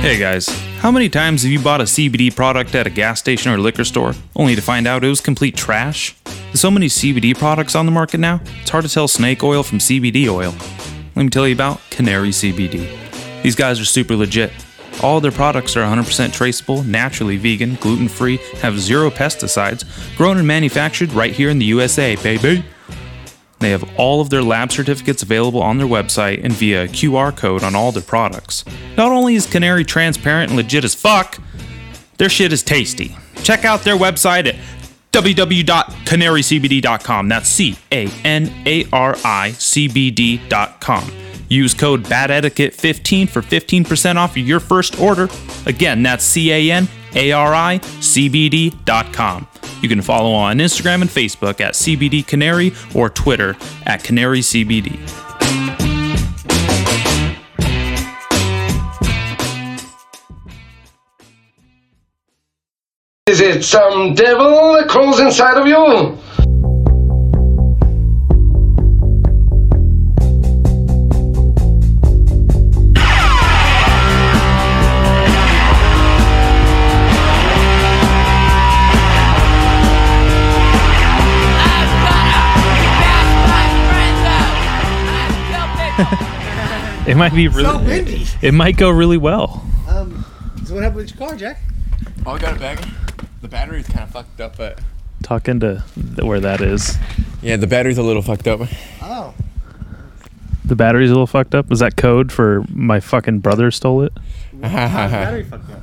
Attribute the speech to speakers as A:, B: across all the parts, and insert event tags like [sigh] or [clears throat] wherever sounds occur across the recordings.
A: Hey guys, how many times have you bought a CBD product at a gas station or liquor store only to find out it was complete trash? There's so many CBD products on the market now, it's hard to tell snake oil from CBD oil. Let me tell you about Canary CBD. These guys are super legit. All their products are 100% traceable, naturally vegan, gluten free, have zero pesticides, grown and manufactured right here in the USA, baby. They have all of their lab certificates available on their website and via a QR code on all their products. Not only is Canary transparent and legit as fuck, their shit is tasty. Check out their website at www.canarycbd.com. That's C A N A R I C B D.com. Use code Bad Etiquette 15 for 15% off your first order. Again, that's C A N A R I C B D.com. You can follow on Instagram and Facebook at CBD Canary or Twitter at Canary CBD.
B: Is it some devil that crawls inside of you?
C: It might be really.
D: So windy.
C: It might go really well.
D: Um, so what happened with your car, Jack?
E: Oh, I got it back. The battery's kind of fucked up, but
C: Talk into th- where that is.
E: yeah, the battery's a little fucked up.
D: Oh,
C: The battery's a little fucked up. Is that code for my fucking brother stole it?
E: [laughs]
D: battery fucked up.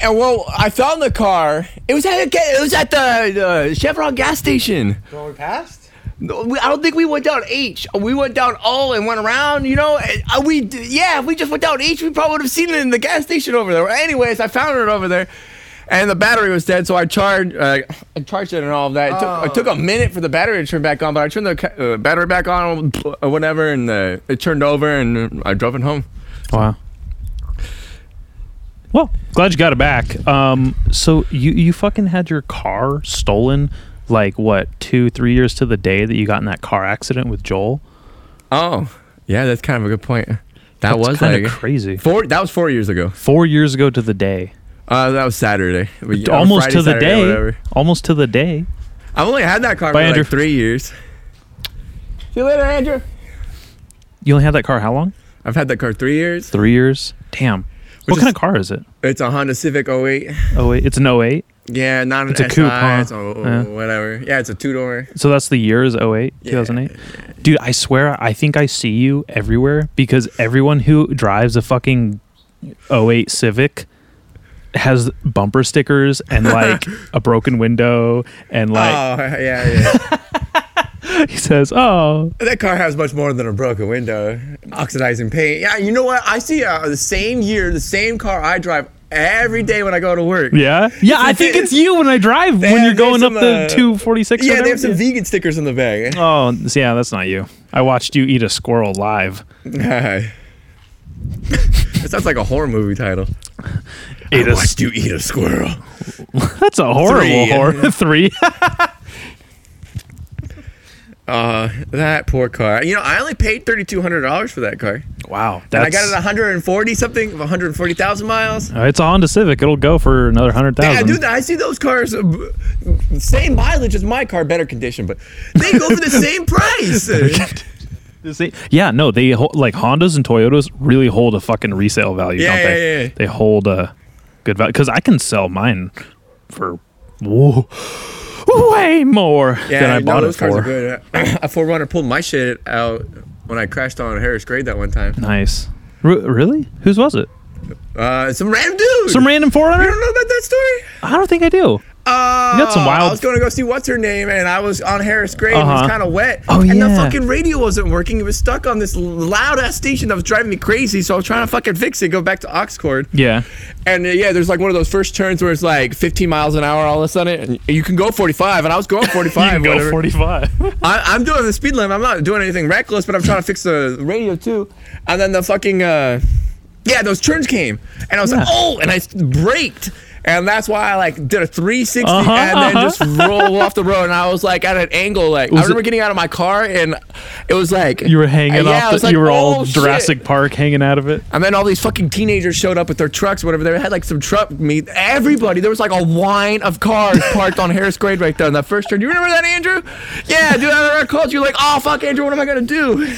E: And well, I found the car. It was at a, ga- it was at the uh, Chevron gas station.
D: Well, we passed.
E: No, we- I don't think we went down H. We went down O and went around. You know, and, uh, we d- yeah, if we just went down H, we probably would have seen it in the gas station over there. Anyways, I found it over there, and the battery was dead, so I charged uh, I charged it and all of that. It, took, it took
C: Oh.
E: a minute for the battery to turn back on, but I turned the ca- uh, battery back on or whatever, and uh, it turned over, and I drove it home.
C: Wow. Well, glad you got it back. Um, so you you fucking had your car stolen, like what two three years to the day that you got in that car accident with Joel.
E: Oh, yeah, that's kind of a good point. That
C: That's
E: was
C: kinda
E: like
C: crazy.
E: Four. That was four years ago.
C: Four years ago to the day,
E: Uh, that was Saturday. We- or
C: almost
E: Friday,
C: to the
E: Saturday,
C: day,
E: whatever.
C: almost to the day.
E: I've only had that car
C: Bye,
E: for
C: Andrew.
E: like three years. See you later, Andrew.
C: You only had that car how long?
E: I've had that car three years.
C: Three years. Damn. what
E: is-
C: kind of car is it?
E: It's a Honda Civic 08.
C: Oh wait, it's an 08.
E: Yeah, not an
C: It's a
E: SI,
C: coupe, huh?
E: It's a
C: Yeah.
E: whatever. Yeah, it's a two door.
C: So that's the year is 08, 2008. Dude, I swear, I think I see you everywhere because everyone who drives a fucking 08 Civic has bumper stickers and
E: [laughs]
C: like a broken window and like
E: Oh [laughs] yeah, yeah.
C: he says, "Oh,
E: that car has much more than a broken window, oxidizing paint. Yeah, you know what? I see uh, the same year, the same car I drive every day when I go to work.
C: yeah, yeah." I think it's you when I drive
E: They
C: when you're
E: have- they
C: going up
E: have
C: the
E: some,
C: 246.
E: uh,
C: or
E: Yeah, they
C: whatever.
E: have some vegan stickers in the bag.
C: Oh, so yeah, that's not you. I watched you eat a squirrel live. Oh.
E: [laughs] it sounds like a horror movie title.
C: Eat [laughs] a,
E: you eat a squirrel.
C: that's a horrible
E: Three.
C: horror. [laughs] Three.
E: Uh, that poor car. You know, I only paid thirty two hundred dollars for that car.
C: wow,
E: And
C: that's
E: I got it one hundred and forty something, one hundred forty thousand miles.
C: Uh, It's a Honda Civic. It'll go for another hundred
E: Yeah,
C: thousand.
E: dude, I see those cars, uh, b- same mileage as my car, better condition, but they go for
C: [laughs]
E: the same price.
C: See- Yeah, no, they ho- like Hondas and Toyotas really hold a fucking resale value,
E: Yeah,
C: don't they?
E: yeah, yeah, yeah.
C: They hold a good value because I can sell mine for whoa, way more than I
E: no,
C: bought it
E: those cars
C: for.
E: are good. [clears throat] A Forerunner pulled my shit out when I crashed on Harris Grade that one time.
C: Nice. Re- really? Whose was it?
E: Uh, some random dude.
C: Some random
E: You
C: 400?
E: don't know about that story?
C: I don't think I do.
E: Uh,
C: got some wild-
E: I was going to go see what's her name, and I was on Harris Grade. and It
C: Uh-huh.
E: was kind of wet.
C: Oh,
E: and
C: yeah.
E: the fucking radio wasn't working. It was stuck on this loud ass station that was driving me crazy. So I was trying to fucking fix it, go back to Oxcord.
C: Yeah.
E: And uh, yeah, there's like one of those first turns where it's like 15 miles an hour all of a sudden, and you can go 45. And I was going 45.
C: [laughs] you can go
E: whatever.
C: 45.
E: I, I'm doing the speed limit. I'm not doing anything reckless, but I'm trying to fix the radio too. And then the fucking uh, yeah, those turns came, and I was
C: Yeah.
E: like, oh, and I braked, And that's why I like did a 360
C: Uh-huh,
E: and then
C: uh-huh.
E: just rolled off the road. And I was like at an angle. Like I
C: Was
E: remember
C: it-
E: getting out of my car and it was
C: [laughs]
E: like
C: You were hanging
E: Uh, Yeah, I
C: off.
E: was
C: The,
E: like,
C: you were all
E: "Oh, shit."
C: Jurassic Park hanging out of it.
E: And then all these fucking teenagers showed up with their trucks, or whatever. They had like some truck meet. Everybody, there was like a line
C: [laughs]
E: of cars parked on Harris Grade right there in that first turn. You remember that, Andrew? Yeah, dude. I remember I called you like, oh fuck, Andrew, what am I gonna do? [laughs]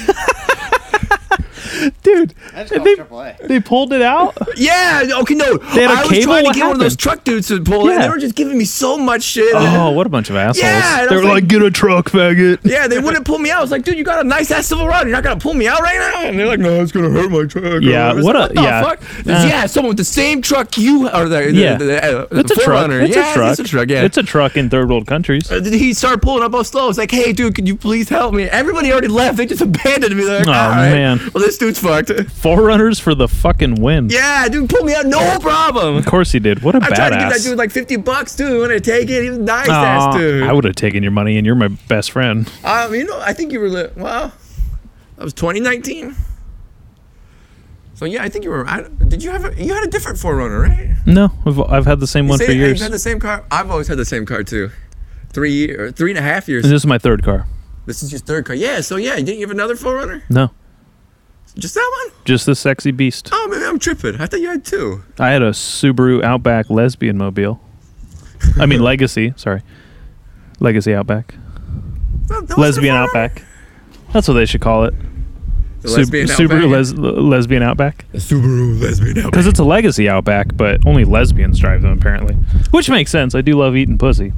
C: Dude,
D: I just
C: and
D: called
C: they,
D: AAA.
C: they pulled it
E: [laughs]
C: out.
E: yeah. Okay, no.
C: had a
E: I was
C: cable?
E: trying to
C: What
E: get one of those
C: happened?
E: truck dudes to pull in.
C: Yeah.
E: They were just giving me so much shit.
C: Oh, what a bunch of assholes.
E: Yeah, and I
C: they were
E: was
C: like,
E: like-
C: get a truck, faggot.
E: [laughs] Yeah, they wouldn't pull me out. I was like, dude, you got a nice ass Silverado. You're not gonna pull me out right now. And they're like, no, it's gonna hurt my truck.
C: Yeah,
E: I was
C: what
E: like,
C: a-
E: the
C: yeah.
E: fuck?
C: Uh,
E: yeah, someone with the same truck you or the, the,
C: Yeah.
E: the, the, uh, the
C: It's a truck.
E: 4Runner.
C: It's
E: yeah,
C: a truck.
E: It's a truck. Yeah,
C: It's a truck in third world countries.
E: Uh, he started pulling up on slow. It's like, hey, dude, could you please help me? Everybody already left. They just abandoned me. They're Like,
C: Oh,
E: "All right.
C: man.
E: Well, this dude's fucked.
C: Forerunners for the fucking win.
E: Yeah, dude, pull me out. No problem.
C: Of course he did. What a
E: I
C: badass.
E: tried to give that dude like 50 bucks, too. He wanted to take it. He was a nice ass,
C: Aw,
E: dude.
C: I would have taken your money, and you're my best friend.
E: um, you know, I think you were, li- well, that was 2019. So, yeah, I think you were, I, did you have, a, you had a different Forerunner, right?
C: No, I've, I've had the same one
E: Say
C: for
E: that
C: years.
E: You've had the same car? I've always had the same car, too. Three year, three and a half years.
C: And this is my third car.
E: This is your third car. Yeah, so yeah, didn't you have another Forerunner?
C: No,
E: Just that one?
C: just the sexy beast.
E: Oh, maybe I'm tripping. I thought you had two.
C: I had a Subaru Outback lesbian mobile. I
E: [laughs]
C: mean, Legacy. Sorry, Legacy Outback.
E: That- that wasn't a
C: lesbian
E: Ferrari.
C: Outback. That's what they should call it.
E: The
C: Sub-
E: lesbian
C: Subaru
E: Outback.
C: les- lesbian Outback.
E: The Subaru lesbian outback.
C: Because it's a legacy Outback, but only lesbians drive them apparently, which makes sense. I do love eating pussy.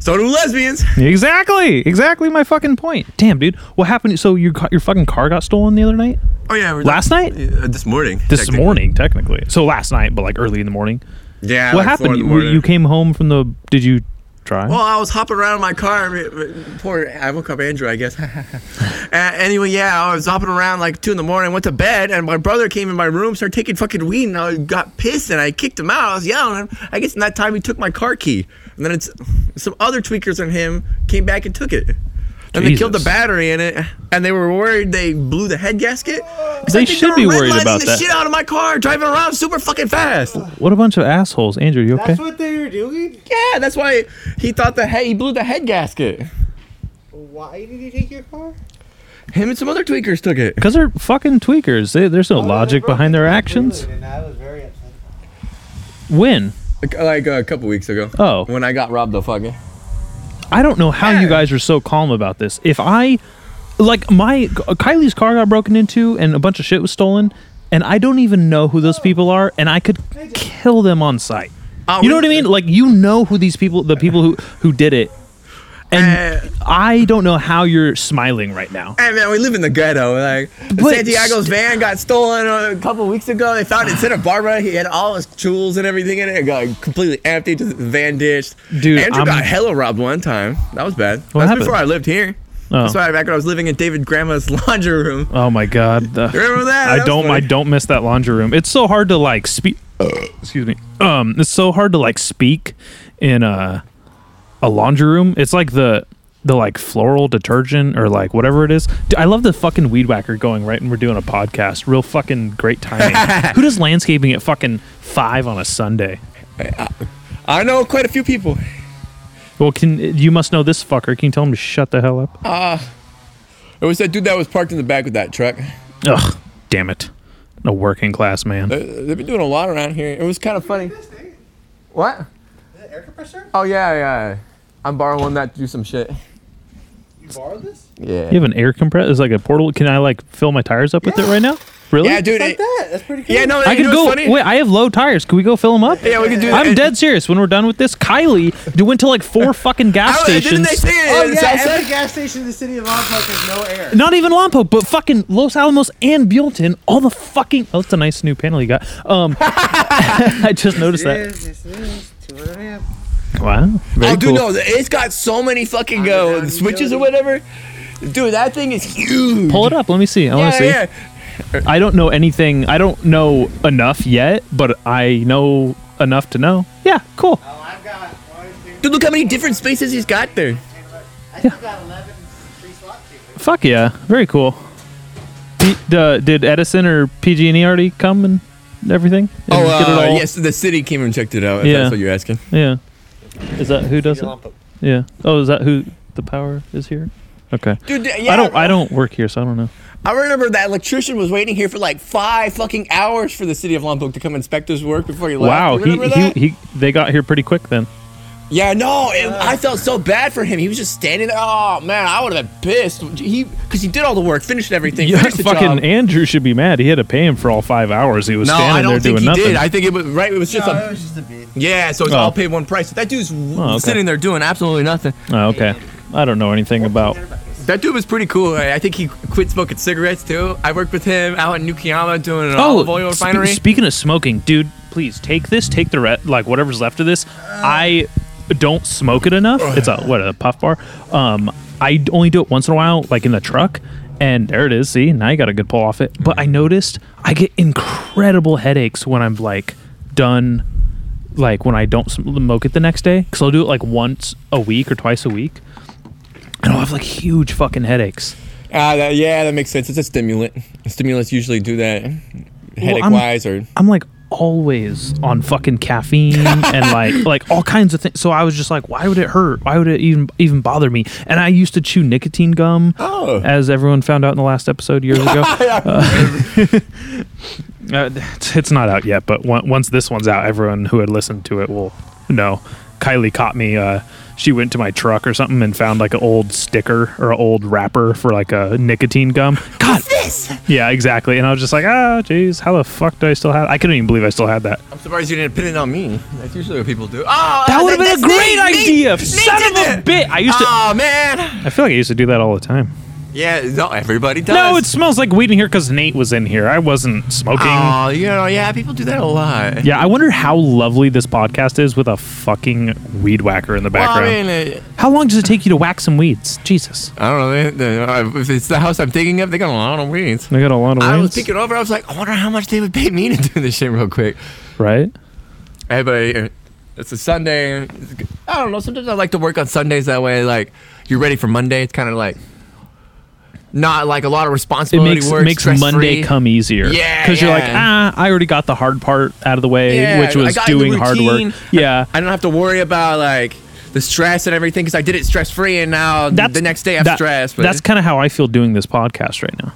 E: So do lesbians.
C: Exactly, exactly my fucking point. Damn, dude, what happened? So your ca- your fucking car got stolen the other night?
E: Oh yeah. we're-
C: Last night?
E: Uh, this morning.
C: This
E: technically.
C: morning, technically. So last night, but like early in the morning.
E: Yeah.
C: What
E: like
C: happened?
E: four in the
C: You,
E: morning.
C: you came home from the? Did you drive?
E: Well, I was hopping around in my car. and it- it- Poor, I woke up Andrew, I guess. [laughs] Uh, anyway, yeah, I was hopping around like two in the morning. Went to bed, and my brother came in my room, started taking fucking weed, and I got pissed, and I kicked him out. I was yelling. I guess in that time he took my car key, and then it's some other tweakers and him came back and took it. Then they killed the
C: Jesus.
E: battery in it, and they were worried they blew the head gasket. 'Cause
C: They
E: I think
C: should
E: were
C: be worried
E: redlining
C: about
E: the
C: that.
E: shit out of my car, driving around super fucking fast.
C: what a bunch of assholes, Andrew. You okay?
D: That's what they were doing?
E: Yeah, that's why he thought the head he blew the head gasket.
D: Why did he take your car?
E: Him and some other tweakers took it.
C: Because they're fucking tweakers. They, there's no
D: Oh, they
C: logic
D: broke
C: behind
D: it
C: their
D: completely,
C: actions.
D: And I was very upset.
C: When?
E: Like, uh, like a couple weeks ago.
C: Oh.
E: When I got robbed the fucking.
C: I don't know how you
E: Yeah.
C: guys are so calm about this. If I, like, my Kylie's car got broken into and a bunch of shit was stolen, and I don't even know who those people are, and I could kill them on sight.
E: Oh,
C: You know
E: we-
C: what I mean? Like, you know who these people, the people who who did it, and
E: Eh.
C: I don't know how you're smiling right now.
E: Hey man, we live in the ghetto. Like
C: But
E: Santiago's
C: st-
E: van got stolen a couple weeks ago. They found it in Santa Barbara. He had all his tools and everything in it. It got completely empty, just van ditched.
C: Dude,
E: Andrew
C: I'm-
E: got hella robbed one time. That was bad.
C: What
E: That's
C: happened?
E: before I lived here.
C: Oh.
E: That's why back when I was living in David Grandma's [laughs] laundry room.
C: Oh my god! The-
E: Remember that? That
C: I
E: was
C: don't. I
E: funny.
C: don't miss that laundry room. It's so hard to like speak. excuse me. Um, it's so hard to like speak in a a laundry room. It's like the the like floral detergent or like whatever it is. D- I love the fucking weed whacker going right, and we're doing a podcast. Real fucking great
E: [laughs]
C: timing. Who does landscaping at fucking five on a Sunday?
E: I know quite a few people.
C: Well, can you must know this fucker? Can you tell him to shut the hell
E: Uh.
C: up?
E: It was that dude that was parked in the back with that truck.
C: Ugh, damn it! A working class man.
E: Uh, They've been doing a lot around here. It was kind of funny.
D: This thing?
E: What?
D: Is that air compressor?
E: Oh yeah, yeah. I'm borrowing that to do some shit.
D: You borrowed this?
E: Yeah.
C: You have an air compressor? It's like a portal. Can I like fill my tires up with it right now? Really?
E: Yeah, dude.
D: Like
E: it-
D: that. That's pretty cool.
E: yeah, no.
C: I
E: you
C: could
E: know
C: go.
E: what's funny?
C: Wait, I have low tires. Can we go fill them up?
E: Yeah, we could do that.
C: I'm dead serious. When we're done with this, Kylie d- went to like
E: [laughs]
C: four fucking gas
E: I,
C: stations.
E: didn't they say it?
D: Oh
E: in
D: yeah,
E: Southside?
D: every gas station in the city of Lompoc has no air.
C: Not even Lompoc, but fucking Los Alamos and Buellton. All the fucking. Oh, that's a nice new panel you got. Um, [laughs] I just noticed that.
D: Yes, yes, yes. Two and a half.
C: Wow. Very
E: oh, dude,
C: cool.
E: no. th- It's got so many fucking
D: Underground
E: uh, switches or
D: utility.
E: whatever. Dude, that thing is huge.
C: Pull it up. Let me see. I want
E: yeah,
C: to see.
E: yeah.
C: I don't know anything. I don't know enough yet, but I know enough to know. Yeah, cool.
D: Oh, I've got one, two,
E: Dude, look how many different spaces he's got there.
D: I think I've got 11 free slots here.
C: Fuck yeah, very cool. P- uh, did Edison or PG&E E already come and everything? And
E: Oh,
C: get it
E: uh,
C: all-
E: yes, the city came and checked it out. If
C: Yeah.
E: That's what you're asking.
C: Yeah. Is that who does it?
F: Lump-
C: Yeah. Oh, is that who the power is here? Okay.
E: Dude, d- yeah,
C: I don't. I don't work here, so I don't know.
E: I remember that electrician was waiting here for like five fucking hours for the city of Lombok to come inspect his work before he left.
C: wow.
E: You
C: He,
E: remember that?
C: he he. They got here pretty quick
E: [laughs]
C: then.
E: Yeah, no, it, I felt so bad for him. He was just standing there. Oh man, I would have been pissed. He because he did all the work, finished everything. finished the
C: fucking
E: job.
C: Andrew should be mad. He had to pay him for all five hours. He was
E: No,
C: standing
E: I don't
C: there
E: think
C: doing
E: he
C: nothing.
E: did. I think it was right. It was just
D: No, Oh, it
E: a
D: was just a bit.
E: yeah. So it's
C: Oh.
E: all paid one price. That dude's w
C: okay.
E: sitting there doing absolutely nothing.
C: oh, okay. I don't know anything about.
E: That dude was pretty cool. I I think he quit smoking cigarettes too. I worked with him out in Nukiyama doing an olive oil
C: Oh, spe-
E: refinery.
C: speaking of smoking, dude, please take this. Take the re- like whatever's left of this. I don't smoke it enough.
E: Oh,
C: It's a what a puff bar. Um, I d- only do it once in a while, like in the truck. And there it is. See, now you got a good pull off it. But I noticed I get incredible headaches when I'm like done, like when I don't smoke it the next day. Cause I'll do it like once a week or twice a week, and I'll have like huge fucking headaches.
E: Ah, that, yeah, that makes sense. It's a stimulant. Stimulants usually do that, headache
C: I'm-
E: wise or
C: I'm like always on fucking caffeine and like like all kinds of things. So I was just like, why would it hurt? Why would it even even bother me? And I used to chew nicotine gum,
E: Oh.
C: as everyone found out in the last episode years ago.
E: [laughs]
C: Uh, it's, it's not out yet, but on- once this one's out, everyone who had listened to it will know. Kylie caught me. Uh, she went to my truck or something and found like an old sticker or an old wrapper for like a nicotine gum. God, this? Yeah, exactly. And I was just like, ah, jeez, how the fuck do I still have? I couldn't even believe I still had that.
E: I'm surprised you didn't pin it on me. That's usually what people do. Oh,
C: That would have been
E: that's
C: a great
E: Nate, Nate,
C: idea.
E: Nate
C: Son of
E: did
C: a
E: that.
C: bit. I used to.
E: Oh man.
C: I feel like I used to do that all the time.
E: Yeah, no, everybody does.
C: No, it smells like weed in here because Nate was in here. I wasn't smoking.
E: Oh, you know, yeah, people do that a lot.
C: Yeah, I wonder how lovely this podcast is with a fucking weed whacker in the
E: Well,
C: background.
E: I mean, uh,
C: how long does it take you to whack some weeds? Jesus,
E: I don't know. They, they, uh, if it's the house I'm thinking of, they got a lot of weeds.
C: I got a lot of
E: I was
C: weeds,
E: thinking over. I was like, I wonder how much they would pay me to do this shit real quick.
C: right?
E: Everybody, uh, it's a Sunday. it's g- I don't know. Sometimes I like to work on Sundays that way. Like, you're ready for Monday. It's kind of like not like a lot of
C: It
E: responsibility.
C: makes
E: work,
C: makes
E: stress-free.
C: Monday come easier.
E: Yeah,
C: because you're like,
E: yeah.
C: ah, I already got the hard part out of the way,
E: Yeah,
C: which
E: I
C: was
E: got the
C: doing hard
E: routine.
C: work. Yeah,
E: I don't have to worry about like the stress and everything because I did it stress free, and now
C: that's
E: the next day I'm
C: that-
E: stressed. But
C: That's kind of how I feel doing this podcast right now.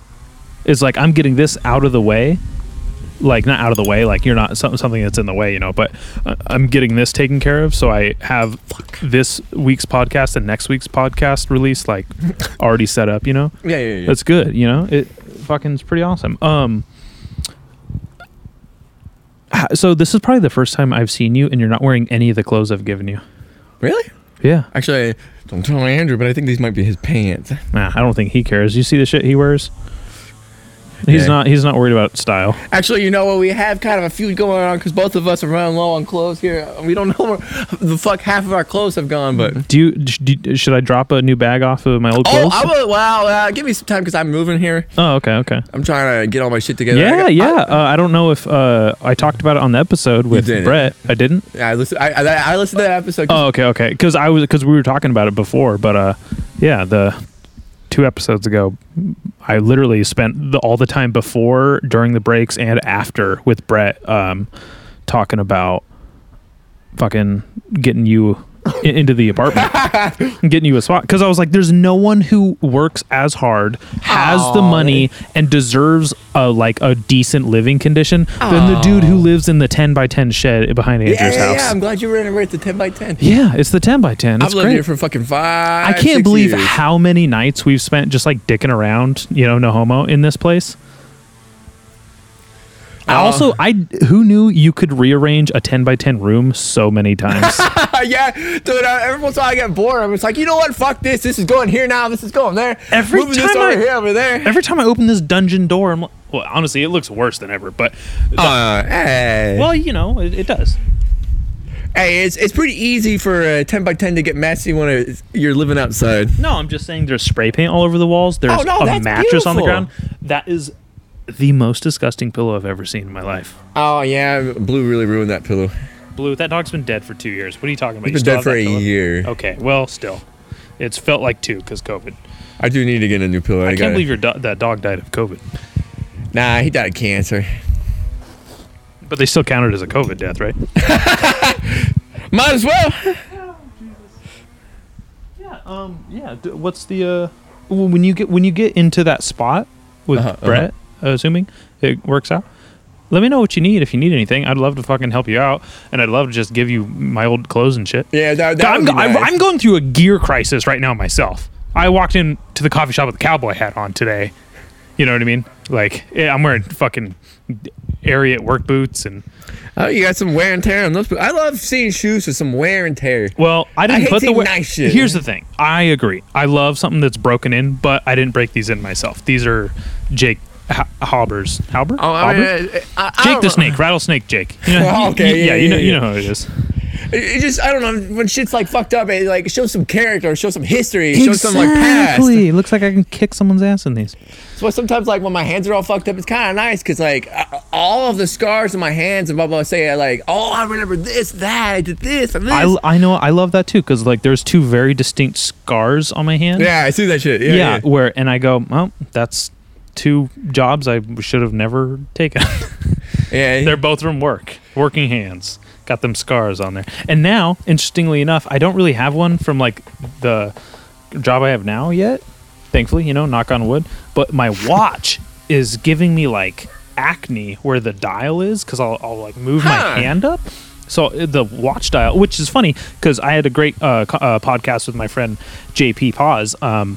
C: It's like I'm getting this out of the way, like not out of the way, like you're not something something that's in the way, you know. But I- I'm getting this taken care of, so I have this week's podcast and next week's podcast release like already set up, you know.
E: yeah, yeah, yeah.
C: That's good, you know. It fucking is pretty awesome. Um. h- So this is probably the first time I've seen you, and you're not wearing any of the clothes I've given you.
E: really.
C: Yeah,
E: Actually, I- don't tell Andrew, but I think these might be his pants.
C: Nah, I don't think he cares. You see the shit he wears. He's
E: Yeah.
C: not. He's not worried about style.
E: Actually, you know what? We have kind of a feud going on because both of us are running low on clothes here. We don't know where the fuck half of our clothes have gone, but.
C: Do you? sh- Do, should I drop a new bag off of my old
E: Oh,
C: clothes?
E: I will, wow. Uh, give me some time because I'm moving here.
C: Oh, okay, okay.
E: I'm trying to get all my shit together. I
C: Yeah,
E: got-
C: yeah. uh, I don't know if uh, I talked about it on the episode with
E: didn't.
C: Brett. I didn't.
E: I, I, listen, I, I, I listened to that episode. 'cause
C: Oh, okay, okay. Because I was because we were talking about it before, but uh, yeah, the two episodes ago, I literally spent the, all the time before, during the breaks, and after with Brett, um, talking about fucking getting you i- into the
E: [laughs]
C: apartment, and getting you a spot. Because I was like, there's no one who works as hard, has the money, and deserves a like a decent living condition than the dude who lives in the ten by ten shed behind Andrew's
E: yeah, yeah,
C: house.
E: yeah. I'm glad you were in it right at the 10 by 10.
C: Yeah, it's the 10 by 10. It's
E: I've lived
C: great.
E: here for fucking five.
C: I
E: six
C: can't believe
E: years.
C: how many nights we've spent just like dicking around, you know, no homo in this place. I
E: Uh.
C: also, I who knew you could rearrange a 10 by 10 room so many
E: [laughs]
C: times?
E: yeah, dude. I, every once in a while I get bored. I'm just like, you know what? Fuck this. This is going here now. This is going there.
C: Every
E: moving this
C: time
E: over
C: I-
E: here, over there.
C: Every time I open this dungeon door, I'm like, well, honestly, it looks worse than ever, but
E: Uh, hey.
C: well, you know, it, it does.
E: hey, it's it's pretty easy for a ten by ten to get messy when it's, you're living outside.
C: No, I'm just saying there's spray paint all over the walls. There's
E: Oh, no,
C: a
E: that's
C: mattress on the ground.
E: beautiful.
C: That is the most disgusting pillow I've ever seen in my life.
E: Oh yeah, blue really ruined that pillow.
C: Blue, that dog's been dead for two years. What are you talking about?
E: It's
C: You still
E: been dead
C: have
E: for
C: that
E: a
C: pillow? Oh.
E: year.
C: Okay, well, still, it's felt like two because COVID.
E: I do need to get a new pillow. I,
C: I
E: gotta-
C: can't believe your do- that dog died of COVID.
E: Nah, he died of cancer.
C: But they still counted as a COVID death, right?
E: Might as well.
C: Yeah. Um. Yeah. d- What's the uh? w- When you get when you get into that spot with
E: Uh-huh, uh-huh.
C: Brett, uh, assuming it works out, let me know what you need if you need anything. I'd love to fucking help you out, and I'd love to just give you my old clothes and shit.
E: Yeah, that, that
C: I'm,
E: would be
C: I'm,
E: nice.
C: I'm going through a gear crisis right now myself. I walked into the coffee shop with a cowboy hat on today. You know what I mean? Like yeah, I'm wearing fucking Ariat work boots and
E: Oh, you got some wear and tear on those. boots. I love seeing shoes with some wear and tear.
C: Well, I didn't
E: hate
C: put the
E: seeing
C: wear-
E: nice shit.
C: Here's the thing. I agree. I love something that's broken in, but I didn't break these in myself. These are Jake ha- Halber's. Halber?
E: Oh, I
C: Halber?
E: mean, I,
C: Jake
E: I don't
C: the
E: know.
C: snake, rattlesnake Jake.
E: [laughs]
C: You know,
E: Oh, okay,
C: yeah,
E: yeah,
C: you
E: yeah,
C: know, you
E: yeah.
C: know who it is.
E: It, it just I don't know when shit's like fucked up. It like shows some character, shows some history, shows some like past.
C: It looks like I can kick someone's ass in these.
E: So sometimes like when my hands are all fucked up, it's kind of nice because like uh, all of the scars on my hands and blah blah say uh, like oh I remember this that I did this and this.
C: I, I know I love that too because like there's two very distinct scars on my hand.
E: yeah, I see that shit.
C: yeah, Where and I go, well, that's two jobs I should have never taken.
E: yeah.
C: They're both from work, working hands. Got them scars on there. And now, interestingly enough, I don't really have one from like the job I have now yet. Thankfully, you know, knock on wood. But my watch is giving me like acne where the dial is because I'll, I'll like move
E: Huh.
C: my hand up. So uh, the watch dial, which is funny because I had a great uh, co- uh, podcast with my friend JP Paz. Um,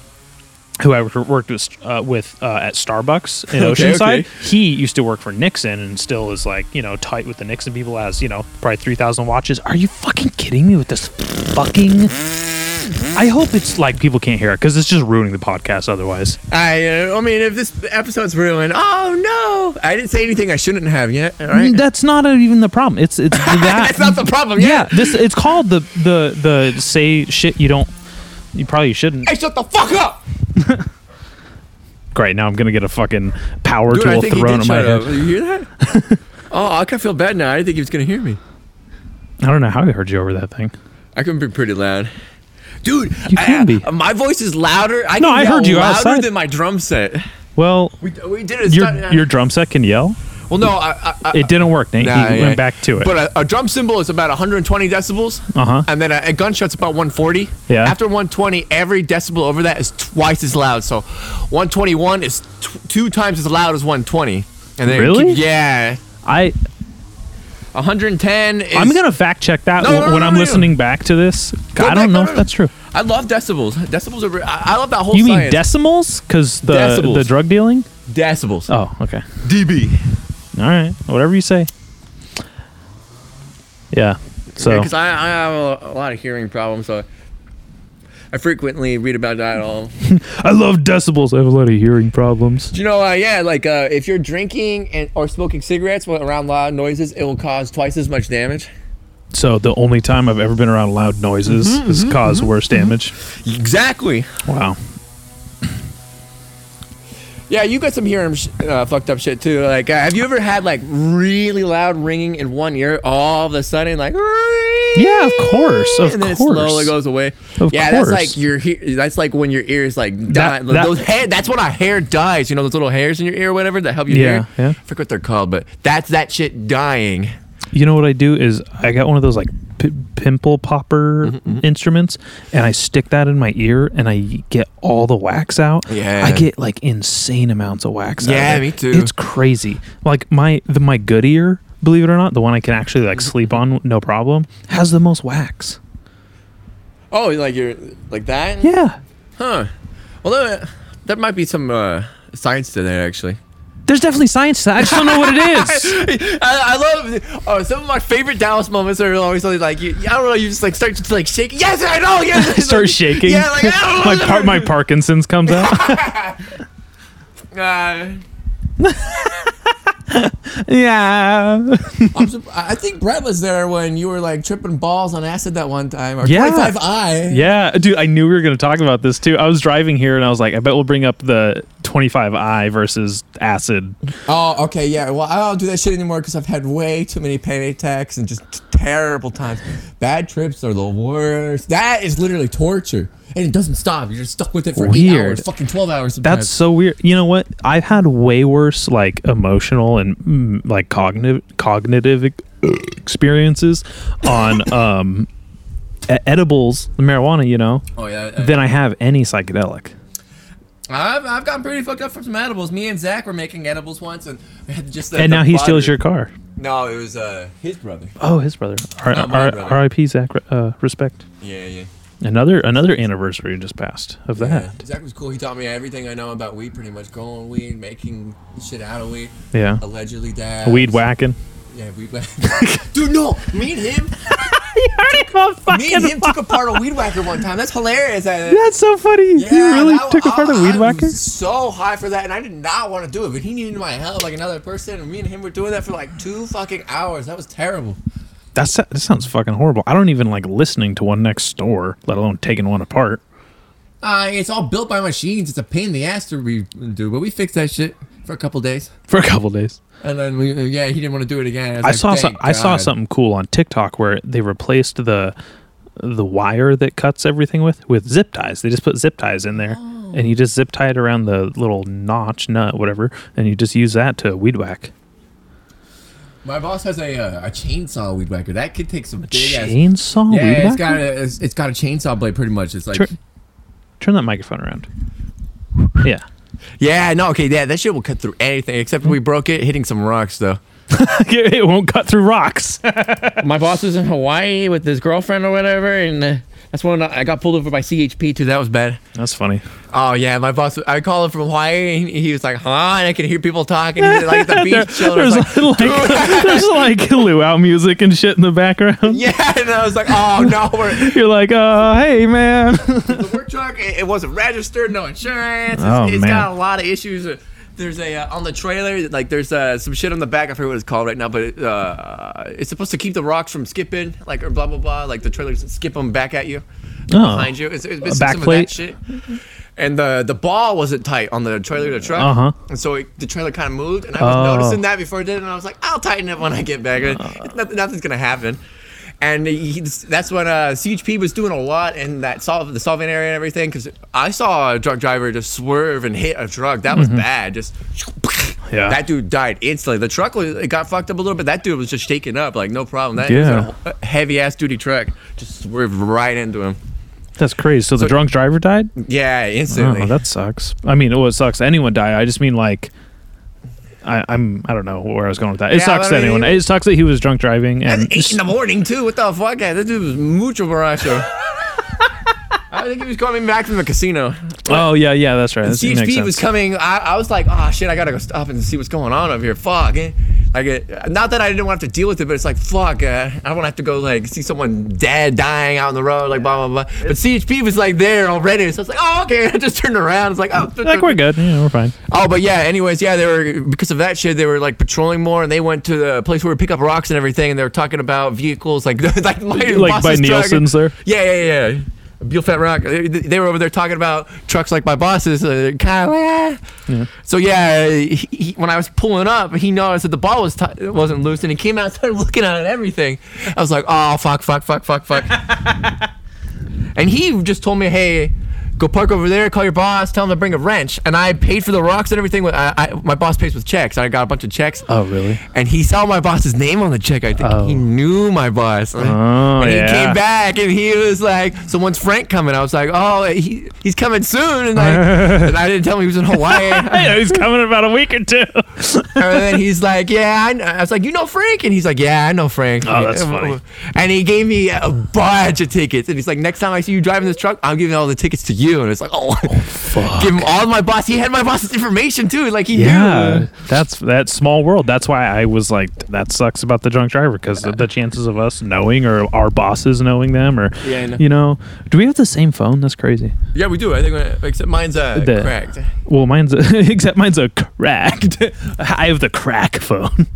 C: who I wor- worked with, uh, with uh, at Starbucks in
E: [laughs] Okay,
C: Oceanside.
E: okay.
C: He used to work for Nixon and still is like, you know, tight with the Nixon people, has, you know, probably 3,000 watches. Are you fucking kidding me with this fucking. I hope it's like people can't hear it because it's just ruining the podcast otherwise.
E: I uh, I mean if this episode's ruined, oh no, I didn't say anything I shouldn't have yet. All right.
C: That's not even the problem. It's
E: [laughs]
C: it's that.
E: That's not the problem.
C: yeah,
E: Yeah.
C: this it's called the the the say shit you don't you probably shouldn't.
E: Hey, shut the fuck up.
C: Great, now I'm gonna get a fucking power
E: Dude, I
C: tool
E: think he
C: thrown
E: did
C: in my
E: shut
C: head.
E: up. You hear that?
C: [laughs]
E: oh, I kind of feel bad now. I didn't think he was gonna hear me.
C: I don't know how I heard you over that thing.
E: I can be pretty loud. Dude,
C: You can
E: I-
C: be.
E: uh, My voice is louder. I
C: No,
E: can
C: I
E: yell
C: heard you
E: louder
C: outside.
E: than my drum set.
C: Well,
E: We, we did it.
C: your your drum set can yell.
E: well, no, I, I, I,
C: It didn't work, Nate.
E: Nah,
C: he
E: yeah.
C: went back to it.
E: But a, a drum cymbal is about 120 decibels,
C: Uh-huh.
E: and then a, a gunshot's about 140.
C: Yeah.
E: After 120, every decibel over that is twice as loud. So, 121 is tw- two times as loud as 120. And then it
C: Really?
E: keep- yeah.
C: I
E: 110 is.
C: I'm gonna fact check that
E: No,
C: w-
E: no, no,
C: when
E: no,
C: I'm
E: no.
C: listening back to this. I
E: back,
C: don't know
E: no,
C: if
E: no,
C: that's true.
E: I love decibels. Decibels are. re- I, I love that whole.
C: You mean
E: science.
C: decimals? Because the
E: Decibels.
C: the drug dealing.
E: decibels?
C: Oh, okay.
E: DB.
C: All right. Whatever you say. Yeah. So
E: because I, I have a, a lot of hearing problems, so I frequently read about that all.
C: I love decibels. I have a lot of hearing problems.
E: Do you know? Uh, yeah, like uh, if you're drinking and or smoking cigarettes while around loud noises, it will cause twice as much damage.
C: So the only time I've ever been around loud noises
E: Mm-hmm,
C: has caused worse damage.
E: Exactly.
C: Wow.
E: Yeah, you got some hearing sh- uh, fucked up shit too. Like, uh, have you ever had like really loud ringing in one ear all of a sudden, like?
C: Yeah, of course, of
E: and then
C: course.
E: it slowly goes away.
C: Of
E: yeah,
C: course.
E: that's like your. He- that's like when your ear is like dying.
C: that-
E: those hair. That's when our hair dies. You know those little hairs in your ear, or whatever that help you
C: Yeah,
E: hear.
C: yeah.
E: I forget what they're called, but that's that shit dying.
C: You know what I do is I got one of those like p- pimple popper
E: Mm-hmm,
C: instruments, and I stick that in my ear, and I get all the wax out.
E: Yeah.
C: I get like insane amounts of wax. out of
E: Yeah,
C: it.
E: me too.
C: It's crazy. Like my the, my good ear, believe it or not, the one I can actually like sleep on no problem, has the most wax.
E: Oh, like you're like that.
C: Yeah,
E: Huh. Well, that, that might be some uh, science to that actually.
C: there's definitely science to that. I just don't know what it
E: [laughs]
C: is.
E: I, I love oh, some of my favorite Dallas moments are always like you, I don't know you just like start to like shake yes I know
C: [laughs]
E: yes
C: Start shaking.
E: yeah
C: [laughs]
E: like
C: my
E: I don't know
C: par- my Parkinson's comes
E: [laughs]
C: out.
E: uh,
C: [laughs] yeah.
E: I'm sup- I I think Brett was there when you were like tripping balls on acid that one time. Or
C: Yeah.
E: 25i.
C: Yeah, dude, I knew we were going to talk about this too. I was driving here and I was like, I bet we'll bring up the 25i versus acid.
E: Oh, okay, yeah. Well, I don't do that shit anymore because I've had way too many panic attacks and just terrible times. Bad trips are the worst. That is literally torture, and it doesn't stop. You're just stuck with it for eight
C: Weird.
E: hours, fucking twelve hours. Sometimes.
C: That's so weird. You know what? I've had way worse like emotional and mm, like cognitive cognitive ex- experiences [laughs] on um e- edibles, marijuana, you know,
E: oh yeah. I-
C: than I have any psychedelic.
E: I've, I've gotten pretty fucked up from some edibles. Me and Zach were making edibles once, and [laughs] we had just.
C: and now he steals your car.
E: No, it was uh his brother.
C: Oh, his brother. R-
E: Not my
C: R-
E: brother.
C: R.I.P. Zach. Uh, respect.
E: Yeah, yeah.
C: Another another anniversary just passed of
E: Yeah,
C: that.
E: Zach was cool. He taught me everything I know about weed, pretty much growing weed, making shit out of weed,
C: Yeah.
E: allegedly that
C: Weed whacking.
E: Yeah, weed whack. [laughs] Dude, no, me and him, me and him took apart a weed whacker one time. That's hilarious.
C: [laughs]
E: I-
C: That's so funny.
E: yeah,
C: you really
E: that-
C: took apart a
E: I-
C: weed
E: I
C: whacker?
E: Was so high for that, and I did not want to do it, but he needed my help, like another person, and me and him were doing that for like two fucking hours. That was terrible.
C: That's that sounds fucking horrible. I don't even like listening to one next door, let alone taking one apart.
E: Uh, it's all built by machines. It's a pain in the ass to redo, but we fixed that shit for a couple days.
C: For a couple days,
E: And then we, uh, yeah, he didn't want to do it again. was
C: I
E: like,
C: saw some,
E: "Thank
C: I saw
E: God."
C: something cool on TikTok where they replaced the the wire that cuts everything with with zip ties. They just put zip ties in there,
E: Oh.
C: and you just zip tie it around the little notch nut, whatever, and you just use that to weed whack.
E: My boss has a uh, a chainsaw weed whacker. That kid takes some big ass.
C: Chainsaw
E: Yeah,
C: weed
E: it's
C: whack.
E: got a it's, it's got a chainsaw blade pretty much. It's like
C: Turn- Turn that microphone around. Yeah.
E: yeah, no, okay, yeah, that shit will cut through anything except we broke it hitting some rocks though.
C: [laughs] it won't cut through rocks.
G: my boss was in Hawaii with his girlfriend or whatever, and uh, that's when I got pulled over by CHP too.
E: Dude, that was bad.
C: That's funny.
E: Oh yeah, my boss. I called him from Hawaii. And he he was like, huh? And I could hear people talking. He was like
C: [laughs]
E: at the beach, chilling. I was
C: There's
E: like,
C: like, [laughs] there's like luau music and shit in the background.
E: [laughs] yeah, and I was like, oh
C: [laughs]
E: no, we're,
C: You're like, uh, hey man.
E: [laughs] the work truck. It, it wasn't registered, no insurance. It's,
C: Oh,
E: it's
C: man.
E: got a lot of issues. There's a uh, on the trailer, like there's uh, some shit on the back. I forget what it's called right now, but it, uh, it's supposed to keep the rocks from skipping, like or blah blah blah. Like the trailers skip them back at you, behind you. It's, it's been some of
C: Oh. backplate?
E: that shit. And the the ball wasn't tight on the trailer to truck,
C: Uh-huh.
E: and so it, the trailer kind of moved. And I was
C: Oh. Uh.
E: noticing that before I did, it, and I was like, I'll tighten it when I get [laughs] back. It's nothing, nothing's gonna happen. And he, that's when uh, CHP was doing a lot in that sol- the solvent area and everything, because I saw a drunk driver just swerve and hit a truck. That was bad. Just
C: Mm-hmm.
E: [laughs]
C: Yeah.
E: that dude died instantly. The truck was, it got fucked up a little bit. That dude was just shaken up, like no problem. That
C: Yeah.
E: heavy ass duty truck just swerved right into him.
C: That's crazy. So, the drunk driver died?
E: Yeah, instantly.
C: Oh, that sucks. I mean, oh, it sucks. Anyone die. I just mean like I, I'm I don't know where I was going with that. It
E: Yeah,
C: sucks
E: but I
C: that anyone
E: mean-
C: it sucks that he was drunk driving
E: At
C: and
E: eight in the morning too. What the fuck? Yeah, that dude was mucho
C: [laughs]
E: borracho. I think he was coming back from the casino.
C: Oh yeah, yeah, that's right. That's, makes
E: CHP
C: sense.
E: was coming. I, I was like, oh shit, I gotta go stop and see what's going on over here. Fuck. eh. Like, it, not that I didn't want to have to deal with it, but it's like, fuck. Uh, I don't want to have to go like see someone dead, dying out on the road, like blah blah blah. But CHP was like there already, so it's like, oh okay. [laughs] I just turned around. It's like, oh,
C: like we're good. Yeah, we're fine.
E: Oh, but yeah. Anyways, yeah, they were because of that shit. They were like patrolling more, and they went to the place where we pick up rocks and everything, and they were talking about vehicles like [laughs] like my
C: Like by
E: boss's truck.
C: Nielsen's there.
E: Yeah, yeah, yeah. Buell Fat Rock. They, they were over there talking about trucks like my boss's. Uh, Kyle, eh. So yeah, he, he, when I was pulling up, he noticed that the ball was t- wasn't loose, and he came out and started looking at it and everything. I was like, oh fuck, fuck, fuck, fuck, fuck. and he just told me, hey. Go park over there. Call your boss. Tell him to bring a wrench. And I paid for the rocks and everything. With I, I, my boss pays with checks. I got a bunch of checks.
C: Oh, really?
E: And he saw my boss's name on the check. I think
C: Oh.
E: he knew my boss.
C: Oh,
E: and he
C: yeah.
E: came back and he was like, "So when's Frank coming?" I was like, "Oh, he, he's coming
C: [laughs]
E: soon." And I, and I didn't tell him he was in Hawaii. [laughs] and
C: Yeah, [laughs] he's coming in about a week or
E: [laughs]
C: two.
E: then he's like, "Yeah," I, know. I was like, "You know Frank?" And he's like, "Yeah, I know Frank."
C: Oh, that's funny.
E: And he gave me a bunch of tickets. And he's like, "Next time I see you driving this truck, I'm giving all the tickets to you." And it's like, "Oh, give him all my boss." He had my boss's information too. Like he knew.
C: Yeah, that's that small world. That's why I was like, that sucks about the drunk driver because the chances of us knowing or our bosses knowing them or
E: Yeah, I know.
C: you know, do we have the same phone? That's crazy.
E: Yeah, we do. I think except mine's uh,
C: The-
E: [laughs] cracked.
C: Well, mine's [laughs] except mine's a cracked. I have the crack phone.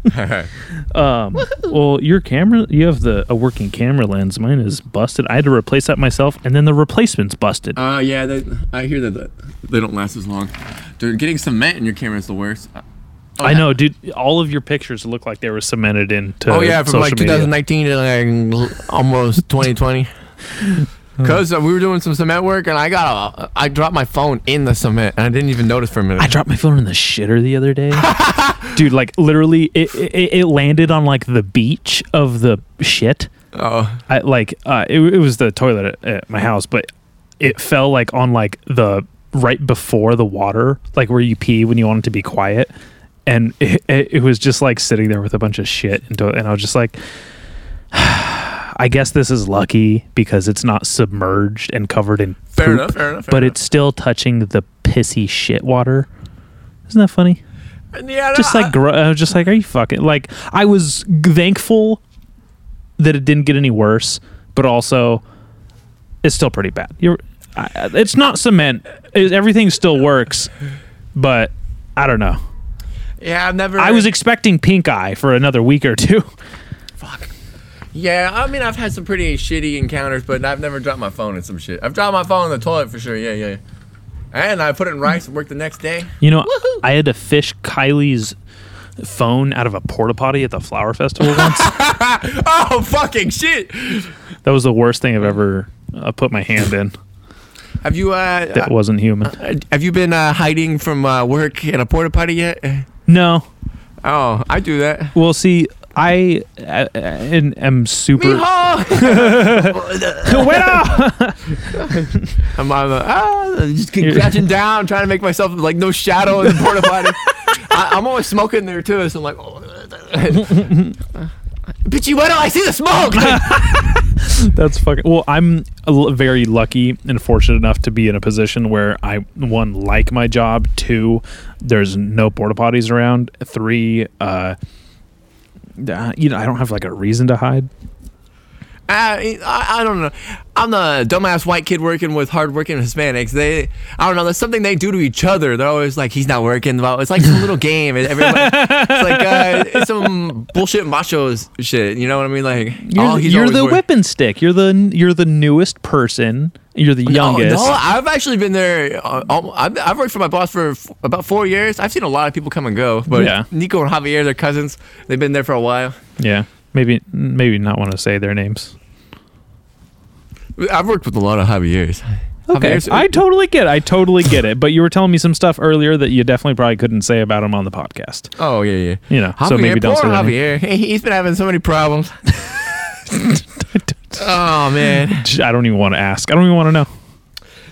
C: [laughs] um, well, your camera, you have the a working camera lens. Mine is busted. I had to replace
E: Oh,
C: that myself, and then the replacement's busted.
E: Uh, yeah, they, I hear that that they don't last as long. Dude, getting cement in your camera is the worst. Uh, oh,
C: I
E: yeah.
C: know, dude. All of your pictures look like they were cemented into.
E: Oh yeah, from like
C: social media.
E: 2019 to like almost [laughs] 2020. Cause uh, we were doing some cement work and I got a, I dropped my phone in the cement and I didn't even notice for a minute.
C: I dropped my phone in the shitter the other
E: [laughs]
C: day. Dude, like literally, it, it it landed on like the beach of the shit.
E: oh,
C: I like uh, it, it was the toilet at, at my house, but it fell like on like the right before the water, like where you pee when you want it to be quiet, and [laughs] it, it, it was just like sitting there with a bunch of shit, and, and I was just like, [sighs] I guess this is lucky because it's not submerged and covered in
E: [laughs] fair
C: poop,
E: enough, fair enough. Fair
C: but
E: enough.
C: it's still touching the pissy shit water. Isn't that funny?
E: yeah, no,
C: just like
E: I,
C: gr- I was just like are you fucking like I was g- thankful that it didn't get any worse, but also it's still pretty bad. You're I, it's not cement. It, everything still works, but I don't know.
E: yeah, I've never.
C: I was expecting pink eye for another week or two. [laughs]
E: yeah, I mean, I've had some pretty shitty encounters, but I've never dropped my phone in some shit. I've dropped my phone in the toilet for sure. Yeah, yeah. yeah. And I put it in rice and worked the next day.
C: You know, I had to fish Kylie's phone out of a porta potty at the flower festival once.
E: [laughs] Oh fucking shit!
C: that was the worst thing I've ever uh, put my hand in.
E: Have you uh,
C: That wasn't human.
E: uh, have you been uh, hiding from uh, work in a porta potty yet?
C: No,
E: Oh, I do that.
C: Well, see, I, I, I am super. [laughs] Bueno!
E: [laughs] I'm on the, ah, just crouching down, trying to make myself like no shadow in
C: [laughs]
E: the porta potty. I, I'm always smoking there too, so I'm like, oh. [laughs] bitchy, why don't I see the smoke?
C: [laughs] That's fucking. Well, I'm a l- very lucky and fortunate enough to be in a position where I one like my job. Two, there's no porta potties around. Three, uh, uh, you know, I don't have like a reason to hide.
E: I, I, I don't know. I'm the dumbass white kid working with hardworking Hispanics. They, I don't know. That's something they do to each other. They're always like, "He's not working." Well, It's like some
C: [laughs]
E: little game. And everybody, it's like uh, it's some bullshit macho shit. You know what I mean? Like,
C: You're,
E: "Oh,
C: the-
E: he's
C: you're
E: always
C: the
E: working."
C: whipping stick. You're the you're the newest person. You're the
E: Oh, No,
C: youngest.
E: No, I've actually been there. Uh, al- I've, I've worked for my boss for f- about four years. I've seen a lot of people come and go. But
C: Yeah.
E: Nico and Javier, they're cousins. They've been there for a while.
C: Yeah, maybe maybe not want to say their names.
E: I've worked with a lot of Javier's.
C: Okay,
E: Javier's-
C: I totally get it. I totally get it. But you were telling me some stuff earlier that you definitely probably couldn't say about him on the podcast.
E: oh yeah, yeah.
C: You know,
E: Javier,
C: so maybe don't
E: poor
C: say that.
E: Javier. He- He's been having so many problems. [laughs] oh man,
C: I don't even want to ask. I don't even want to know.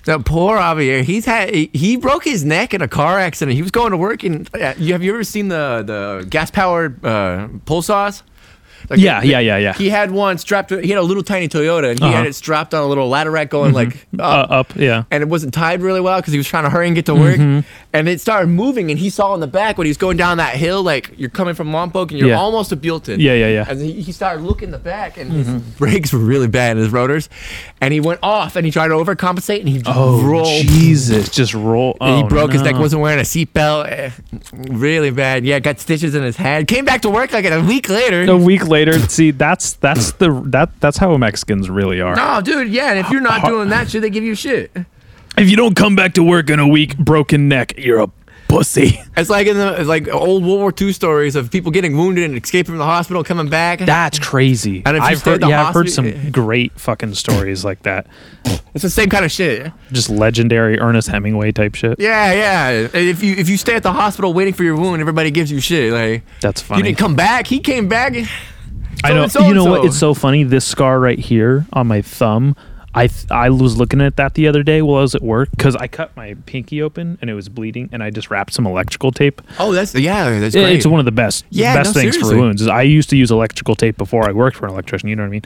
E: that poor Javier. He's had he, he broke his neck in a car accident. He was going to work and uh, you have you ever seen the the gas powered uh, pole saws? Like,
C: Yeah, yeah, yeah, yeah.
E: He had one strapped. to- He had a little tiny Toyota, and he had
C: Uh-huh.
E: it strapped on a little ladder rack going like
C: Uh,
E: up,
C: up, yeah.
E: and it wasn't tied really well because he was trying to hurry and get to work.
C: Mm-hmm.
E: And it started moving, and he saw in the back when he was going down that hill, like you're coming from Lompoc and you're
C: Yeah.
E: almost to Builton.
C: Yeah, yeah, Mm-hmm. yeah.
E: And he, he started looking the back, and his brakes were really bad, and his rotors, and he went off, and he tried to overcompensate, and he
C: Oh,
E: rolled.
C: Jesus! Just roll.
E: And
C: Oh,
E: he broke his neck,
C: no.
E: wasn't wearing a seatbelt, eh, really bad. Yeah, got stitches in his head. Came back to work like a week later.
C: a week later. See, that's that's the that that's how Mexicans really are.
E: No, dude, yeah, and if you're not doing that shit, they give you shit.
C: If you don't come back to work in a week, broken neck, you're a pussy.
E: It's like in the it's like old World War II stories of people getting wounded and escaping from the hospital, coming back.
C: That's crazy.
E: And if you
C: I've
E: stay at
C: heard,
E: the
C: yeah, I've heard
E: hospital- eh,
C: some great fucking stories like that.
E: It's the same kind of shit.
C: Just legendary Ernest Hemingway type shit.
E: Yeah, yeah. And If you if you stay at the hospital waiting for your wound, everybody gives you shit. Like
C: That's funny.
E: You didn't come back. He came back.
C: I know.
E: So-and-so,
C: you know what?
E: so-and-so.
C: It's so funny. This scar right here on my thumb. I th- I was looking at that the other day while I was at work because I cut my pinky open and it was bleeding, and I just wrapped some electrical tape.
E: Oh, that's yeah. That's
C: It-
E: great.
C: It's one of the best
E: Yeah,
C: best
E: no,
C: things
E: seriously.
C: for wounds. Is I used to use electrical tape before I worked for an electrician. You know what I mean?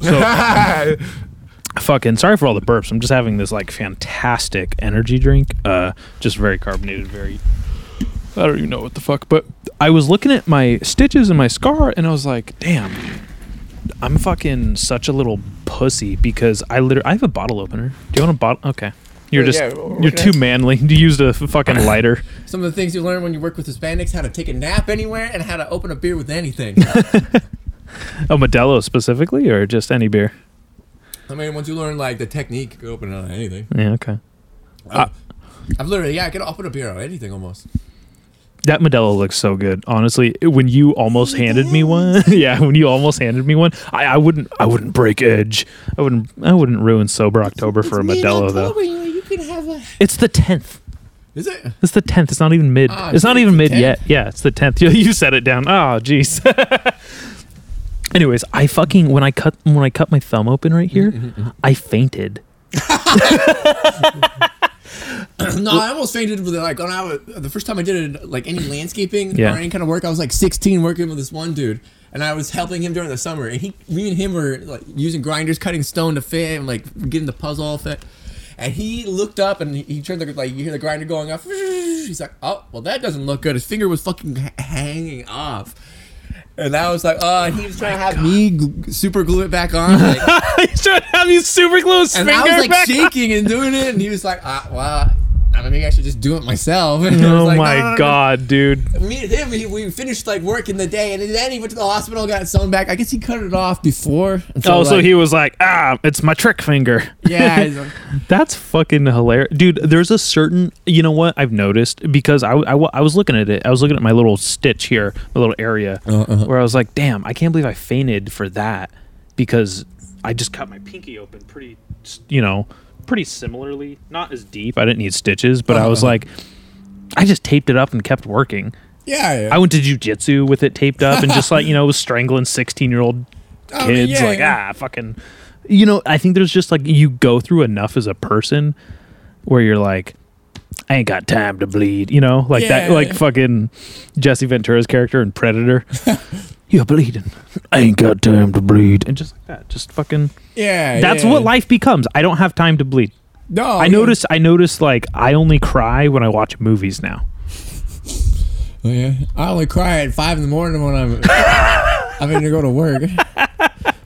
E: [laughs]
C: Fucking sorry for all the burps. I'm just having this like fantastic energy drink. Uh, just very carbonated, very. I don't even know what the fuck, but I was looking at my stitches and my scar, and I was like, "Damn, I'm fucking such a little pussy because I literally I have a bottle opener. Do you want a bottle? Okay, you're
E: Yeah,
C: just
E: yeah, what
C: you're
E: can I-
C: too manly. [laughs] You used a fucking lighter.
E: Some of the things you learn when you work with Hispanics: how to take a nap anywhere and how to open a beer with [laughs] anything.
C: Oh, Modelo specifically, or just any beer?
E: I mean, once you learn like the technique, you can open it on anything.
C: Yeah, okay.
E: I've literally, yeah, I can open a beer or anything almost.
C: That Modelo looks so good. Honestly, when you almost handed me one, [laughs] yeah, when you almost handed me one, I, I wouldn't, I wouldn't break edge. I wouldn't, I wouldn't ruin sober October for a Modelo though.
E: You can have a.
C: It's the tenth.
E: Is it?
C: It's the tenth. It's not even mid.
E: Ah,
C: it's not
E: dude,
C: even
E: it's
C: mid
E: the
C: yet. Yeah, it's the tenth. [laughs] You, you set it down. Oh, jeez. [laughs] Anyways, I fucking when I cut when I cut my thumb open right here,
E: Mm-hmm,
C: I fainted. [laughs]
E: [laughs] No, I almost fainted with it. Like when I was, the first time I did it, like any landscaping
C: Yeah.
E: or any kind of work, I was like 16 working with this one dude, and I was helping him during the summer. And he, me and him were like using grinders, cutting stone to fit, and like getting the puzzle fit. And he looked up and he, he turned the like you hear the grinder going off. [laughs] He's like, oh, well that doesn't look good. His finger was fucking h- hanging off. And I was like, oh, and he was trying to have me gl- super glue it back on. like,
C: He's trying to have these super glue his
E: and
C: finger
E: I was like
C: back.
E: shaking and doing it, and he was like, ah, "Well, I mean, maybe I should just do it myself." [laughs] And I was
C: Oh
E: like,
C: my
E: "No, no, no, no."
C: god, dude!
E: Me and him, we, we finished like work in the day, and then he went to the hospital, got it sewn back. I guess he cut it off before. and
C: oh, so
E: like,
C: he was like, ah, it's my trick finger. [laughs]
E: yeah, he's like,
C: That's fucking hilarious, dude. There's a certain, you know what I've noticed because I, I, wa- I was looking at it. I was looking at my little stitch here, my little area, where I was like, damn, I can't believe I fainted for that because I just cut my pinky open pretty, s- you know, pretty similarly, not as deep. I didn't need stitches, but I was like, I just taped it up and kept working.
E: yeah, yeah.
C: I went to jujitsu with it taped up and just like you know was strangling sixteen year old kids
E: I mean, yeah,
C: like
E: yeah.
C: ah fucking you know I think there's just like you go through enough as a person where you're like I ain't got time to bleed you know like that
E: Yeah.
C: like fucking Jesse Ventura's character in
E: [laughs]
C: Predator you're bleeding I ain't got time to bleed and just like that just fucking
E: yeah.
C: that's
E: yeah.
C: what life becomes I don't have time to bleed
E: No,
C: I
E: yeah.
C: notice I notice like I only cry when I watch movies now
E: Oh, yeah, I only cry at five in the morning when I'm. [laughs] I'm going to go
C: [laughs]
E: to work.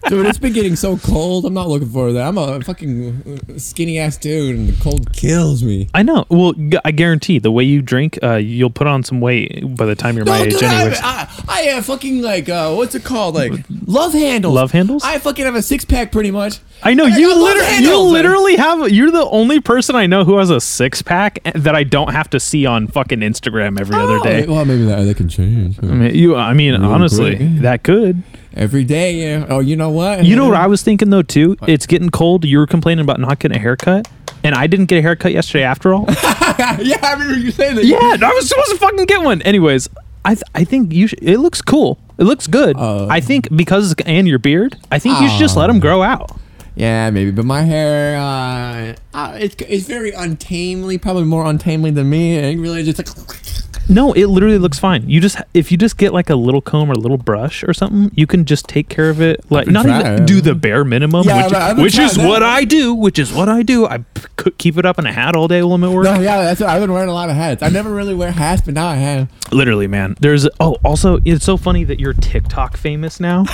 E: Dude, it's been getting so cold. I'm not looking forward to that. I'm a fucking skinny ass dude, and the cold kills me.
C: I know. Well, gu- I guarantee the way you drink, uh, you'll put on some weight by the time you're my
E: No,
C: age,
E: dude, I,
C: anyways.
E: I, I have fucking like uh, what's it called? Like love handles.
C: Love handles?
E: I fucking have a six pack pretty much.
C: I know
E: And
C: you
E: got love
C: literally, you
E: handles, man.
C: literally have. You're the only person I know who has a six pack that I don't have to see on fucking Instagram every other
E: Oh,
C: day.
E: Well, maybe that, that can change.
C: I mean, you. I mean, honestly,
E: quick.
C: that could.
E: Every day, yeah. Oh, you know what?
C: You know what I was thinking though too. It's getting cold. You were complaining about not getting a haircut, and I didn't get a haircut yesterday after
E: [laughs]
C: all.
E: yeah, I remember you saying that.
C: yeah, I was supposed to fucking get one. Anyways, I th- I think you. Sh- it looks cool. It looks good.
E: Uh, Ah.
C: I think because and your beard. I think you should just let them grow out.
E: Yeah, maybe. But my hair, uh, uh, it's it's very untamely. Probably more untamely than me. And really, just like [laughs]
C: No, it literally looks fine. You just if you just get like a little comb or a little brush or something, you can just take care of it. Like
E: been
C: not even
E: trying.
C: do the bare minimum,
E: Yeah,
C: which,
E: but I've been
C: which is
E: trying
C: what
E: that.
C: I do. Which is what I do. I p- c- keep it up in a hat all day while I'm at work.
E: no, yeah. That's what, I've been wearing a lot of hats. I never really wear hats, but now I have.
C: Literally, man. There's oh, also it's so funny that you're TikTok famous
E: [laughs]
C: now.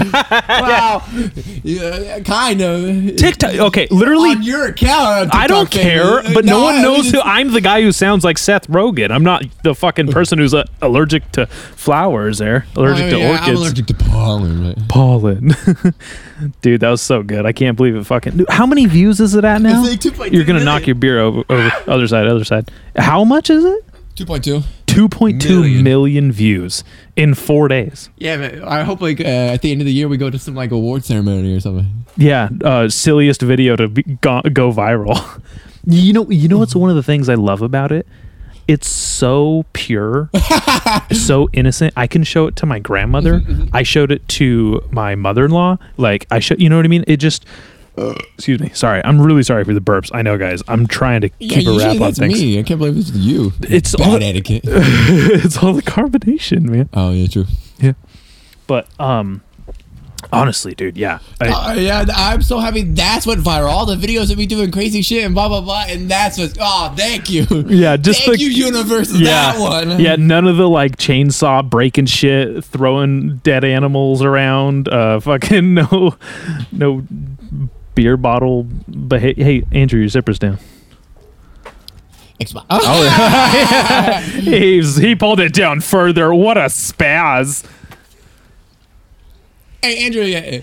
E: Wow. Oh, yeah, kind of.
C: TikTok. Okay, literally.
E: on your account. on
C: I don't
E: TikTok, baby.
C: care, but no,
E: I-
C: one
E: I
C: knows
E: just-
C: who I'm the guy who sounds like Seth Rogen. I'm not the
E: [laughs]
C: fucking person who's uh, allergic to flowers there, allergic
E: I mean,
C: to
E: Oh, yeah,
C: orchids.
E: I'm allergic to pollen. Right?
C: Pollen. [laughs] Dude, that was so good. I can't believe it fucking. Dude, how many views is it at now?
E: It's like 2.2
C: You're going to knock
E: million.
C: your beer over, over. Other side, other side. How much is it?
E: Two point two.
C: 2.2 million.
E: Million.
C: views in four days.
E: Yeah, but I hope like uh, at the end of the year we go to some like award ceremony or something.
C: Yeah, uh, silliest video to be, go, go viral. [laughs] You know, you know what's one of the things I love about it? It's so
E: [laughs]
C: pure, so innocent. I can show it to my grandmother.
E: Mm-hmm,
C: I showed it to my mother-in-law. Like I show, you know what I mean? It just. excuse me. Sorry, I'm really sorry for the burps. I know, guys. I'm trying to keep a wrap on
E: that's
C: things.
E: me. I can't believe it's you.
C: It's
E: bad
C: all- [laughs]
E: etiquette.
C: it's all the carbonation, man.
E: oh
C: [laughs]
E: yeah, true.
C: But um, honestly, dude, yeah. I-
E: Uh, yeah, I'm so happy. That's what viral. All the videos of me doing crazy shit and blah blah blah, and that's what. Oh, thank you.
C: [laughs] Yeah, just
E: thank
C: the-
E: you, universe. That one.
C: Yeah, none of the like chainsaw breaking shit, throwing dead animals around, uh [laughs] fucking no no beer bottle behavior. Hey, Andrew, your zipper's down.
E: Xbox. [laughs] Oh,
C: He's he pulled it down further. What a spaz.
E: hey, Andrew, yeah,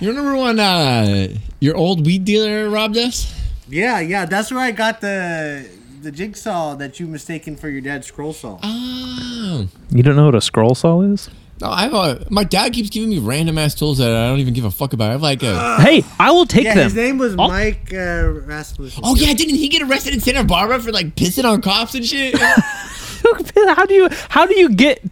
E: you remember when uh, your old weed dealer robbed us?
D: Yeah, yeah, that's where I got the the jigsaw that you mistaken for your dad's scroll saw.
E: Oh.
C: You don't know what a scroll saw is?
E: No, I have a, my dad keeps giving me random ass tools that I don't even give a fuck about. I have like a
C: Hey, I will take
D: Yeah,
C: them.
D: his name was
C: I'll-
D: Mike uh, Rasmussen.
E: Oh yeah, didn't he get arrested in Santa Barbara for like pissing on cops and [laughs] shit?
C: [laughs] how do you how do you get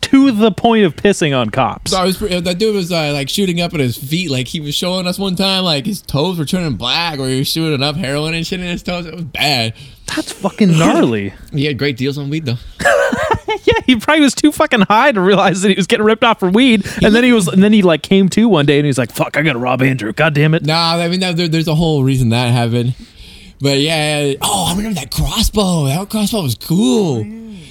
C: to the point of pissing on cops?
E: So I was pre- that dude was uh, like shooting up at his feet, like he was showing us one time, like his toes were turning black, or he was shooting up heroin and shit in his toes. It was bad.
C: That's fucking gnarly.
E: He had great deals on weed though.
C: yeah, he probably was too fucking high to realize that he was getting ripped off for weed, and then he was and then he like came to one day and he's like, "Fuck, I gotta rob Andrew. God damn it."
E: Nah, I mean that, there, there's a whole reason that happened. But yeah, yeah. oh, I remember that crossbow. That crossbow was cool.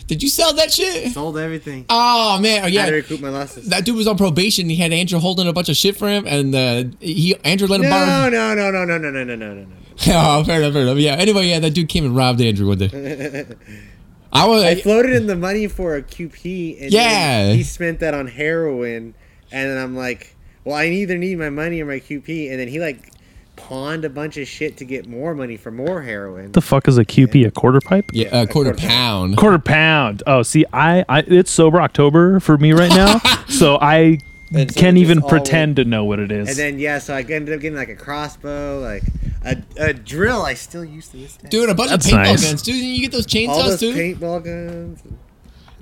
E: Did you sell that shit?
D: Sold everything.
E: Oh man, oh,
D: I had to
E: yeah.
D: recoup my losses.
E: That dude was on probation. He had Andrew holding a bunch of shit for him, and uh, he Andrew let him
D: no,
E: borrow.
D: no, no, no, no, no, no, no, no, no.
E: [laughs] Oh, fair enough, fair enough. Yeah. Anyway, yeah, that dude came and robbed Andrew one day.
D: [laughs]
E: I was.
D: I floated in the money for a QP, and
E: Yeah.
D: then he spent that on heroin. And then I'm like, well, I either need my money or my QP. And then he like pawned a bunch of shit to get more money for more heroin.
C: the fuck is a QP? A quarter pipe?
E: yeah, a quarter pound.
C: Quarter pound. Oh, see, I, I it's sober October for me right
E: [laughs]
C: now, so I
D: And so
C: can't
D: it's
C: even
D: all-
C: pretend to know what it is.
D: And then yeah, so I ended up getting like a crossbow, like a, a drill. I still use to this day.
E: Dude, a bunch
C: That's
E: of paintball
C: nice.
E: guns, dude. You get those
D: all
E: chainsaws
D: those
E: too.
D: paintball guns.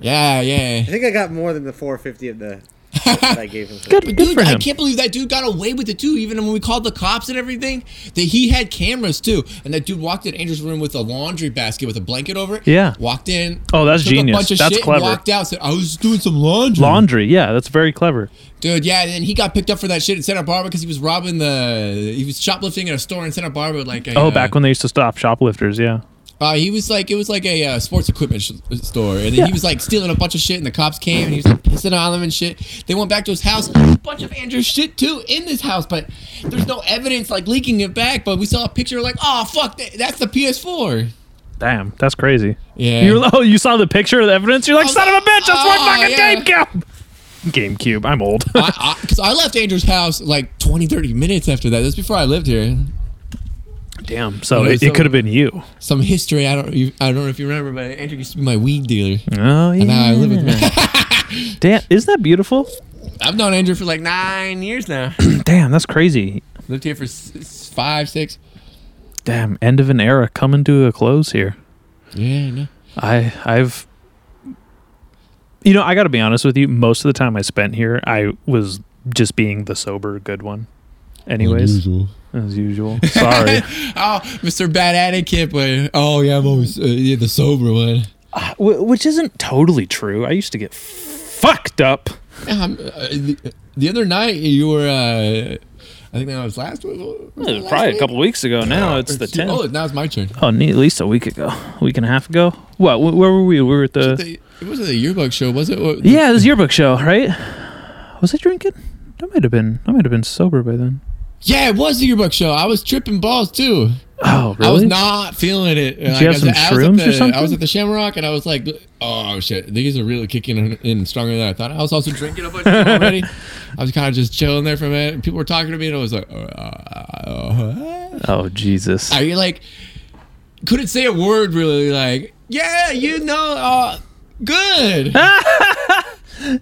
E: yeah, yeah.
D: I think I got more than the 450 of
E: [laughs]
D: the that I gave him. For
C: good, good
E: dude,
C: for
E: I
C: him.
E: can't believe that dude got away with it too. Even when we called the cops and everything, that he had cameras too. And that dude walked in Andrew's room with a laundry basket with a blanket over it.
C: Yeah.
E: Walked in.
C: Oh, that's
E: took
C: genius.
E: A bunch of
C: That's
E: shit
C: clever.
E: And walked out. Said I was doing some laundry.
C: Laundry. Yeah, that's very clever.
E: Dude, yeah, and then he got picked up for that shit in Santa Barbara because he was robbing the, he was shoplifting at a store in Santa Barbara, like a,
C: Oh,
E: uh,
C: back when they used to stop shoplifters. Yeah.
E: uh, he was like, it was like a uh, sports equipment sh- store, and then
C: Yeah.
E: he was like stealing a bunch of shit, and the cops came and he was like pissing on them and shit. They went back to his house, a bunch of Andrew's shit too in this house, but there's no evidence like leaking it back. But we saw a picture like, oh fuck, that, that's the PS4.
C: Damn, that's crazy.
E: Yeah.
C: You were- oh, you saw the picture of the evidence. You're like,
E: Oh,
C: son of a bitch, that's
E: oh,
C: my fucking
E: yeah.
C: GameCube. GameCube. I'm
E: [laughs]
C: old.
E: Because I, left Andrew's house like 20, 30 minutes after that. That's before I lived here.
C: Damn. So
E: Yeah,
C: it,
E: so-
C: it could have been you.
E: Some history I don't, you- I don't know if you remember, but Andrew used to be my weed dealer.
C: Oh yeah.
E: Now I live with him.
C: [laughs] Damn, isn't that beautiful?
E: [laughs] I've known Andrew for like nine years now. [laughs]
C: Damn, that's crazy.
E: Lived here for s- s- five, six.
C: Damn, end of an era coming to a close here.
E: Yeah, no.
C: I I've you know, I got to be honest with you, most of the time I spent here, I was just being the sober good one. Anyways, as usual. [laughs] Sorry.
E: Oh, Mr. Bad Addict Kid, but oh yeah, I'm always uh, yeah, the sober one.
C: Wh- Which isn't totally true. I used to get fucked up.
E: Um, uh, the, the other night you were, uh, I think that was last week. was
C: It
E: it
C: was
E: last
C: probably a
E: week?
C: couple weeks ago. Now it's the
E: Oh,
C: 10th.
E: now it's my turn.
C: Oh, neat, at least a week ago, a week and a half ago. What? wh- Where were we? We were at the.
E: The- it wasn't the yearbook show, was it? What-
C: Yeah, it was yearbook show, right? Was I drinking? I might have been. I might have been sober by then.
E: yeah, it was the yearbook show. I was tripping balls too.
C: Oh, really?
E: I was not feeling it. Did
C: you have some shrooms or
E: I was, at the, I was
C: something?
E: at the Shamrock and I was like, oh shit, these are really kicking in- in stronger than I thought. I was also drinking a
C: [laughs]
E: bunch already. I was kind of just chilling there for a minute. People were talking to me and I was like, uh, uh, uh,
C: Oh, Jesus.
E: I like couldn't say a word really. Like, yeah, you know, uh, good.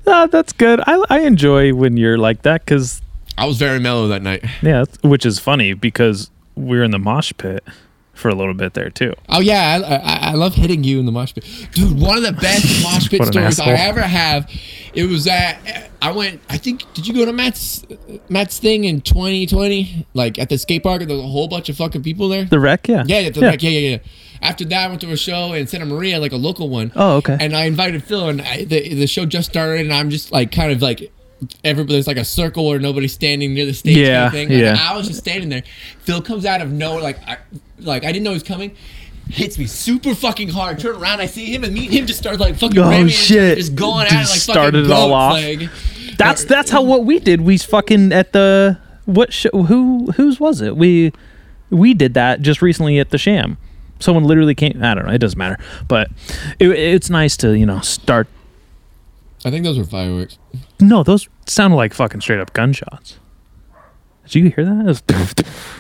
C: Ah, that's good. I, I enjoy when you're like that because,
E: I was very mellow that night.
C: yeah, that's- which is funny because we we're in the mosh pit for a little bit there, too.
E: Oh yeah, I, I, I love hitting you in the mosh pit, dude. One of
C: [laughs]
E: the best mosh pit
C: What an
E: stories I
C: asshole.
E: ever have. It was at I went. I think did you go to Matt's Matt's thing in 2020? Like at the skate park, and there was a whole bunch of fucking people there.
C: The wreck, yeah.
E: yeah, yeah, the- like, yeah, yeah, yeah. After that, I went to a show in Santa Maria, like a local one.
C: Oh, okay.
E: And I invited Phil, and I, the the show just started, and I'm just like kind of like everybody. There's like a circle where nobody's standing near the stage. kind of
C: Yeah,
E: thing. And
C: yeah.
E: I was just standing there. Phil comes out of nowhere, like I, like I didn't know he was coming. Hits me super fucking hard. Turn around, I see him, and me and him just start like fucking.
C: Oh,
E: ramming and
C: shit.
E: Just going at it like
C: Just started
E: fucking
C: it all
E: goats,
C: off.
E: like-
C: That's that's how what we did. We fucking at the what show? Who whose was it? We we did that just recently at the Sham. Someone literally came. I don't know. It doesn't matter. But it, it's nice to you know start.
E: I think those were fireworks.
C: No, those sounded like fucking straight up gunshots. Did you hear that? It was-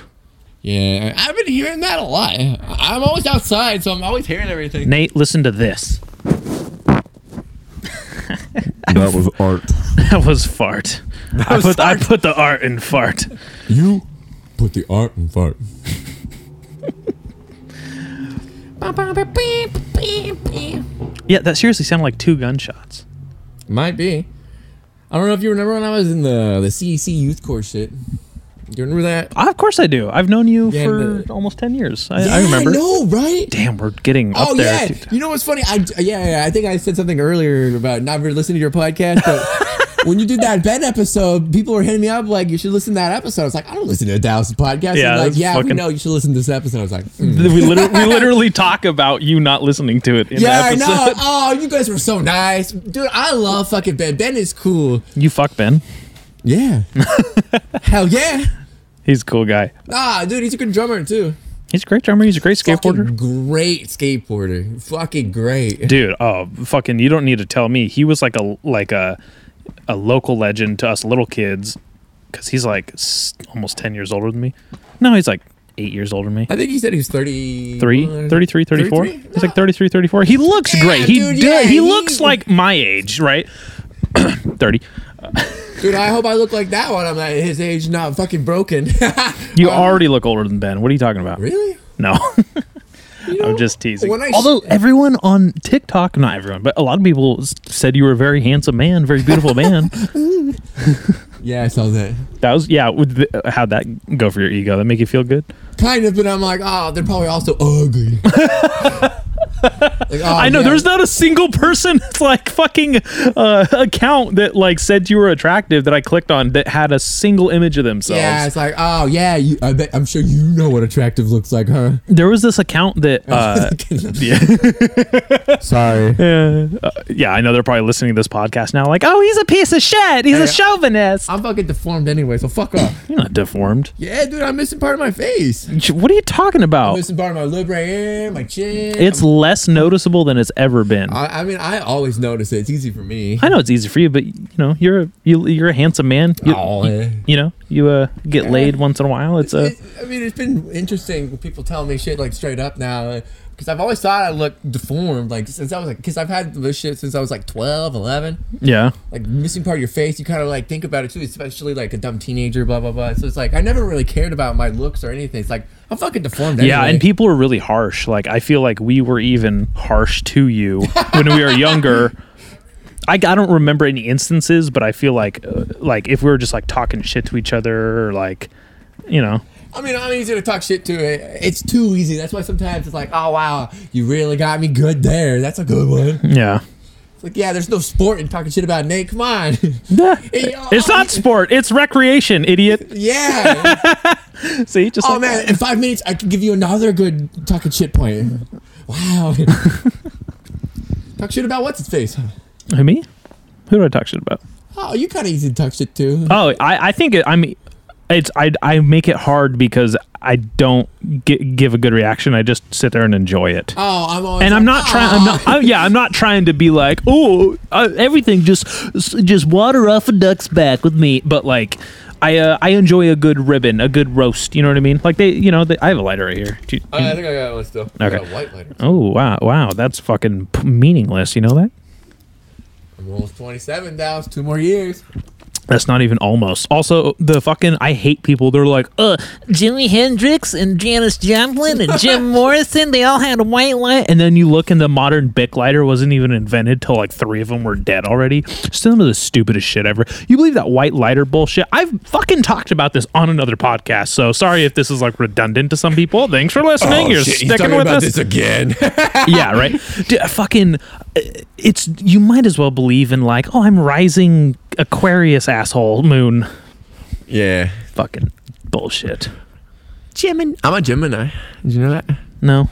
E: Yeah, I- I've been hearing that a lot. I- I'm always outside, so I'm always hearing
C: [laughs]
E: everything.
C: Nate, listen to this.
H: That was art.
C: [laughs] That was fart. I put I put the art in fart.
H: You put the art in fart.
C: Yeah, that seriously sounded like two gunshots.
E: Might be. I don't know if you remember when I was in the the CEC youth corps shit. Do you remember that?
C: Ah, of course I do. I've known you
E: Yeah,
C: for
E: the-
C: almost ten years. I, I remember.
E: No, right?
C: Damn, we're getting up
E: Oh
C: there.
E: yeah.
C: dude.
E: You know what's funny? I yeah, yeah, I think I said something earlier about not really listening to your podcast,
C: [laughs]
E: but when you did that Ben episode, people were hitting me up like you should listen to that episode. I was like, I don't listen to a Dallas podcast.
C: Yeah,
E: Yeah, like,
C: that's
E: yeah, we
C: fucking-
E: know you should listen to this episode. I was like, mm.
C: We, literally, we literally talk about you not listening to it in
E: yeah,
C: the
E: I
C: episode.
E: know. Oh, you guys were so nice, dude. I love fucking Ben. Ben is cool.
C: You fuck Ben.
E: Yeah. Hell yeah.
C: He's a cool guy.
E: Ah, dude, he's a good drummer too.
C: He's a great drummer. He's a great skateboarder.
E: Fucking great skateboarder. Fucking great.
C: dude oh fucking you don't need to tell me he was like a like a a local legend to us little kids because he's like s- almost 10 years older than me no he's like eight years older than me
E: I think he said he was 30.
C: Three, 33 34
E: 33?
C: he's like 33 34 he looks
E: Yeah,
C: great he
E: dude,
C: did
E: yeah,
C: he
E: he-
C: looks like my age right [clears throat] 30
E: Dude, I hope I look like that one. I'm at his age, not fucking broken.
C: [laughs] you already look older than ben what are you talking about
E: Um, really?
C: no [laughs] i'm just teasing
E: when I s-
C: although everyone on tiktok not everyone but a lot of people s- said you were a very handsome man very beautiful
E: [laughs]
C: man
E: Yeah, I saw that.
C: That was yeah. would th- How'd that go for your ego? That make you feel good?
E: Kind of, but I'm like, oh, they're probably also
C: [laughs]
E: ugly. Like, oh,
C: I know
E: yeah.
C: there's not a single person [laughs] like fucking uh, account that like said you were attractive that I clicked on that had a single image of themselves.
E: Yeah, it's like, oh yeah, you, I bet, I'm sure you know what attractive looks like, huh? [laughs]
C: There was this account
E: Oh,
C: that uh, yeah,
E: Sorry.
C: uh, [laughs] yeah. I know they're probably listening to this podcast now. Like, oh, he's a piece of shit. He's a chauvinist.
E: I'm fucking deformed anyway, so fuck off. [laughs]
C: You're not deformed.
E: yeah, dude, I'm missing part of my face.
C: What are you talking about?
E: Missing part of my lip right here, my chin.
C: Oh. It's less noticeable than it's ever been.
E: I, I mean, I always notice it. It's easy for me.
C: I know it's easy for you, but you know you're a, you, you're a handsome man. You,
E: Oh, yeah.
C: you know you uh, get laid once in a while. It's uh, a
E: [laughs] It- I mean, it's been interesting when people tell me shit like straight up now. Because I've always thought I looked deformed, like since I was like, because I've had this shit since I was like 12, 11.
C: Yeah.
E: Like missing part of your face, you kind of like think about it too, especially like a dumb teenager, blah, blah, blah. So it's like, I never really cared about my looks or anything. It's like, I'm fucking deformed.
C: Yeah,
E: anyway.
C: and people are really harsh. Like I feel like we were even harsh to you when we were younger. I, I don't remember any instances, but I feel like uh, like if we were just like talking shit to each other or like you know,
E: I mean, I'm easy to talk shit to. It- It's too easy. That's why sometimes it's like, oh, wow, you really got me good there. That's a good one.
C: yeah.
E: It's like, yeah, there's no sport in talking shit about Nate. Come on. [laughs]
C: Eh, It's not sport, it's recreation, idiot.
E: Yeah.
I: [laughs]
C: See, just
E: Oh
C: like
E: man, in five minutes I can give you another good talking shit point. Wow. [laughs] talk shit about what's his face.
C: Who, me? Who do I talk shit about?
E: Oh, you kind of easy to talk shit to.
C: Oh, I, I think it, I mean, it's I, I make it hard because I don't gi- give a good reaction. I just sit there and enjoy it.
E: Oh, I'm always.
C: and I'm
E: like, "Ah."
C: not trying. I'm not. I, yeah, I'm not trying to be like, oh, uh, everything just s- just water off a duck's back with me. But like, I uh, I enjoy a good ribbon, a good roast. You know what I mean? Like they, you know, they, I have a lighter right here. Do you-
E: Oh, I think I got one still. I
C: Okay.
E: got a white lighter.
C: oh wow, wow, that's fucking p- meaningless. You know that?
E: I'm almost 27, Dallas. Two more years.
C: That's not even almost. Also, the fucking I hate people. They're like, uh, Jimi Hendrix and Janis Joplin and Jim Morrison. They all had a white light. And then you look, and the modern Bic lighter wasn't even invented till like three of them were dead already. Some of the stupidest shit ever. You believe that white lighter bullshit? I've fucking talked about this on another podcast. So sorry if this is like redundant to some people. Thanks for
E: Oh,
C: listening.
I: Oh,
C: You're sticking with us
E: again.
C: [laughs] yeah, right. D- fucking, uh, it's you might as well believe in like, oh, I'm rising Aquarius asshole moon.
I: [laughs] Yeah.
C: Fucking bullshit.
I: Gemini. I'm a Gemini. Did you know that?
C: No,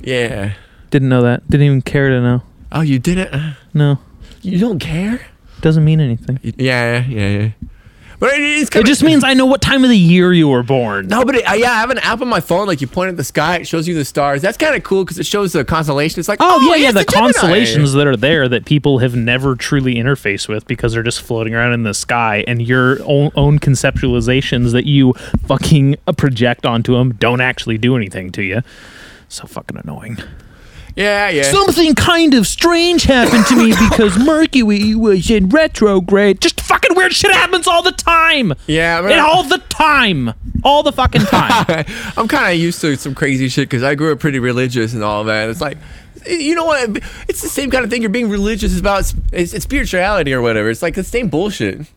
I: Yeah.
C: didn't know that. Didn't even care to know.
I: Oh, you didn't?
C: No,
I: You don't care?
C: doesn't mean anything.
I: Yeah, yeah, yeah.
E: But it, it's kind
C: It just means I know what time of the year you were born.
E: No, but it, I, yeah, I have an app on my phone. Like you point at the sky, it shows you the stars. That's kind of cool because it shows the constellation. It's like,
C: Oh,
E: oh,
C: yeah, yeah,
E: here's
C: the
E: Gemini.
C: constellations that are there that people have never truly interfaced with because they're just floating around in the sky, and your own, own conceptualizations that you fucking project onto them don't actually do anything to you. So fucking annoying.
E: Yeah, yeah.
C: Something kind of strange happened [laughs] to me because Mercury was in retrograde. Just fucking weird shit happens all the time.
E: Yeah, but-
C: and all the time, all the fucking time.
E: [laughs] I'm kind of used to some crazy shit because I grew up pretty religious and all that. It's like, you know what? It's the same kind of thing. You're being religious about it's, it's spirituality or whatever. It's like the same bullshit.
C: [laughs]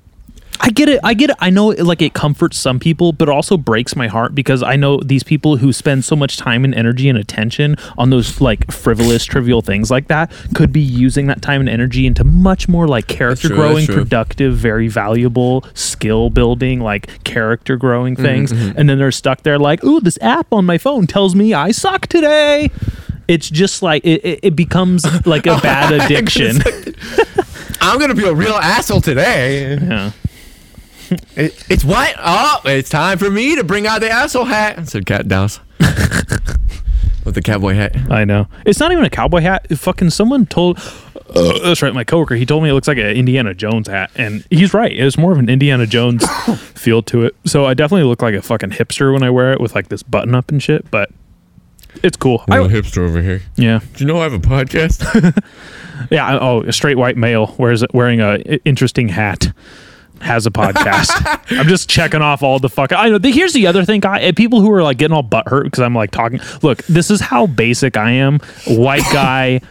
C: I get it. I get it. I know like it comforts some people, but it also breaks my heart because I know these people who spend so much time and energy and attention on those like frivolous, trivial things like that could be using that time and energy into much more like character
E: true, that's
C: growing,
E: true.
C: productive, very valuable, skill building, like character growing
E: Mm-hmm,
C: things. And then they're stuck there like, ooh, this app on my phone tells me I suck today. It's just like it, it, it becomes like
E: [laughs]
C: a bad addiction.
E: I'm gonna be a real asshole today.
C: [laughs] yeah.
E: It, it's what? Oh, it's time for me to bring out the asshole hat. I said Cat
C: [laughs]
E: Dowse with the cowboy hat.
C: I know. It's not even a cowboy hat. Fucking someone told. uh, that's right. My coworker. He told me it looks like an Indiana Jones hat, and he's right. It's more of an Indiana Jones feel to it. So I definitely look like a fucking hipster when I wear it with like this button up and shit. But it's cool. I-
J: Real hipster over here.
C: yeah,
J: Do you know I have a
E: [laughs]
J: podcast?
C: yeah. I- oh, a straight white male wears wearing a i- interesting hat. Has a podcast. I'm just checking off all the fuck. I know. The, here's the other thing, guy. eh, People who are like getting all butt hurt because I'm like talking. Look, this is how basic I am. White guy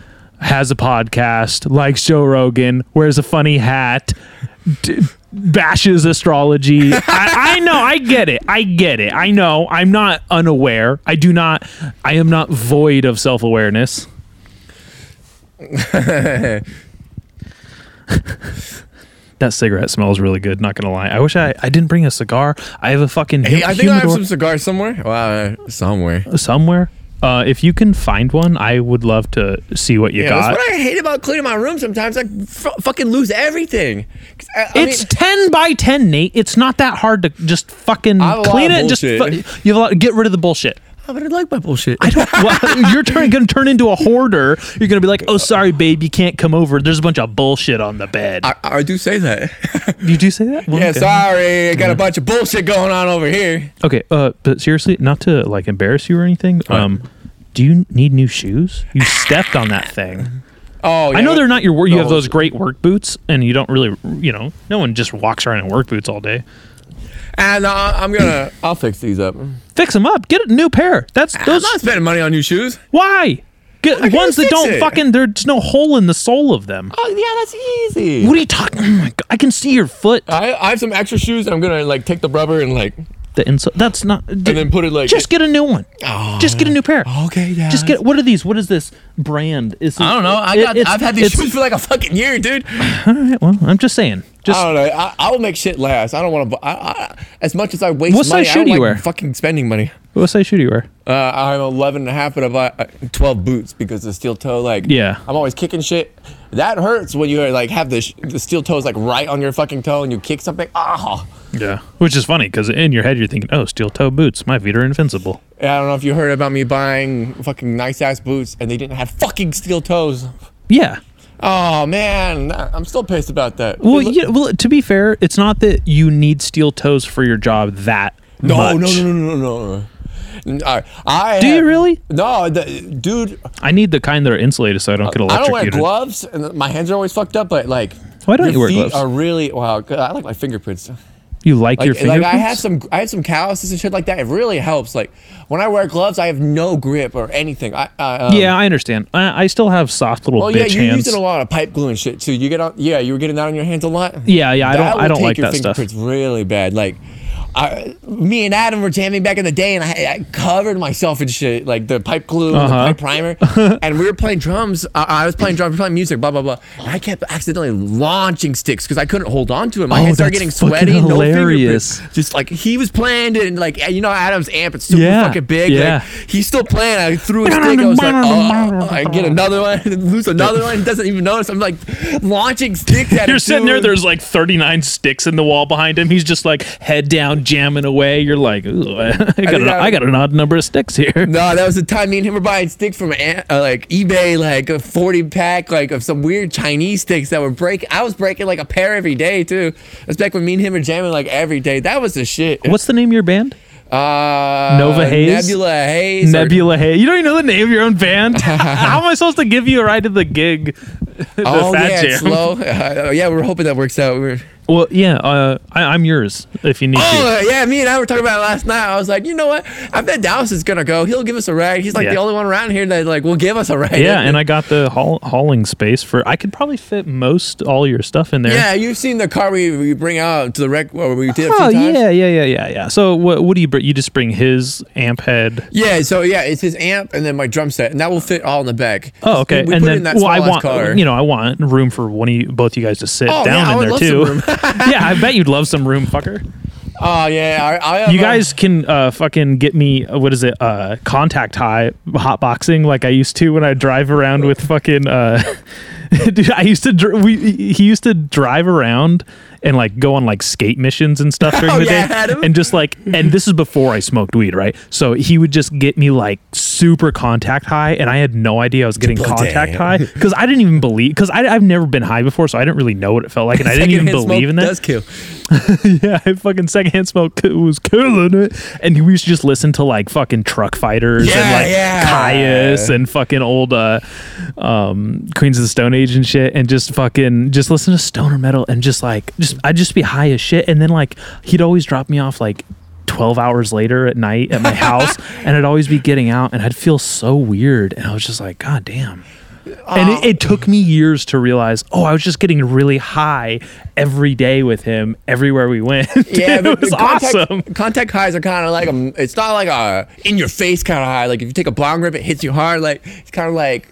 C: has a podcast, likes Joe Rogan, wears a funny hat, d- bashes astrology. I, I know. I get it. I get it. I know. I'm not unaware. I do not. I am not void of self awareness. that cigarette smells really good. Not gonna lie. I wish I, I didn't bring a cigar. I have a fucking
E: Hey, I think I have
C: humidor
E: some cigars somewhere. Wow, uh, somewhere.
C: somewhere. Uh, if you can find one, I would love to see what you
E: Yeah,
C: got.
E: that's what I hate about cleaning my room. Sometimes I f- fucking lose everything. 'Cause uh, I, I
C: It's ten by ten, Nate. It's not that hard to just fucking
E: I have a lot
C: clean
E: of
C: it. And just
E: bullshit.
C: fu- you have a lot, get rid of the bullshit.
E: mean, but I like my bullshit.
C: I don't. [laughs] well, you're turn, gonna turn into a hoarder. You're gonna be like, oh, sorry, babe, you can't come over. There's a bunch of bullshit on the bed.
E: I, I do say that.
C: you do say that? Well,
E: yeah,
C: okay.
E: sorry, I got a bunch of bullshit going on over here.
C: Okay, uh, but seriously, not to like embarrass you or anything. Um, do you need new shoes? You stepped on that thing.
E: Oh, yeah.
C: I know they're not your work. You have
E: No.
C: those great work boots, and you don't really, you know, no one just walks around in work boots all day.
E: And uh, I'm gonna, I'll fix these up. I'm
C: Fix them up. Get a new pair. That's those.
E: not spending money on new shoes.
C: why? Get ones that
E: fix
C: don't
E: it.
C: fucking. There's no hole in the sole of them.
E: Oh yeah, that's easy.
C: What are you talking? Oh my god! I can see your foot.
E: I, I have some extra shoes. And I'm gonna like take the rubber and like,
C: The inside. That's not.
E: and then put it like. Oh,
C: just get a new one. just get a new pair.
E: okay, yeah.
C: Just get. What are these? What is this brand? Is
E: I don't know. I
C: it-
E: got.
C: it's-
E: I've had these
C: it's-
E: shoes for like a fucking year, dude.
C: Well, I'm just saying. Just
E: I don't know. I, I will make shit last. I don't want to. I, I, as much as I waste
C: What size
E: money, I
C: shoe
E: don't
C: do you
E: like
C: wear?
E: fucking spending money.
C: what size shoe do you wear?
E: Uh, I'm 11 and a half, but I buy uh, 12 boots because the steel toe, like,
C: Yeah.
E: I'm always kicking shit. That hurts when you like have the, sh- the steel toes like right on your fucking toe and you kick something. Ah,
C: Yeah, which is funny because in your head you're thinking, "Oh, steel toe boots. My feet are invincible."
E: And I don't know if you heard about me buying fucking nice ass boots and they didn't have fucking steel toes.
C: Yeah,
E: Oh man, I- I'm still pissed about that.
C: Well,
E: Look-
C: yeah, well, to be fair, it's not that you need steel toes for your job that
E: no,
C: much.
E: no, no, no, no, no, no. All right, I
C: Do you
E: have-
C: really?
E: No, the, dude,
C: I need the kind that are insulated so I don't get
E: I don't wear
C: electrocuted.
E: gloves, and my hands are always fucked up. But like,
C: Why don't
E: your
C: you wear
E: feet
C: gloves?
E: Are really wow. 'cause I like my fingerprints.
C: you like, your
E: Like,
C: fingerprints?
E: like I had some, I had some calluses and shit like that. It really helps. Like when I wear gloves, I have no grip or anything. I, I um,
C: yeah, I understand. I, I still have soft little
E: Oh yeah,
C: bitch
E: you're
C: hands.
E: using a lot of pipe glue and shit too. You get on, yeah, you were getting that on your hands a lot.
C: Yeah, yeah, I don't- I
E: will
C: don't
E: take
C: like
E: your
C: that stuff.
E: fingerprints really bad. Like, I, me and Adam were jamming back in the day, and I, I covered myself in shit like the pipe glue, and the
C: Uh-huh. [laughs]
E: pipe primer, and we were playing drums. I, I was playing drums, we were playing music, blah blah blah. And I kept accidentally launching sticks because I couldn't hold on to them. My
C: Oh,
E: hands started
C: that's
E: getting
C: fucking
E: sweaty. no finger
C: hilarious.
E: grip. Just like he was playing, it, and like you know, Adam's amp it's super
C: Yeah,
E: fucking big.
C: yeah.
E: Like, he's still playing. I
C: [laughs]
E: threw a stick. I was like, oh, I get another one, [laughs] and lose another one. He doesn't even notice. I'm like launching sticks at
C: [laughs]
E: him,
C: You're sitting there.
E: dude.
C: There's like 39 sticks in the wall behind him. He's just like head down, jamming away. You're like, "Ooh, [laughs] I got, an,
E: I-
C: I got an odd number of sticks
E: [laughs]
C: here.
E: No, that was the time me and him were buying sticks from an- uh, like eBay, like a forty pack, like of some weird Chinese sticks that were break. I was breaking like a pair every day too. That's back when me and him were jamming like every day. That was the shit.
C: What's the name of your band?
E: Uh,
C: Nova Haze?
E: Nebula Haze. or-
C: Nebula Hay. You don't even know the name of your own
E: [laughs]
C: band. How am I supposed to give you a ride to the gig? [laughs] the
E: oh
C: Fat
E: yeah, it's
C: Jam?
E: low. [laughs] Uh, yeah, we're hoping that works out. We're-
C: Well, yeah, uh, I, I'm yours if you need to. [laughs]
E: Oh yeah, me and I were talking about it last night. I was like, you know what? I bet Dallas is gonna go. He'll give us a ride. He's like
C: Yeah.
E: the only one around here that like will give us a ride.
C: Yeah, and I got the haul, hauling space for. I could probably fit most all your stuff in there.
E: [laughs] Yeah, you've seen the car we, we bring out to the wreck where we did. a few
C: Oh
E: times.
C: yeah, yeah, yeah, yeah, yeah. So what? What do you bring? You just bring his amp head.
E: Yeah, so yeah, it's his amp and then my drum set, and that will fit all in the back.
C: Oh, okay.
E: We, we
C: and
E: put
C: then
E: it in that
C: well,
E: small
C: I want
E: car.
C: you know I want room for one of you, both you guys to sit
E: Oh,
C: down
E: yeah, I
C: in
E: would
C: there
E: love some
C: too.
E: room.
C: [laughs] yeah, I bet you'd love some room, fucker.
E: Oh yeah, I, I have,
C: You
E: uh,
C: guys can uh, fucking get me uh, what is it? Uh, contact high hot boxing like I used to when I drive around with fucking. Uh, [laughs] dude, I used to dr- we he used to drive around and like go on like skate missions and stuff during
E: [laughs] Oh,
C: the
E: yeah,
C: day
E: Adam.
C: and just like and this is before I smoked weed, right? So he would just get me like super contact high and I had no idea I was getting
E: Bloody
C: contact
E: hell.
C: high because I didn't even believe because I've never been high before so I didn't really know what it felt
E: [laughs]
C: like and I didn't even
E: secondhand
C: believe
E: smoke
C: in that
E: Does
C: [laughs]
E: kill.
C: yeah, I fucking secondhand smoke c- was killing it. And we used to just listen to like fucking truck fighters and
E: Yeah,
C: like
E: yeah.
C: Caius and fucking old uh, um, Queens of the Stone Age and shit, and just fucking just listen to stoner metal and just like just I'd just be high as shit. And then like he'd always drop me off like. 12 hours later at night
E: [laughs]
C: at my house and I'd always be getting out and I'd feel so weird and I was just like god damn and it, it took me years to realize, oh, I was just getting really high every day with him, everywhere we went. [laughs]
E: [laughs] Yeah,
C: it was
E: contact,
C: awesome.
E: Contact highs are kind of like um, it's not like a in your face kind of high. Like if you take a bong rip, it hits you hard. Like it's kind of like.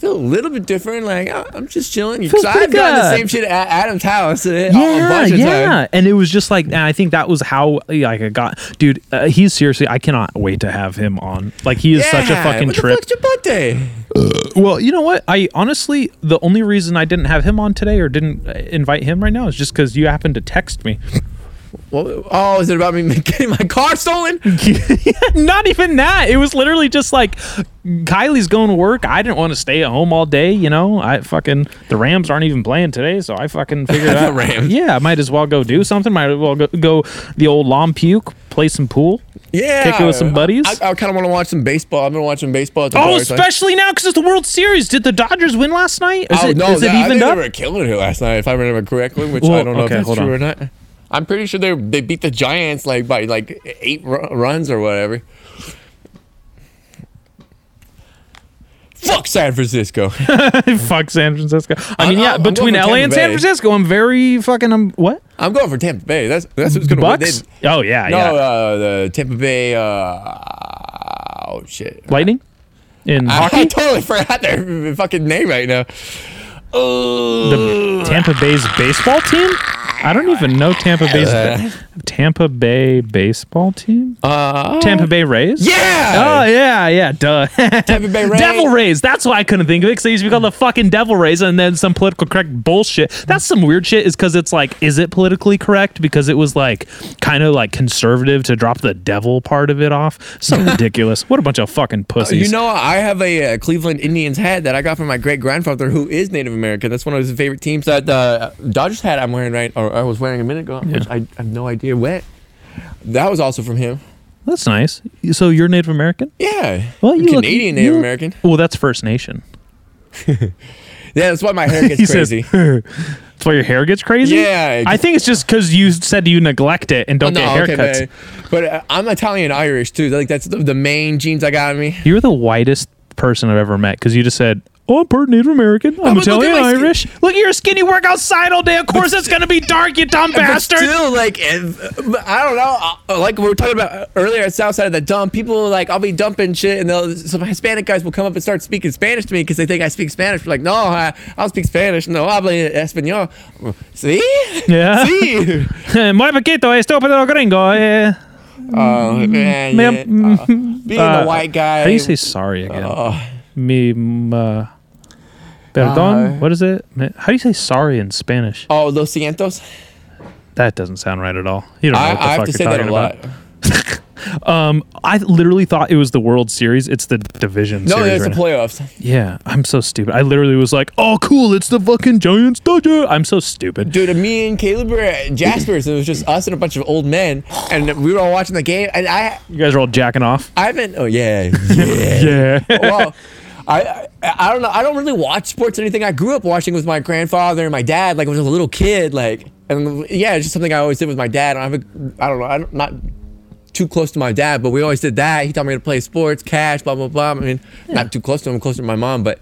E: I Feel a little bit different. Like I- I'm just chilling. Because
C: pretty
E: I've done the
C: good.
E: same shit at Adam's house. uh, a
C: Yeah,
E: bunch of times.
C: yeah, and it was just like, and I think that was how like I got, dude. Uh, he's seriously, I cannot wait to have him on. Like he is such a
E: Yeah,
C: fucking
E: what
C: trip.
E: The fuck's your birthday?
C: Well, you know what? I honestly, the only reason I didn't have him on today or didn't uh, invite him right now is just because you happened to text me.
E: What, oh, is it about me [laughs] getting my car stolen?
C: [laughs] Not even that. It was literally just like Kylie's going to work. I didn't want to stay at home all day. You know, I fucking the Rams aren't even playing today, so I
E: [laughs]
C: fucking figured out.
E: Rams.
C: Yeah, I might as well go do something. Might as well go, go the old lawn puke, play some pool.
E: Yeah,
C: Kick it with some buddies?
E: I, kind of want to watch some baseball. I've been watching baseball. At the
C: Oh,
E: bar, so-
C: especially now because it's the World Series. Did the Dodgers win last night? Is
E: oh
C: it,
E: no,
C: is it
E: that- I
C: evened
E: think
C: up?
E: they were killing it last night, if I remember correctly, which
C: Well,
E: I don't know
C: okay,
E: if that's
C: hold
E: true
C: on.
E: or not. I'm pretty sure they they beat the Giants like by like eight ru- runs or whatever. Fuck San
C: [laughs]
E: Francisco. [laughs]
C: Fuck San Francisco. I
E: I'm-
C: mean, yeah,
E: I'm- I'm
C: between
E: going for
C: LA and
E: Tampa
C: San
E: Bay.
C: Francisco, I'm very fucking. I'm what?
E: I'm going for Tampa Bay. That's that's who's gonna
C: Bucks?
E: win.
C: Oh yeah,
E: They, no,
C: yeah.
E: uh, the Tampa Bay. Uh, oh shit.
C: Lightning. In
E: [laughs] I,
C: hockey,
E: totally forgot their fucking name right now. Oh,
C: the Tampa Bay's baseball team? I don't even know Tampa Bay's Tampa Bay baseball team.
E: uh,
C: Tampa Bay Rays. Oh
E: yeah,
C: yeah, yeah, duh. [laughs]
E: Tampa Bay Rays.
C: Devil Rays. That's why I couldn't think of it because they used to be called the fucking Devil Rays, and then some political correct bullshit. That's some weird shit. Is because it's like, is it politically correct? Because it was like kind of like conservative to drop the devil part of it off.
E: [laughs]
C: So ridiculous. What a bunch of fucking pussies.
E: Oh, You know, I have a, uh Cleveland Indians hat that I got from my great grandfather, who is Native American. That's one of his favorite teams. That uh, Dodgers hat I'm wearing right, or I was wearing a minute ago, which I, I have no idea what. That was also from him.
C: that's nice. So you're Native American.
E: Yeah,
C: Well, you look-
E: Canadian
C: you
E: Native
C: look-
E: American.
C: Well, that's First Nation.
E: Yeah, that's why my [laughs] hair
C: he
E: gets crazy.
C: says, [laughs] "That's why your hair gets crazy."
E: Yeah. Oh,
C: I think it's just because you said you neglect it and don't
E: No,
C: get
E: okay,
C: haircuts.
E: but, but uh, I'm Italian Irish too. Like that's the, the main genes I got in me.
C: You're the whitest person I've ever met because you just said Oh, I'm Puerto Native American. I'm,
E: Oh, but look at
C: Italian
E: my skin-
C: Irish. Look at your skinny work outside all day. Of course, it's going to be dark, you
E: [laughs]
C: dumb bastard.
E: Still, like, if, I don't know. uh, Like we were talking about earlier at Southside of the Dump, people like I'll be dumping shit, and they'll, some Hispanic guys will come up and start speaking Spanish to me because they think I speak Spanish. We're like, no, I, I don't speak Spanish. No, hablo español. See?
C: yeah.
E: See?
C: [laughs] Muy poquito, estúpido gringo. eh.
E: Oh man,
C: Mm-hmm. Ma'am,
E: yeah. Uh, being
C: uh,
E: a white guy.
C: How do you say sorry again?
E: Oh.
C: Me, mm, uh, perdón.
E: Uh,
C: what is it? Me- How do you say sorry in Spanish?
E: Oh, los cientos.
C: That doesn't sound right at all. You don't know
E: I,
C: what the
E: I
C: fuck
E: have to
C: you're
E: say that
C: talking
E: a
C: about.
E: lot.
C: [laughs] I literally thought it was the World Series. It's the division
E: No,
C: series.
E: it's the
C: right now.
E: playoffs.
C: Yeah, I'm so stupid. I literally was like, "Oh, cool! It's the fucking Giants." Dodger. I'm so stupid.
E: Dude, me and Caleb were at Jasper's. and It was just us and a bunch of old men, and we were all watching the game. And I,
C: You guys are all jacking off.
E: I haven't. Oh yeah, [laughs] yeah. [laughs]
C: Yeah.
E: well, I, I I don't know. I don't really watch sports or anything. I grew up watching with my grandfather and my dad, like when I was a little kid. Like, and yeah, it's just something I always did with my dad. I don't, have a, I don't know. I'm not too close to my dad, but we always did that. He taught me to play sports, cash, blah blah blah. I mean, not too close to him, closer to my mom, but.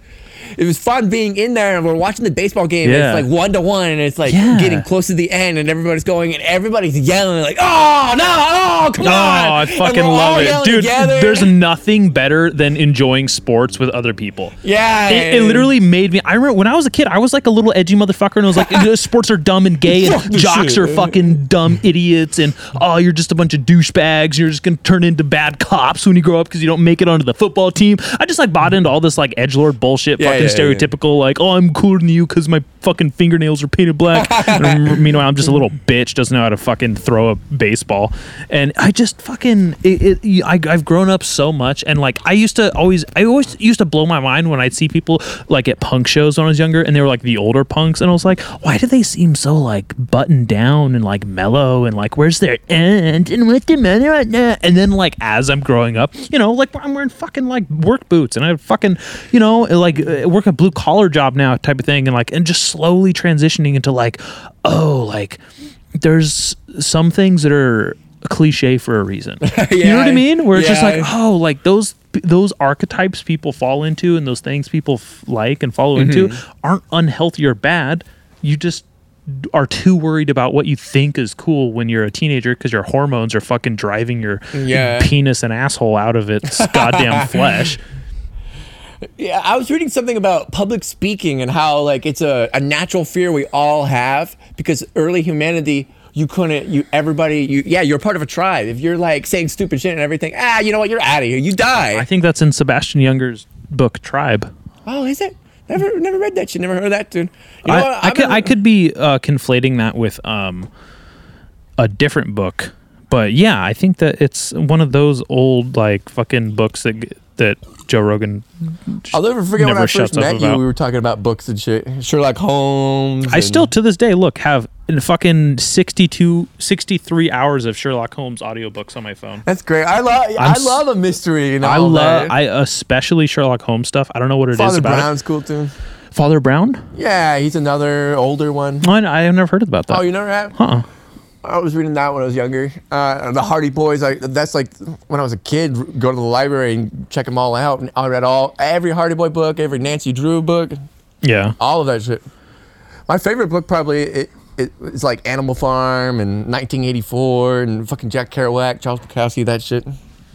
E: It was fun being in there, and we're watching the baseball game.
C: Yeah.
E: And it's like one to one, and it's like
C: Yeah.
E: getting close to the end, and everybody's going, and everybody's yelling like, "Oh no! Oh
C: [laughs]
E: come
C: Oh,
E: on!"
C: I
E: And we're
C: fucking
E: all
C: love it,
E: yelling
C: dude.
E: together.
C: There's nothing better than enjoying sports with other people.
E: yeah.
C: It, it
E: and-
C: literally made me. I remember when I was a kid, I was like a little edgy motherfucker, and I was like,
E: [laughs]
C: "Sports are dumb and gay,
E: Fuck
C: and
E: this
C: jocks
E: shit."
C: are fucking dumb idiots, and oh, you're just a bunch of douchebags. You're just gonna turn into bad cops when you grow up because you don't make it onto the football team." I just like bought into all this like edge lord bullshit,
E: Yeah,
C: fucking
E: yeah, yeah, yeah.
C: stereotypical, like, "Oh, I'm cooler than you because my fucking fingernails are painted
E: [laughs]
C: black." and I'm- meanwhile, I'm just a little bitch, doesn't know how to fucking throw a baseball, and I just fucking it, it, you- I, I've grown up so much, and like I used to always, I always used to blow my mind when I'd see people like at punk shows when I was younger, and they were like the older punks, and I was like, why do they seem so like buttoned down and like mellow and like where's their end and what's the matter right now? And then like as I'm growing up, you know, like I'm wearing fucking like work boots and I fucking you know like uh, work a blue collar job now type of thing, and like and just slowly transitioning into like oh like there's some things that are cliche for a reason. you know what I
E: [laughs] Yeah,
C: mean? Where it's just
E: yeah.
C: like, oh, like those those archetypes people fall into and those things people f- like and follow into
E: Mm-hmm.
C: aren't unhealthy or bad. You just are too worried about what you think is cool when you're a teenager because your hormones are fucking driving your
E: Yeah.
C: penis and asshole out of
E: [laughs]
C: its goddamn flesh.
E: Yeah, I was reading something about public speaking and how like it's a, a natural fear we all have because early humanity you couldn't you everybody you yeah you're part of a tribe if you're like saying stupid shit and everything ah you know what you're out of here you die
C: I think that's in Sebastian Younger's book Tribe.
E: oh is it never never read that shit never heard that dude you know
C: I,
E: what?
C: I could
E: remember-
C: I could be uh, conflating that with um, a different book, but yeah, I think that it's one of those old like fucking books that g- that Joe Rogan.
E: I'll never forget when
C: never
E: I first
C: shuts up
E: met you
C: about.
E: we were talking about books and shit Sherlock Holmes
C: I
E: and-
C: still to this day look have in fucking 62 63 hours of Sherlock Holmes audiobooks on my phone.
E: that's great I love
C: I'm
E: I
C: s-
E: love a mystery and
C: I
E: [laughs] all
C: love
E: that.
C: I especially Sherlock Holmes stuff. I don't know what it is
E: Father
C: about
E: Brown's cool too
C: it. Father Brown?
E: yeah he's another older one.
C: I, I have never heard about that.
E: Oh, you never have?
C: Uh-uh.
E: I was reading that when I was younger. Uh, the Hardy Boys. I, that's like when I was a kid. Go to the library and check them all out. And I read all every Hardy Boy book, every Nancy Drew book,
C: Yeah.
E: all of that shit. My favorite book probably it, it is like Animal Farm and 1984 and fucking Jack Kerouac, Charles Bukowski, that shit.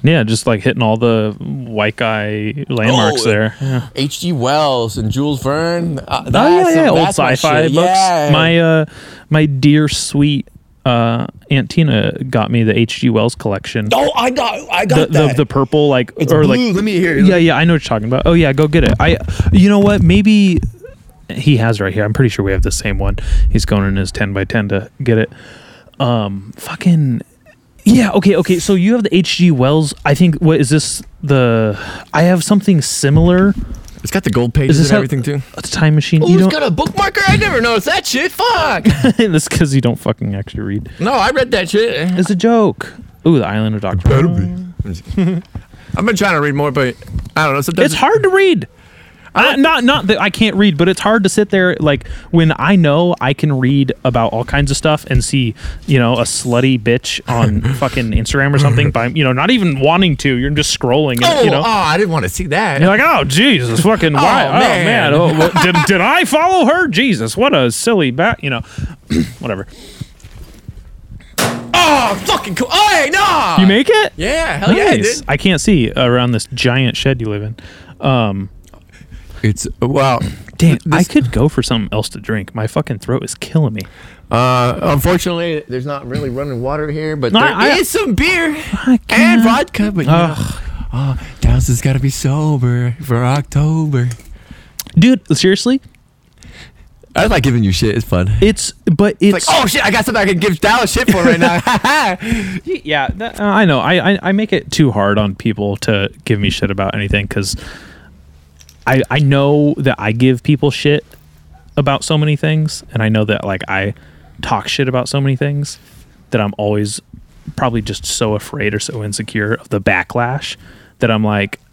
C: Yeah, just like hitting all the white guy landmarks
E: Oh,
C: there. Yeah.
E: H.G. Wells and Jules Verne. Uh, that's,
C: Oh yeah, yeah, old
E: that's my
C: sci-fi
E: shit.
C: books.
E: Yeah.
C: My uh, my dear sweet uh, Aunt Tina got me the H.G. Wells collection.
E: oh, I got, I
C: The,
E: got
C: the
E: that.
C: the purple like
E: It's
C: or
E: blue.
C: like
E: Let me hear it.
C: yeah yeah I know what you're talking about. Oh yeah, go get it. I you know what maybe he has right here. I'm pretty sure we have the same one. He's going in his 10 by 10 to get it. Um, fucking. Yeah, okay, okay. So you have the H.G. Wells. I think what is this the I have something similar.
E: it's got the gold
C: Is
E: pages
C: this
E: and
C: how-
E: everything too.
C: The time machine.
E: Oh,
C: you
E: he's
C: don't
E: got a bookmarker. I never noticed that shit. Fuck.
C: [laughs] that's cuz you don't fucking actually read.
E: [laughs] No, I read that shit.
C: It's a joke. Ooh, the Island of Doctor.
E: Better be. I've been trying to read more, but I don't know. Sometimes
C: It's hard to read. I, not not that I can't read, but it's hard to sit there like when I know I can read about all kinds of stuff and see you know a slutty bitch on fucking Instagram or something by you know not even wanting to. You're just scrolling. And,
E: Oh,
C: you know.
E: [laughs] oh, I didn't want to see that.
C: You're like, oh Jesus,
E: [laughs]
C: fucking why? Oh man,
E: man.
C: oh, well,
E: [laughs]
C: did, did I follow her? Jesus, what a silly bat. You know, [clears throat] whatever.
E: oh, fucking cool. Oh, hey, no.
C: You make it?
E: yeah, hell yeah,
C: Nice.
E: dude.
C: I can't see around this giant shed you live in.
E: It's wow.
C: Damn, I could go for something else to drink. My fucking throat is killing me.
E: Uh, unfortunately, there's not really running water here, but
C: No,
E: there is
C: I-
E: some beer
C: can't-
E: and vodka. But you know, oh, Dallas has got to be sober for October.
C: Dude, seriously,
E: I like giving you shit. It's fun.
C: it's but it's
E: like, oh shit, I got something I can give Dallas shit for right [laughs] now.
C: yeah. That, uh, I know. I, I I make it too hard on people to give me shit about anything because I I know that I give people shit about so many things, and I know that like I talk shit about so many things that I'm always probably just so afraid or so insecure of the backlash that I'm like. I-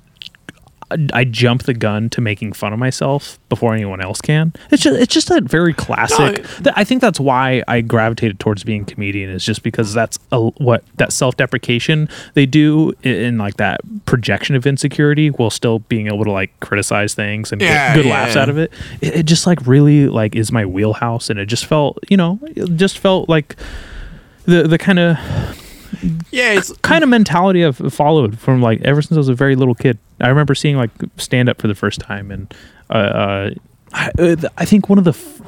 C: I jump the gun to making fun of myself before anyone else can. It's just it's just that very classic. that I think that's why I gravitated towards being a comedian is just because that's a, what that self deprecation they do in, in like that projection of insecurity while still being able to like criticize things and
E: Yeah,
C: get good laughs
E: yeah.
C: out of it. it. It just like really like is my wheelhouse, and it just felt you know it just felt like the the kind of
E: yeah, it's
C: kind of mentality I've followed from like ever since I was a very little kid. I remember seeing like stand up for the first time, and uh, uh, I, uh, I think one of the f-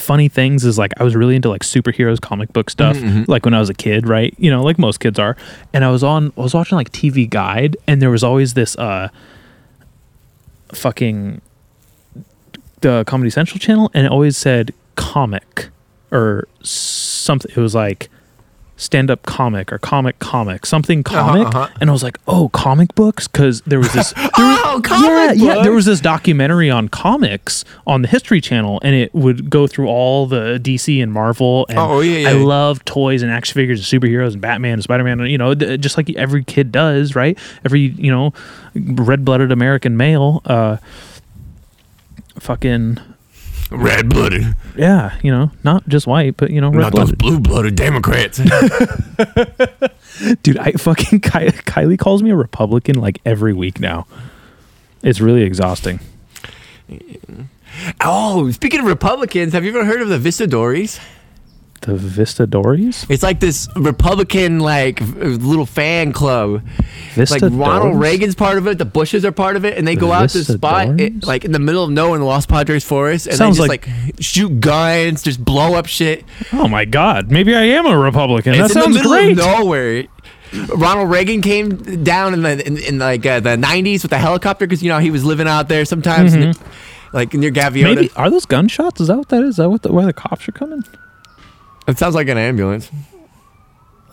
C: funny things is like I was really into like superheroes, comic book stuff, like when I was a kid, right? You know, like most kids are. And I was on, I was watching like TV Guide, and there was always this uh, fucking the Comedy Central channel, and it always said comic or something. It was like stand up comic or comic comic something
E: Uh-huh,
C: comic and i was like oh comic books because there was
E: [laughs]
C: this there was-
E: Oh, comic
C: yeah, yeah there
E: books.
C: was this documentary on comics on the history channel and it would go through all the dc and marvel and
E: Oh, yeah,
C: i
E: yeah.
C: love toys and action figures and superheroes and batman and spider-man you know th- just like every kid does right every you know red-blooded american male uh fucking
E: red blooded,
C: yeah, you know, not just white, but you know, red blooded.
E: blue blooded
C: [laughs]
E: Democrats. [laughs]
C: Dude, I fucking Ky- Kylie calls me a Republican like every week now. It's really exhausting.
E: oh, speaking of Republicans, have you ever heard of the Vistadoris?
C: The Vistadoris?
E: It's like this Republican like v- little fan club. Like
C: Vistadores?
E: Ronald Reagan's part of it, the Bushes are part of it, and they go out to the spot
C: Vistadores?
E: it, like in the middle of nowhere in the Los Padres Forest, and
C: Sounds
E: they
C: like-
E: just like, shoot guns, just blow up shit.
C: Oh my god, maybe I am a Republican.
E: it's
C: that
E: in
C: sounds
E: the middle
C: great.
E: of nowhere. Ronald Reagan came down in the in, in like uh, the '90s with a helicopter because you know he was living out there sometimes, n- like near Gaviota.
C: Mm-hmm. maybe are those gunshots? Is that what that is? Is that what the, why the cops are coming?
E: It sounds like an ambulance.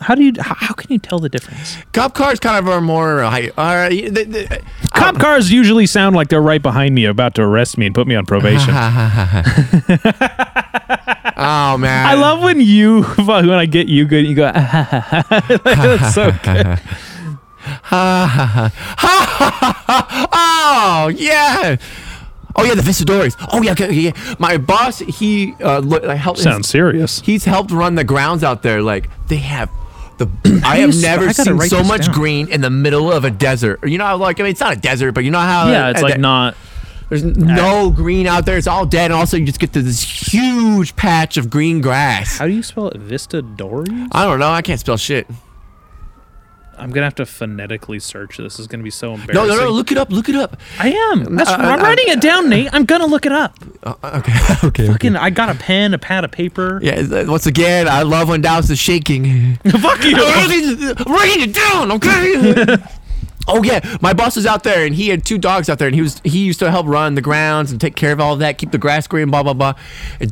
C: How do you how, how can you tell the difference?
E: Cop cars kind of are more. Uh, hy- are, they, they,
C: Cop cars usually sound like they're right behind me about to arrest me and put me on
E: [laughs]
C: probation.
E: oh man,
C: I love when you [laughs] when I get you good you
E: [laughs]
C: go [laughs] that's so good.
E: Oh yeah. Oh yeah, the Visitadores. Oh yeah, okay, okay, yeah. My boss, he uh, lo- I helped.
C: Sounds serious.
E: He's helped run the grounds out there. Like they have
C: [clears throat]
E: the. I have
C: you- I
E: never
C: gotta
E: seen
C: write
E: so
C: this
E: much
C: down.
E: green in the middle of a desert. You know, how, like I mean, it's not a desert, but you know how.
C: Yeah, it's
E: uh,
C: like
E: that-
C: not
E: There's no green out there. It's all dead. And also, you just get to this huge patch of green grass.
C: How do you spell it? Vistadori?
E: I don't know. I can't spell shit.
C: I'm gonna have to phonetically search this. This is gonna be so
E: No,
C: embarrassing.
E: no, no. Look it up. Look it up.
C: I am. That's,
E: Uh,
C: I'm
E: uh,
C: writing it down, Nate. I'm gonna look it up.
E: [laughs] Okay. Okay.
C: Fucking, I got a pen, a pad of paper.
E: Yeah, uh, once again, I love when Dallas
C: [laughs]
E: is shaking. [laughs]
C: Fuck you.
E: I'm writing it down,
C: [laughs]
E: okay? oh yeah, my boss was out there, and he had two dogs out there, and he was he used to help run the grounds and take care of all of that, keep the grass green, blah blah blah.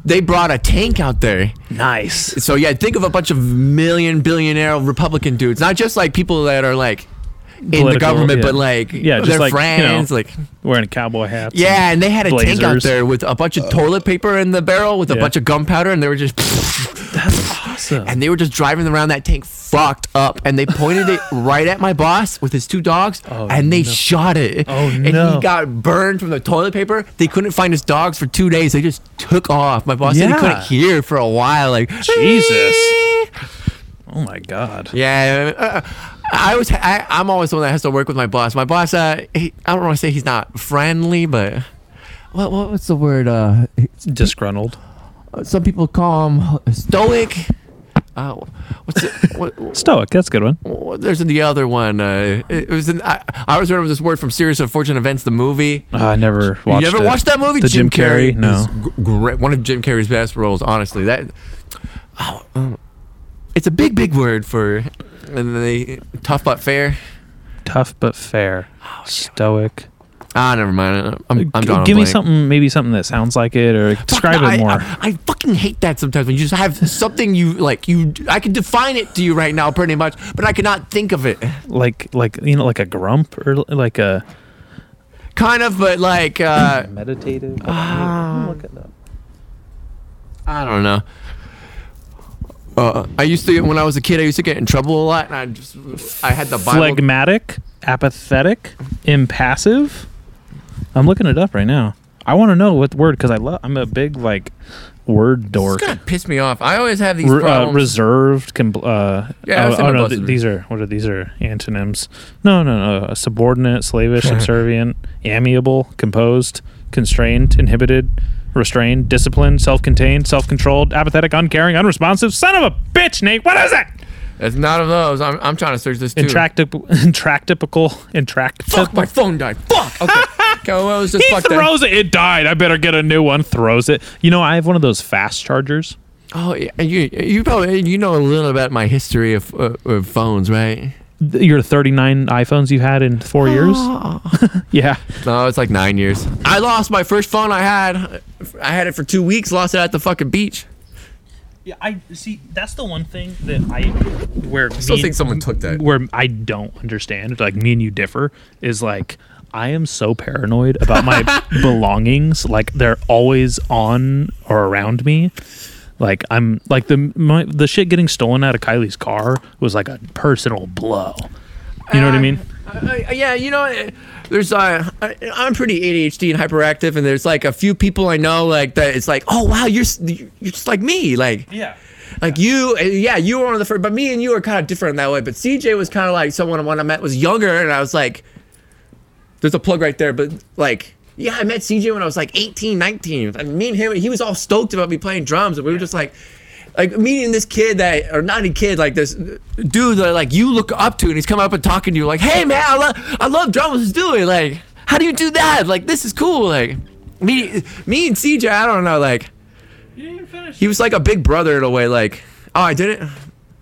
E: They brought a tank out there,
C: nice.
E: so yeah, think of a bunch of million billionaire Republican dudes, not just like people that are like in the
C: Political,
E: government,
C: yeah.
E: but like
C: Yeah, just
E: their
C: like, you know,
E: friends, like
C: Wearing a cowboy hat.
E: yeah, and they had a tank out
C: blazers.
E: there with a bunch of toilet paper in the barrel with a
C: Yeah.
E: [laughs] bunch of gunpowder, and they were just.
C: What's up?
E: And they were just driving around that tank fucked up. And they pointed [laughs] it right at my boss with his two dogs and they shot it.
C: Oh,
E: and
C: no.
E: he got burned from the toilet paper. They couldn't find his dogs for two days. They just took off. My boss said
C: Yeah.
E: he couldn't hear for a while. Like,
C: Jesus. Oh my god.
E: Yeah, uh, I was. I, I'm always the one that has to work with my boss. My boss. Uh, he, I don't want to say he's not friendly, but what, what what's the word? Uh,
C: Disgruntled.
E: some people call him stoic. Uh, what's it? What,
C: Stoic. That's a good one.
E: what, there's the other one. Uh, it was. An, I, I always remember this word from Series of Fortune Events, the movie.
C: Uh, I never watched.
E: you ever
C: it.
E: watched that movie?
C: The Jim, Carrey? No.
E: is g- great. One of Jim Carrey's best roles, honestly. That. oh, um, it's a big, big word for, and they tough but fair.
C: Tough but fair. Stoic.
E: Ah, never mind. I'm, I'm
C: G-
E: drawing a
C: give me
E: blank.
C: something, maybe something that sounds like it, or
E: Fuck,
C: describe
E: I-
C: it more.
E: I, I fucking hate that sometimes when you just have something you like. You, I can define it to you right now, pretty much, but I cannot think of it.
C: like, like you know, like a grump or like a
E: Kind of, but like, uh,
C: meditative. look it up.
E: I don't know. Uh, I used to when I was a kid. I used to get in trouble a lot, and I just I had the Bible.
C: Phlegmatic, apathetic, impassive. I'm looking it up right now. I want to know what word because I love. I'm a big like word dork.
E: It's gonna piss me off. I always have these
C: Re- uh,
E: problems.
C: reserved, compl- uh,
E: Yeah, I was
C: oh,
E: thinking
C: oh, no,
E: about
C: th-
E: those.
C: these are what are these are antonyms? No, no, no. uh, Subordinate,
E: [laughs]
C: slavish, subservient, amiable, composed, constrained, inhibited, restrained, disciplined, self-contained, self-controlled, apathetic, uncaring, unresponsive. Son of a bitch, Nate. What is it?
E: it's none of those. I'm, I'm trying to search this
C: [laughs]
E: too.
C: Intractable, intractable, intractable.
E: Fuck, my phone died. Fuck.
C: [laughs]
E: Okay. okay well, it was just
C: He
E: fuck that.
C: throws it. It died. I better get a new one. Throws it. You know, I have one of those fast chargers.
E: Oh, yeah, and you you probably you know a little about my history of, uh, of phones, right?
C: Th- Your 39 iPhones you had in four years. [laughs] yeah.
E: No, it's like nine years. I lost my first phone I had. I had it for two weeks. Lost it at the fucking beach.
C: Yeah, I see. That's the one thing that I where I
E: Still think someone took that.
C: where I don't understand. Like me and you differ is like I am so paranoid about my
E: [laughs]
C: belongings. Like they're always on or around me. Like I'm like the my, the shit getting stolen out of Kylie's car was like a personal blow. You know what I mean?
E: Uh, yeah, you know, uh, there's uh, I, I'm pretty ADHD and hyperactive, and there's like a few people I know like that. It's like, oh wow, you're s- you're just like me, like
C: Yeah.
E: Like you, uh, yeah, you were one of the first, but me and you are kind of different in that way. But CJ was kind of like someone when I met was younger, and I was like, there's a plug right there, but like, yeah, I met CJ when I was like 18, 19. And me and him, he was all stoked about me playing drums, and we were just like, like meeting this kid that, or not a kid, like this dude that like you look up to, and he's coming up and talking to you, like, hey man, I, lo- I love drums, let's do it. Like, how do you do that? Like, this is cool. Like, me, me and CJ, I don't know, like, he was like a big brother in a way. Like, oh, I didn't,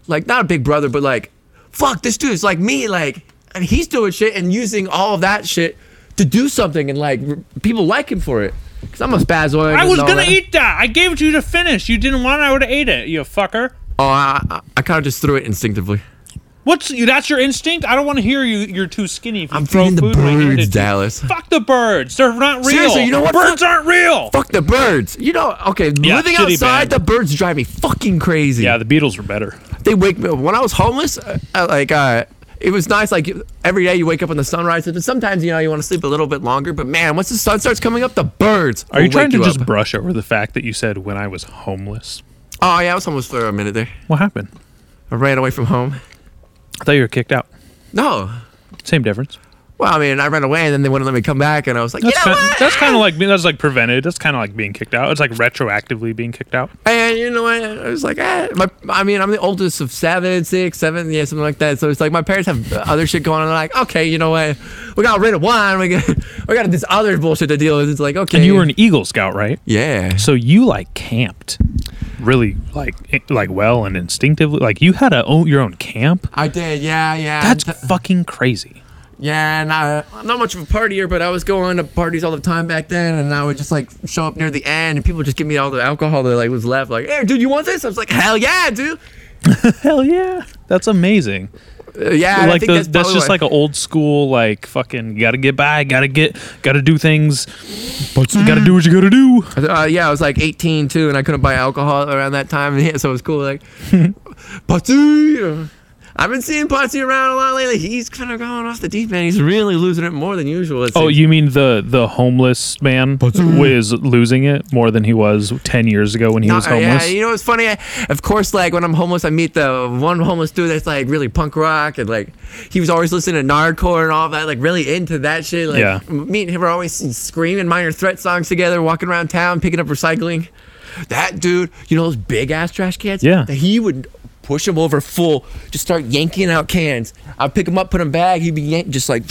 E: like, not a big brother, but like, fuck, this dude's like me. Like, and he's doing shit and using all of that shit to do something, and like, r- people like him for it. Cause I'm a spazoid.
C: I
E: and
C: was
E: all
C: gonna
E: that.
C: eat that. I gave it to you to finish. You didn't want. it, I would have ate it. You fucker.
E: Oh, I, I, I kind of just threw it instinctively.
C: What's that's your instinct? I don't want to hear you. You're too skinny. If you
E: I'm
C: throw
E: feeding the
C: food when I hand it
E: birds,
C: to you.
E: Dallas.
C: Fuck the birds. They're not real.
E: Seriously, you know what?
C: Birds
E: Fuck-
C: aren't real.
E: Fuck the birds. You know, okay,
C: Yeah,
E: living
C: shitty
E: outside,
C: band.
E: the birds drive me fucking crazy.
C: Yeah, the Beatles were better.
E: they wake me up. When I was homeless, uh, uh, like uh, it was nice. Like every day you wake up when the sun rises, but sometimes you know you want to sleep a little bit longer. But man, once the sun starts coming up, the birds.
C: Are you
E: will
C: trying
E: wake
C: to just
E: up.
C: brush over the fact that you said when I was homeless?
E: Oh yeah, I was homeless for a minute there.
C: What happened?
E: I ran away from home.
C: I thought you were kicked out.
E: No.
C: Same difference.
E: Well, I mean, I ran away and then they wouldn't let me come back, and I was like,
C: That's
E: you know
C: kind.
E: what?
C: That's kind of like being- that's like prevented. That's kind of like being kicked out. It's like retroactively being kicked out.
E: And you know what? I was like, eh. My, I mean, I'm the oldest of seven, six, seven, yeah, something like that. So it's like my parents have other shit going on. They're like, okay, you know what? We got rid of one. We got, we got this other bullshit to deal with. It's like, okay.
C: And you were an Eagle Scout, right?
E: yeah.
C: So you like camped, really like i- like well and instinctively. Like you had a own, your own camp.
E: I did, yeah, yeah.
C: That's
E: And uh, th-
C: fucking crazy.
E: yeah, and I, I'm not much of a partier, but I was going to parties all the time back then, and I would just like show up near the end, and people would just give me all the alcohol that like was left. Like, hey, dude, you want this? I was like, hell yeah, dude.
C: Hell yeah, that's amazing.
E: Uh, yeah, and I
C: like
E: think
C: the,
E: that's,
C: that's,
E: probably
C: just
E: why-
C: like an old school like fucking gotta get by gotta get gotta do things gotta
E: Mm-hmm.
C: do what you gotta do
E: Uh, yeah, I was like 18 too, and I couldn't buy alcohol around that time, [laughs] and yeah, so it was cool.
C: [laughs]
E: Like, Potsy, I've been seeing Potsy around a lot lately. He's kind of going off the deep end. He's really losing it more than usual. it
C: oh
E: seems.
C: you mean the the homeless man was losing it more than he was 10 years ago when he
E: No,
C: was homeless
E: Yeah, you know what's funny? I, of course, like when I'm homeless, I meet the one homeless dude that's like really punk rock and like he was always listening to Nardcore and all that, like really into that shit. Like,
C: Yeah.
E: Me and him were always screaming minor threat songs together, walking around town, picking up recycling. That dude, you know those big ass trash cans?
C: Yeah.
E: That he would push them over full, just start yanking out cans. I'd pick them up, put them back. He'd be yank- just like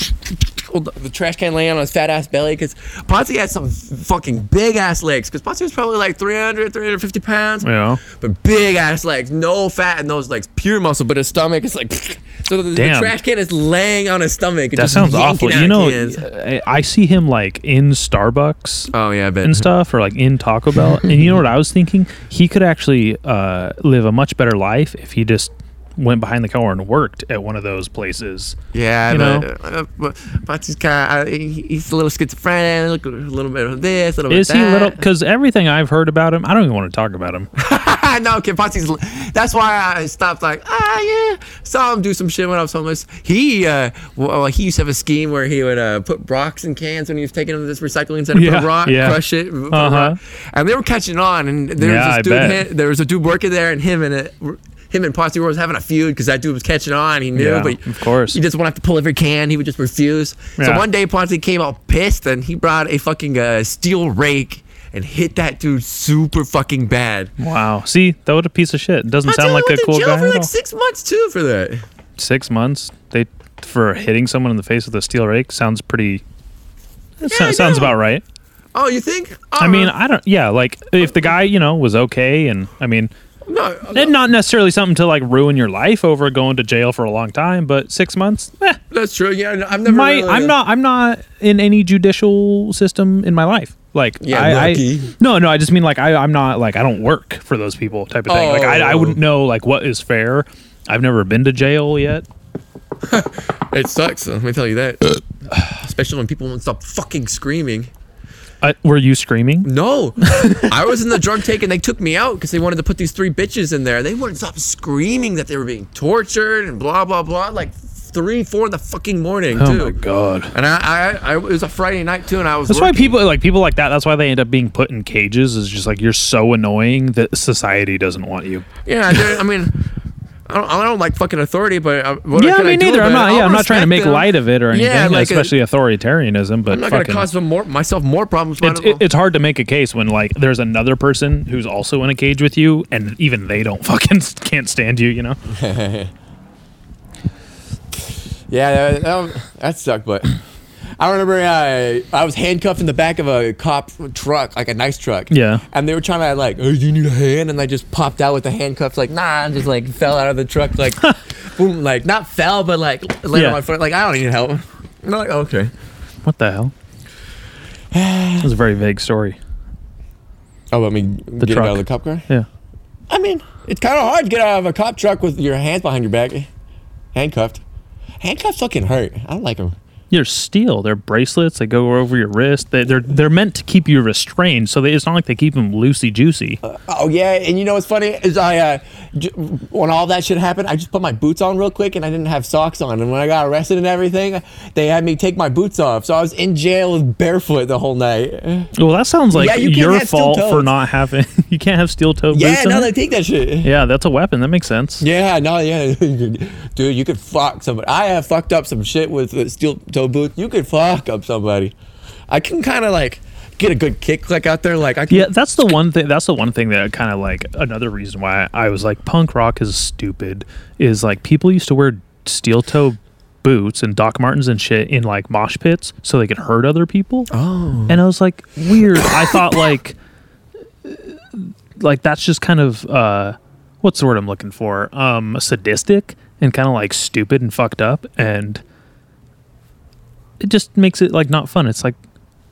E: hold the- the trash can laying on his fat ass belly because Ponzi had some fucking big ass legs because Ponzi was probably like 300, 350 pounds.
C: Yeah.
E: But big ass legs, no fat in those legs, pure muscle, but his stomach is like. [laughs] So the, the
C: Damn.
E: trash can is laying on his stomach. And
C: that
E: just
C: sounds awful
E: yanking out
C: you know
E: cans.
C: I, I see him like in starbucks
E: Oh, yeah, I bet.
C: and stuff or like in Taco Bell. and you know what I was thinking? He could actually uh, live a much better life if he just went behind the counter and worked at one of those places.
E: Yeah,
C: You
E: but,
C: know?
E: uh, but Ponzi's kind of, he's a little schizophrenic, a little bit of this, a little
C: Is
E: bit
C: he
E: of
C: a
E: that.
C: little? Because everything I've heard about him, I don't even want to talk about
E: [laughs]
C: him.
E: I know Kid Ponzi's. That's why I stopped. Like, ah, yeah. Saw him do some shit when I was homeless. He, uh, well, he used to have a scheme where he would uh, put rocks in cans when he was taking them to this recycling center. put
C: Yeah,
E: a rock,
C: yeah.
E: crush it, put a
C: Uh-huh.
E: rock. and they were catching on. And there
C: Yeah, I
E: was this dude.
C: bet.
E: hit- there was a dude working there, and him and it. Him and Posse were always having a feud because that dude was catching on. He knew,
C: Yeah,
E: but
C: of course.
E: he just wouldn't have to pull every can. He would just refuse. So
C: Yeah.
E: one day Ponzi came out pissed, and he brought a fucking uh, steel rake and hit that dude super fucking bad.
C: Wow. See, that was a piece of shit. Doesn't
E: I
C: sound
E: tell you,
C: like
E: I
C: a
E: went to
C: cool
E: jail
C: guy.
E: for
C: at
E: like
C: all.
E: six months too for that.
C: Six months. They for hitting someone in the face with a steel rake sounds pretty. That so-
E: I
C: sounds
E: know.
C: about right.
E: Oh, you think?
C: I mean, I don't. Yeah, like if the guy, you know, was okay, and I mean,
E: Oh, no,
C: And not necessarily something to like ruin your life over going to jail for a long time, but six months. Eh,
E: that's true. Yeah, no, I've never.
C: my,
E: really- uh,
C: I'm not. I'm not in any judicial system in my life. Like,
E: Yeah,
C: I, I,
E: lucky.
C: no, no. I just mean like I, I'm not like I don't work for those people type of thing. Like I, I
E: Oh.
C: wouldn't know like what is fair. I've never been to jail yet.
E: It sucks. Let me tell you that. [sighs] Especially when people won't stop fucking screaming.
C: I, were you screaming?
E: No, I was in the drug take and they took me out because they wanted to put these three bitches in there. They wouldn't stop screaming that they were being tortured and blah blah blah. Like three, four in the fucking morning
C: Oh
E: too.
C: my god.
E: And I, I, I, it was a Friday night too, and I was.
C: That's why
E: working.
C: people like people like that. That's why they end up being put in cages. Is just like you're so annoying that society doesn't want you.
E: Yeah, dude, I mean, I don't, I don't like fucking authority, but uh, what
C: yeah,
E: can
C: me
E: I do
C: neither. I'm
E: about
C: not.
E: it?
C: Yeah,
E: I'll
C: I'm not trying to make
E: respect them.
C: light of it or anything,
E: Yeah, like a-
C: especially authoritarianism. But
E: I'm not gonna
C: fucking,
E: cause them more myself more problems. but
C: it's, it- it's hard to make a case when like there's another person who's also in a cage with you, and even they don't [laughs] fucking can't stand you. You know?
K: Yeah, that, that, that sucked, but I remember uh, I was handcuffed in the back of a cop truck, like a nice truck.
C: Yeah.
K: And they were trying to like, oh, do you need a hand? And I just popped out with the handcuffs, like, nah, and just like fell out of the truck,
C: [laughs]
K: like, boom, like not fell, but like laid
C: Yeah.
K: on my foot, like I don't need help.
E: I'm like, okay.
C: What the hell? That was a very vague story.
K: Oh, I mean,
C: The
K: get
C: truck.
K: out of the cop car.
C: Yeah.
K: I mean, it's kind of hard to get out of a cop truck with your hands behind your back, handcuffed. Handcuffs fucking hurt. I don't like them.
C: They're steel. They're bracelets. They go over your wrist. They, they're they're meant to keep you restrained. So they, it's not like they keep them loosey goosey.
K: Oh yeah, and you know what's funny is I uh, j- when all that shit happened, I just put my boots on real quick, and I didn't have socks on. And when I got arrested and everything, they had me take my boots off, so I was in jail barefoot the whole night.
C: well, that sounds like
K: Yeah, you can't
C: your
K: have steel
C: fault for
K: toes.
C: not having. [laughs] you can't have steel toe
K: Yeah,
C: boots. on
K: no,
C: it?
K: they take that shit.
C: yeah, that's a weapon. That makes sense.
K: Yeah, no, yeah, [laughs] dude, you could fuck somebody. I have fucked up some shit with uh, steel toe boots. You could fuck up somebody. I can kind of like get a good kick like out there, like I can.
C: Yeah, that's the one thing. That's the one thing that kind of like another reason why I was like punk rock is stupid. Is like people used to wear steel toe boots and Doc Martens and shit in like mosh pits so they could hurt other people. Oh, and I was like weird. I thought like like that's just kind of uh what's the word I'm looking for? Um, sadistic and kind of like stupid and fucked up and it just makes it like not fun. It's like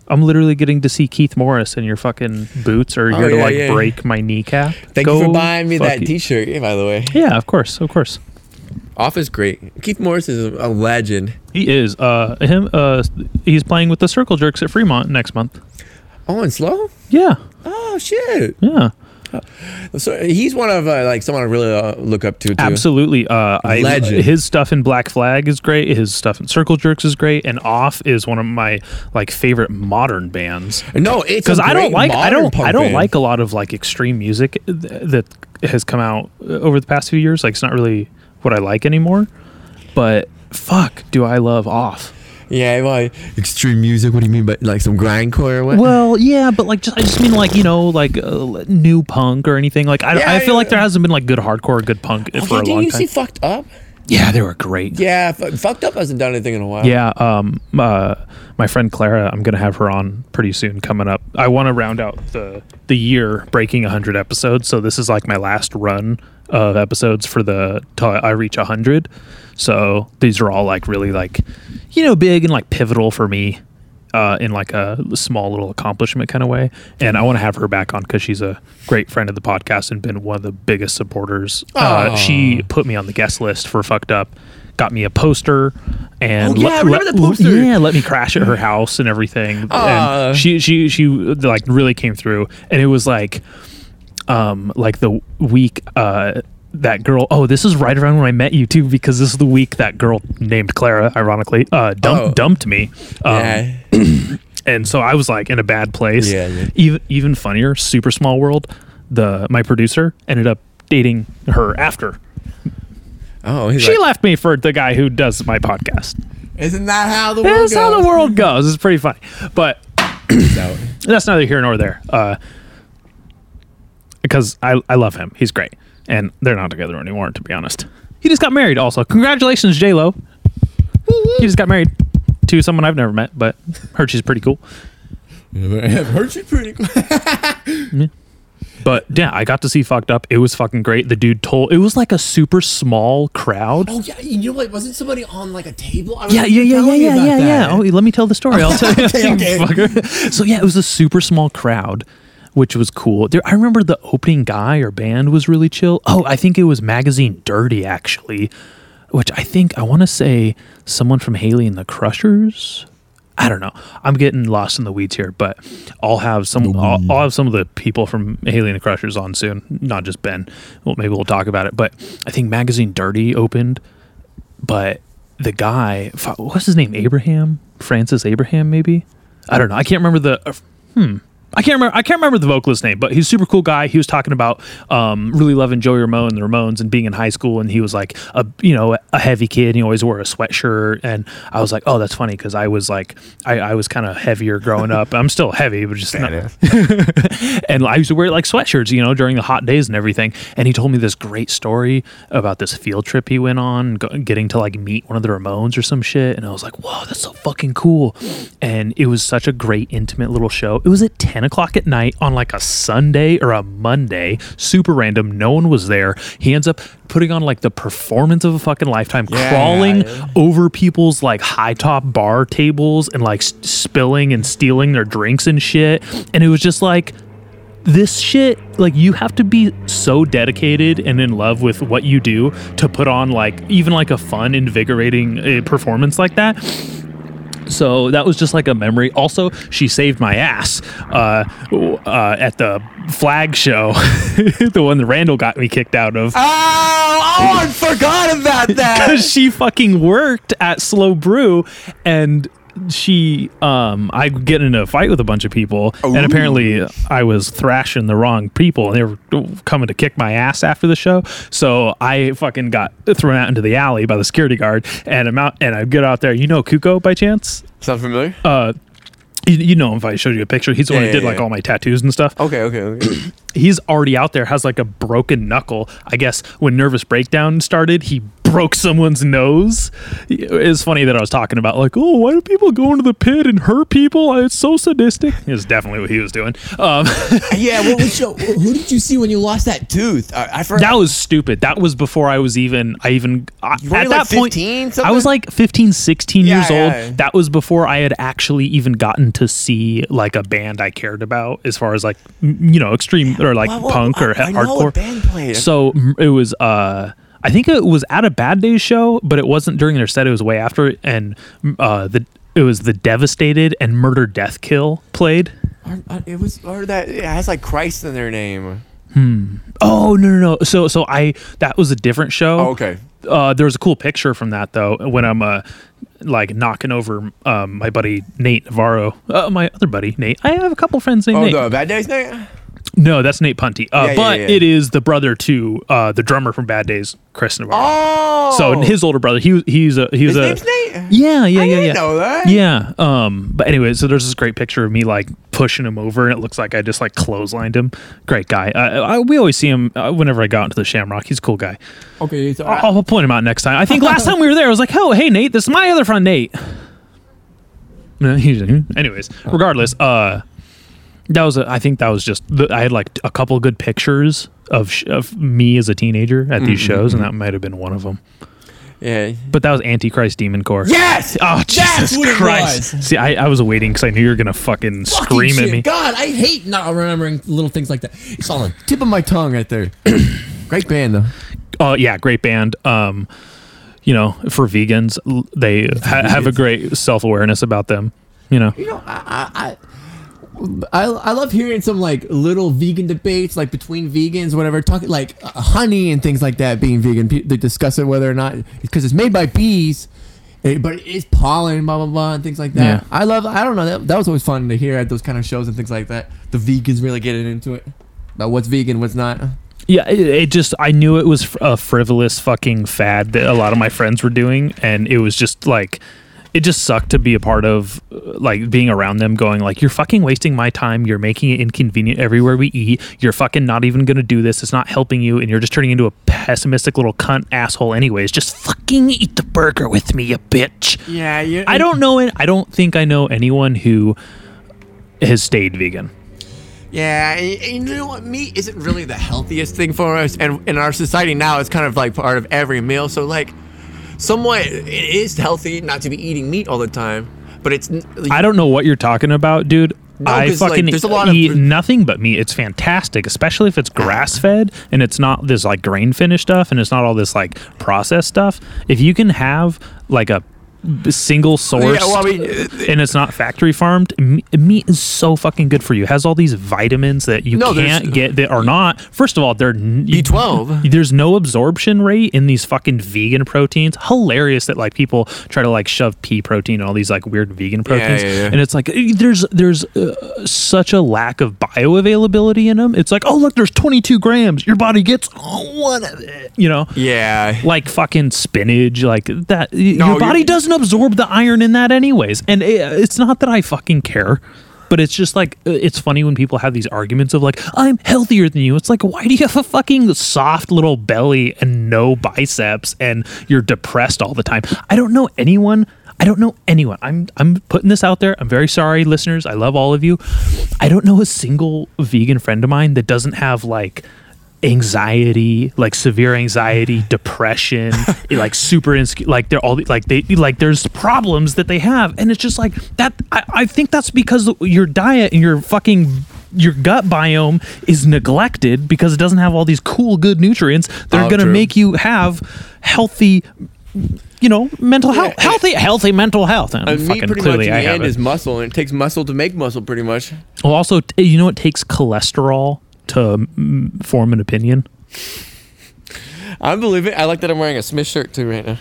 C: I'm literally getting to see Keith Morris in your fucking boots, or you're
K: Oh, yeah,
C: to like
K: yeah.
C: break my kneecap.
K: Thank
C: Go
K: you for buying me
C: fuck
K: that
C: you.
K: T-shirt, by the way.
C: Yeah, of course, of course.
J: Off is great. Keith Morris is a legend.
C: He is. Uh, him. Uh, he's playing with the Circle Jerks at Fremont next month.
J: Oh, and slow.
C: Yeah.
J: Oh shit.
C: Yeah.
J: So he's one of uh, like someone I really uh, look up to. Too.
C: Absolutely. Uh, I,
J: Legend.
C: His stuff in Black Flag is great. His stuff in Circle Jerks is great. And Off is one of my like favorite modern bands.
J: No, it's
C: because
J: a
C: I don't
J: great
C: like I
J: modern
C: don't
J: punk
C: I don't
J: band.
C: like a lot of like extreme music th- that has come out uh, over the past few years. Like it's not really what I like anymore. But fuck, do I love Off?
J: Yeah, well, extreme music. What do you mean? by like some grindcore or what?
C: Well, yeah, but like just I just mean like you know like uh, new punk or anything. Like I,
J: Yeah,
C: I feel like
J: yeah.
C: there hasn't been like good hardcore or good punk
J: Oh,
C: for a
J: didn't
C: long
J: you see
C: time.
J: Fucked Up?
C: Yeah, they were great.
J: Yeah, fu- Fucked Up hasn't done anything in a while.
C: Yeah, um, uh, my friend Clara, I'm gonna have her on pretty soon. Coming up, I want to round out the the year breaking 100 episodes. So this is like my last run of episodes for the till I reach 100. So these are all like really like, you know, big and like pivotal for me, uh, in like a small little accomplishment kind of way. And I want to have her back on because she's a great friend of the podcast and been one of the biggest supporters. Uh, she put me on the guest list for fucked up. Got me a poster and
E: Oh, yeah, I
C: let-
E: remember
C: let-
E: the poster.
C: Yeah, let me crash at her house and everything.
E: Aw.
C: And she she she like really came through, and it was like, um, like the week uh that girl. Oh, this is right around when I met you too, because this is the week that girl named Clara, ironically, uh, dump,
J: Oh.
C: dumped me. Um,
J: Yeah.
C: and so I was like in a bad place.
J: Yeah, yeah.
C: Even even funnier, super small world. The my producer ended up dating her after.
J: Oh, he's
C: She
J: like,
C: left me for the guy who does my podcast.
K: Isn't that how the world
C: That's how
K: goes?
C: the world goes. It's pretty funny, but
K: out.
C: that's neither here nor there. Uh, because I I love him. He's great, and they're not together anymore. To be honest, he just got married. Also, congratulations, J Lo. He just got married to someone I've never met, but heard she's pretty cool.
J: I've heard you pretty. Cool.
C: But yeah, I got to see fucked up. It was fucking great. The dude told it was like a super small crowd.
K: Oh yeah, you know what? Wasn't somebody on like a table? I
C: Yeah, yeah, yeah, yeah,
K: telling you
C: yeah,
K: about
C: yeah, yeah.
K: that.
C: Oh, let me tell the story.
K: [laughs]
C: I'll tell you.
K: okay.
C: Fucker. So yeah, it was a super small crowd, which was cool. There, I remember the opening guy or band was really chill. Oh, I think it was Magazine Dirty actually, which I think I want to say someone from Haley and the Crushers. I don't know. I'm getting lost in the weeds here, but I'll have some. I'll, I'll have some of the people from Haley and the Crushers on soon, not just Ben. Well, maybe we'll talk about it. But I think Magazine Dirty opened but the guy, fu- what's his name? Abraham? Francis Abraham, maybe? I don't know. I can't remember the. uh, hmm. I can't remember. I can't remember the vocalist name, but he's a super cool guy. He was talking about um, really loving Joey Ramone and the Ramones and being in high school, and he was like a you know a heavy kid. And he always wore a sweatshirt, and I was like, oh, that's funny because I was like I, I was kind of heavier growing up. I'm still heavy, but just not, [laughs] and I used to wear like sweatshirts, you know, during the hot days and everything. And he told me this great story about this field trip he went on, go- getting to like meet one of the Ramones or some shit. And I was like, whoa, that's so fucking cool. And it was such a great, intimate little show. It was at 10 o'clock at night on like a Sunday or a Monday, super random. No one was there. He ends up putting on like the performance of a fucking lifetime, crawling over people's like high top bar tables and like s- spilling and stealing their drinks and shit. And it was just like, this shit like you have to be so dedicated and in love with what you do to put on like even like a fun invigorating uh, performance like that so that was just like a memory also she saved my ass uh, w- uh, at the flag show [laughs] the one that randall got me kicked out of
E: Oh, I forgot about
C: [laughs]
E: that.
C: because she fucking worked at Slow Brew and she um I get in a fight with a bunch of people and apparently I was thrashing the wrong people and they were coming to kick my ass after the show so I fucking got thrown out into the alley by the security guard and I'm out and I get out there you know Kuko by chance
E: Sound familiar?
C: Uh, you, you know him if I showed you a picture he's the one
E: Yeah,
C: who did
E: yeah,
C: like
E: yeah. Oh,
C: all my tattoos and stuff
E: okay, okay, okay.
C: he's already out there has like a broken knuckle i guess when nervous breakdown started he broke someone's nose it's funny that i was talking about like oh why do people go into the pit and hurt people it's so sadistic it's definitely what he was doing um, [laughs]
K: Yeah, what was show? Who did you see when you lost that tooth? I, I forgot.
C: that was stupid that was before i was even i even I, at
E: were
C: that
E: like
C: point
E: 15,
C: i was
E: something?
C: like 15 16
E: Yeah,
C: years old
E: yeah.
C: that was before i had actually even gotten to see like a band i cared about as far as like m- you know extreme or like
E: Well, well,
C: punk or
E: I- I know
C: hardcore
E: what band played.
C: so m- it was uh I think it was at a Bad Days show, but it wasn't during their set. It was way after, it, and uh, the it was the Devastated and Murder Death Kill played.
E: Or, uh, it was or that it has like Christ in their name.
C: Oh no no no! So so I that was a different show.
E: Oh, okay.
C: Uh, there was a cool picture from that though when I'm uh like knocking over um my buddy Nate Navarro, uh, my other buddy Nate. I have a couple friends named
E: Oh,
C: Nate.
E: the Bad Days name.
C: No, that's Nate Punty. Uh,
E: yeah,
C: but
E: yeah.
C: it is the brother to uh the drummer from Bad Days, Chris Navarro.
E: Oh,
C: So his older brother, he was he's a he was
E: his
C: a
E: name's Nate.
C: yeah yeah yeah
E: I didn't
C: yeah.
E: know that.
C: Yeah. Um. But anyway, so there's this great picture of me like pushing him over, and it looks like I just like clotheslined him. Great guy. I, I we always see him uh, whenever I go out into the Shamrock. He's a cool guy.
J: Okay, so
C: I'll, I'll point him out next time. I think last time we were there, I was like, "Oh, hey Nate, this is my other friend Nate." [laughs] No, he's like, "Hmm." Anyways, regardless, uh, that was a, I think that was just the, I had like a couple good pictures of sh- of me as a teenager at these shows, and that might have been one of them.
E: Yeah.
C: But that was Antichrist Demon Core.
J: yes,
C: Oh Jesus
K: what it
C: Christ! See, I, I was waiting because I knew you were gonna fucking,
J: Fucking
C: scream
J: shit.
C: at me.
J: God, I hate not remembering little things like that. It's all like,
E: Tip of my tongue right [coughs] there. Great band though.
C: Oh yeah, great band. Um, you know, for vegans, l- they ha- have a great self awareness about them. You know,
J: you know, I, I, I, I, I love hearing some like little vegan debates, like between vegans, whatever, talking like uh, honey and things like that being vegan. Pe- They discuss it whether or not because it's made by bees, eh, but it is pollen, blah blah blah, and things like that.
C: Yeah.
J: I love. I don't know. That, that was always fun to hear at those kind of shows and things like that. The vegans really getting into it about what's vegan, what's not.
C: yeah. It, it just I knew it was fr- a frivolous fucking fad that a lot of my friends were doing, and it was just like. It just sucked to be a part of, uh, like being around them, going like, "You're fucking wasting my time. You're making it inconvenient everywhere we eat. You're fucking not even gonna do this. It's not helping you, and you're just turning into a pessimistic little cunt asshole. Anyways, just fucking eat the burger with me, you bitch."
E: Yeah, you,
C: I don't know it. I don't think I know anyone who has stayed vegan.
E: Yeah, and- and you know what? Meat isn't really the healthiest thing for us, and in our society now, it's kind of like part of every meal. So like, somewhat, it is healthy not to be eating meat all the time, but it's. n-
C: I don't know what you're talking about, dude. I
E: 'cause, like,
C: fucking
E: there's a lot of-
C: eat nothing but meat. It's fantastic, especially if it's grass fed and it's not this like grain finished stuff and it's not all this like processed stuff. If you can have like a b- single source
E: Yeah, well, I mean, uh,
C: and it's not factory farmed, me- meat is so fucking good for you. It has all these vitamins that you
E: No, there's-
C: can't get that are not. First of all, they're n-
E: B12.
C: There's no absorption rate in these fucking vegan proteins. Hilarious that like people try to like shove pea protein and all these like weird vegan proteins,
E: yeah, yeah.
C: and it's like eh, there's there's uh, such a lack of bioavailability in them. It's like oh look, there's 22 grams. Your body gets one of it. You know.
E: Yeah.
C: Like fucking spinach, like that. y-
E: No,
C: your body
E: you-
C: doesn't absorb the iron in that, anyways. And it, uh, it's not that I fucking care, but it's just like uh, it's funny when people have these arguments of like I'm healthier than you. It's like why do you have a fucking soft little belly and no biceps and you're depressed all the time? I don't know anyone. I don't know anyone. I'm I'm putting this out there. I'm very sorry, listeners. I love all of you. I don't know a single vegan friend of mine that doesn't have like anxiety, like severe
E: [laughs]
C: anxiety, depression, like super insecure, like they're all like they like there's problems that they have, and it's just like that. I, I think that's because your diet and your fucking your gut biome is neglected because it doesn't have all these cool good nutrients that are
E: Oh,
C: going to
E: true.
C: make you have healthy. You know, mental health, healthy, healthy mental health. And
E: And meat
C: fucking
E: Uh, pretty much
C: clearly,
E: in
C: I
E: the
C: have
E: end
C: it.
E: is muscle, and it takes muscle to make muscle, pretty much.
C: Well, also, t- you know, it takes cholesterol to mm, form an opinion.
E: I believe it. I like that I'm wearing a Smith shirt too right now.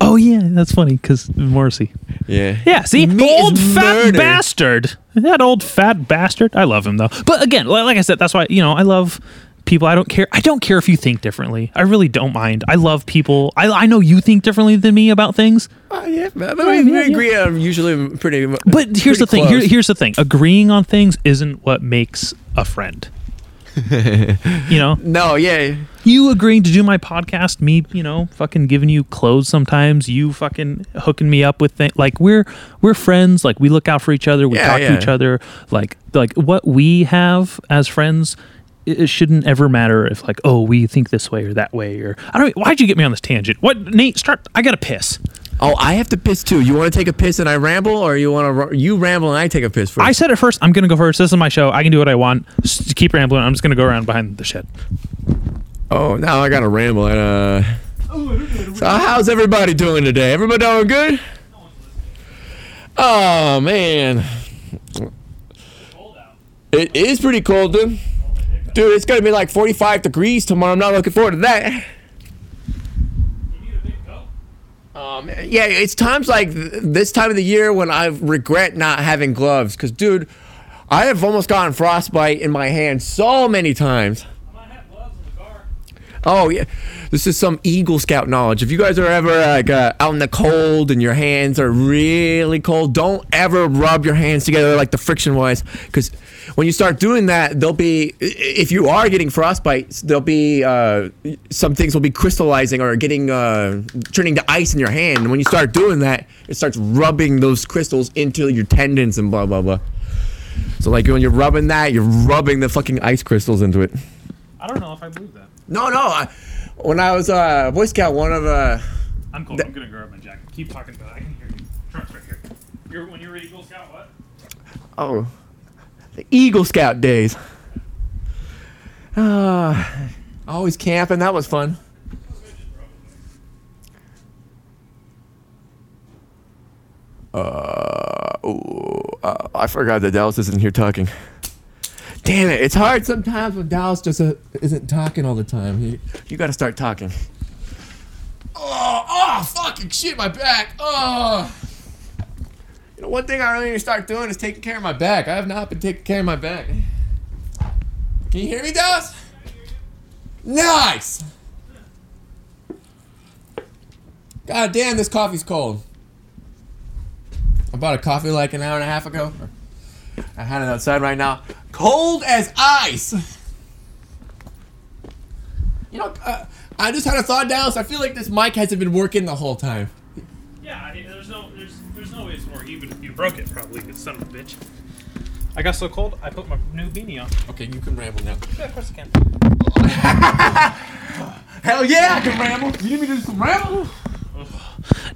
C: Oh yeah, that's funny because Morrissey.
E: Yeah.
C: Yeah, see,
E: Meat is
C: old fat
E: murder.
C: bastard. That old fat bastard. I love him though. But again, li- like I said, that's why you know I love people. I don't care. I don't care if you think differently. I really don't mind. I love people. I I know you think differently than me about things.
E: Uh, yeah. But we, we
C: yeah, yeah.
E: agree. Um, usually pretty. mu-
C: But here's
E: pretty
C: the thing. Here,
E: close.
C: here's the thing. Agreeing on things isn't what makes a
E: [laughs]
C: friend. you know,
E: No. Yeah.
C: you agreeing to do my podcast, me, you know, fucking giving you clothes sometimes, you fucking hooking me up with things. Like we're we're friends. Like we look out for each other. We
E: Yeah,
C: talk
E: yeah.
C: to each other. Like like what we have as friends. It it shouldn't ever matter if like oh we think this way or that way or I don't why'd you get me on this tangent what Nate start I gotta piss
E: Oh, I have to piss too. You want to take a piss and I ramble, or you want to you ramble and I take a piss first?
C: I said it first I'm gonna go first this is my show I can do what I want S keep rambling I'm just gonna go around behind the shed
E: Oh, now I gotta ramble. Uh, So how's everybody doing today? Everybody doing good? Oh man, it is pretty cold, dude. Dude, it's gonna be like 45 degrees tomorrow. I'm not looking forward to that. Um, yeah, it's times like th- this time of the year when I regret not having gloves. Cause, dude, I have almost gotten frostbite in my hand so many times. Oh yeah, this is some Eagle Scout knowledge. If you guys are ever like uh, out in the cold and your hands are really cold, don't ever rub your hands together like the friction wise, because when you start doing that, there'll be i- if you are getting frostbite, there'll be uh, some things will be crystallizing or getting uh, turning to ice in your hand. And when you start doing that, it starts rubbing those crystals into your tendons and blah blah blah. So like when you're rubbing that, you're rubbing the fucking ice crystals into it.
C: I don't know if I believe that.
E: No, no. I, when I was uh, Boy Scout, one of uh,
C: I'm cold. I'm gonna grab my jacket. Keep talking about it. I can hear you. Trump's right here. You're, when you were Eagle Scout, what?
E: oh, the Eagle Scout days. Uh, always camping. That was fun. Uh, ooh, uh, I forgot that Dallas isn't here talking. Damn it! It's hard sometimes when Dallas just uh,
J: Isn't talking all the time. He-
E: you got to start talking.
J: oh, oh, fucking shit, my back. Oh.
E: You know, one thing I really need to start doing is taking care of my back. I have not been taking care of my back.
J: Can you hear me, Dallas? Nice. God damn, this coffee's cold. I bought a coffee like an hour and a half ago.
E: I had it outside right now.
J: Cold as ice. You know, uh, I just had a thought, Dallas. I feel like this mic hasn't been working the whole time.
C: Yeah, I, there's no, there's, there's no way it's more even. if You broke it, probably. You son of a bitch. I got so cold, I put my new beanie on.
J: Okay, you can ramble now.
C: Yeah, of course I can.
E: [laughs] Hell yeah, I can ramble. You need me to do some ramble?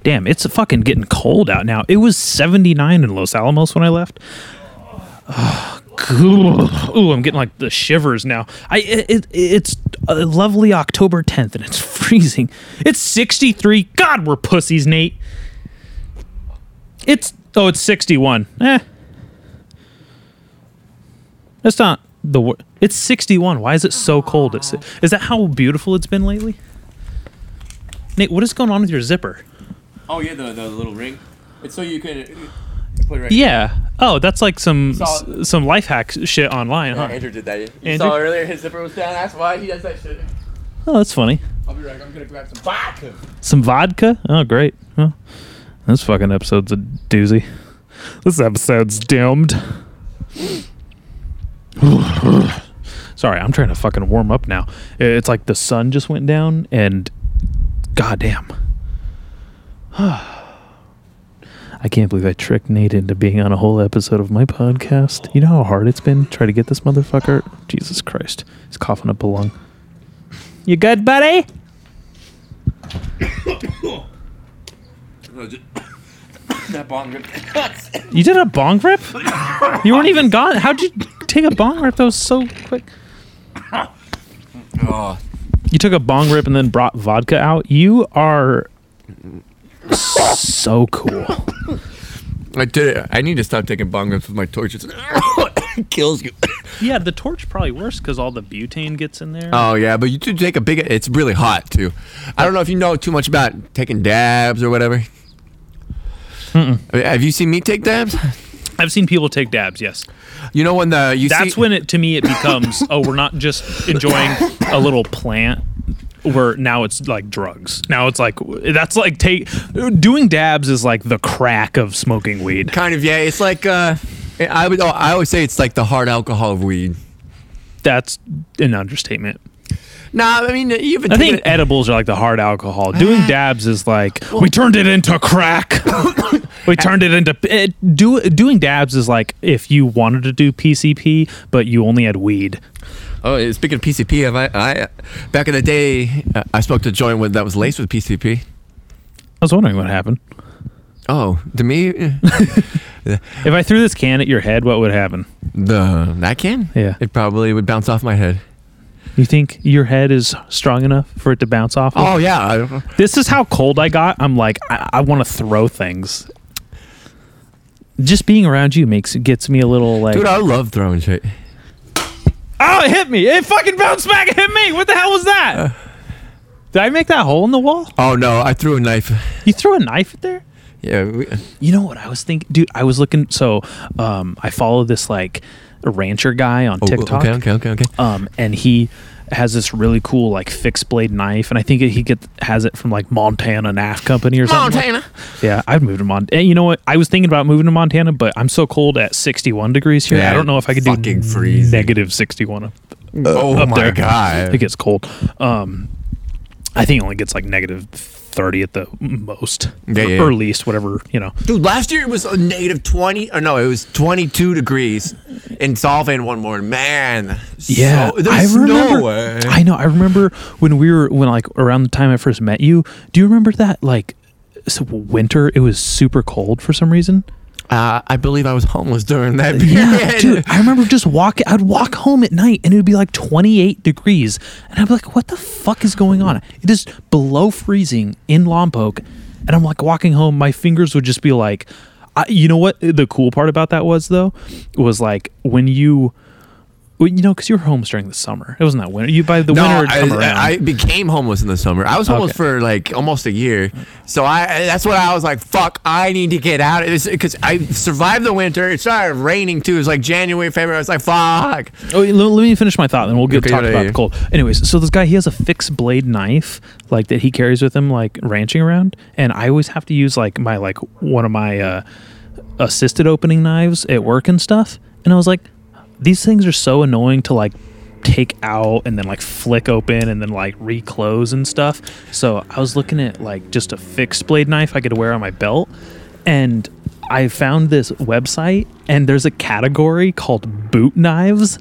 C: Damn, it's fucking getting cold out now. It was 79 in Los Alamos when I left. [sighs] Oh, ooh, I'm getting like the shivers now. I it, it, it's a lovely October 10th and it's [laughs] freezing. It's 63. God, we're pussies, Nate. It's oh, it's 61. Eh. That's not the wor- it's 61. Why is it so cold? It's is that how beautiful it's been lately? Nate, what is going on with your zipper?
J: Oh yeah, the, the little ring. It's so you can. uh,
C: Yeah. Oh, that's like some
E: Saw-
C: s- some life hack shit online, huh?
E: Andrew did that. You
C: Andrew?
E: saw earlier his zipper was down. That's why he does that shit.
C: Oh, that's funny.
J: I'll be right. I'm gonna grab some vodka.
C: Some vodka. Oh, great. Well, this fucking episode's a doozy. This episode's doomed. [sighs] Sorry, I'm trying to fucking warm up now. I- It's like the sun just went down, and goddamn, [sighs] I can't believe I tricked Nate into being on a whole episode of my podcast. You know how hard it's been to try to get this motherfucker. Jesus Christ, he's coughing up a lung. You good, buddy?
J: [coughs]
E: That bomb grip.
C: You did a bong rip? You weren't even gone. How'd you take a bong rip? That was so quick.
E: Oh,
C: You took a bong rip and then brought vodka out. You are so cool.
E: I did it. I need to stop taking bomb grips with my torches. [coughs] it kills you.
C: Yeah, the torch probably worse because all the butane gets in there.
E: Oh yeah, but you do take a big. It's really hot too. I don't know if you know too much about taking dabs or whatever. I mean, Have you seen me take dabs?
C: I've seen people take dabs. Yes,
E: You know when the you
C: that's
E: see,
C: when it to me it becomes oh we're not just enjoying a little plant. Where now it's like drugs. Now it's like that's like take doing dabs is like the crack of smoking weed.
E: kind of yeah. It's like uh, I would. I always say it's like the hard alcohol of weed.
C: That's an understatement.
E: Nah, I mean you haven't.
C: I
E: taken
C: think edibles are like the hard
E: Ah.
C: alcohol. Doing dabs is like we turned it into
E: [coughs]
C: crack. [coughs] we turned it into it, do doing dabs is like if you wanted to do PCP but you only had weed.
E: Oh, yeah, speaking of PCP, have I, I back in the day, uh, I smoked a joint with, that was laced with PCP.
C: I was wondering what happened.
E: Oh,
C: [laughs]
E: to me, eh,
C: If I threw this can at your head, what would happen?
E: the that can,
C: Yeah.
E: it probably would bounce off my head.
C: You think your head is strong enough for it to bounce off? Of?
E: Oh yeah,
C: This is how cold I got. I'm like, I, I want to throw things. Just being around you makes gets me a little like.
E: dude, I love throwing shit.
C: oh, it hit me! It fucking bounced back. It hit me. What the hell was that? Did I make that hole in the wall?
E: Oh no, I threw a knife.
C: You threw a knife at there?
E: Yeah, we, uh,
C: You know what I was thinking, dude? I was looking. So, um, I follow this like rancher guy on
E: oh,
C: TikTok.
E: Okay, okay, okay, okay.
C: um, and he has this really cool like fixed blade knife, and I think he get has it from like Montana Knife Company or something.
E: Montana.
C: Yeah, I'd move to Montana. You know what? I was thinking about moving to Montana, but I'm so cold at 61 degrees here. I
E: Yeah,
C: don't know if I could do
E: fucking freezing.
C: negative 61. Up,
E: Oh
C: Uh, up [laughs]
E: my
C: there.
E: god.
C: it gets cold. Um, I think it only gets like negative 30 at the most,
E: Yeah,
C: or,
E: yeah, yeah.
C: or least whatever you know.
E: Dude, last year it was a negative 20, or no, it was 22 degrees in Solvang one morning. Man.
C: Yeah,
E: so- there's no way.
C: I know. I remember when we were when like around the time I first met you. Do you remember that like s- winter? It was super cold for some reason.
E: Uh, I believe I was homeless during that
C: Yeah,
E: [laughs] period.
C: dude. I remember just walking. I'd walk home at night and it would be like 28 degrees, and I'd be like, "What the fuck is going on?" It is below freezing in Lompoc, and I'm like walking home. My fingers would just be like, I, you know what? The cool part about that was though, was like when you. Well, you know, because you were homeless during the summer. It wasn't that winter. You by the
E: No,
C: winter would
E: I,
C: come around.
E: I became homeless in the summer. I was homeless for like almost a year. So I I- that's what I was like, fuck, I need to get out. Because I survived the winter. It started raining too. It was like January, February. I was like, fuck.
C: Oh, let, let me finish my thought, then we'll get
E: Okay,
C: talk
E: yeah,
C: about
E: yeah.
C: the cold. Anyways, so this guy he has a fixed blade knife like that he carries with him like ranching around, and I always have to use like my like one of my uh, assisted opening knives at work and stuff. And I was like, these things are so annoying to like take out and then like flick open and then like reclose and stuff. So I was looking at like just a fixed blade knife I could wear on my belt and I found this website and there's a category called boot knives.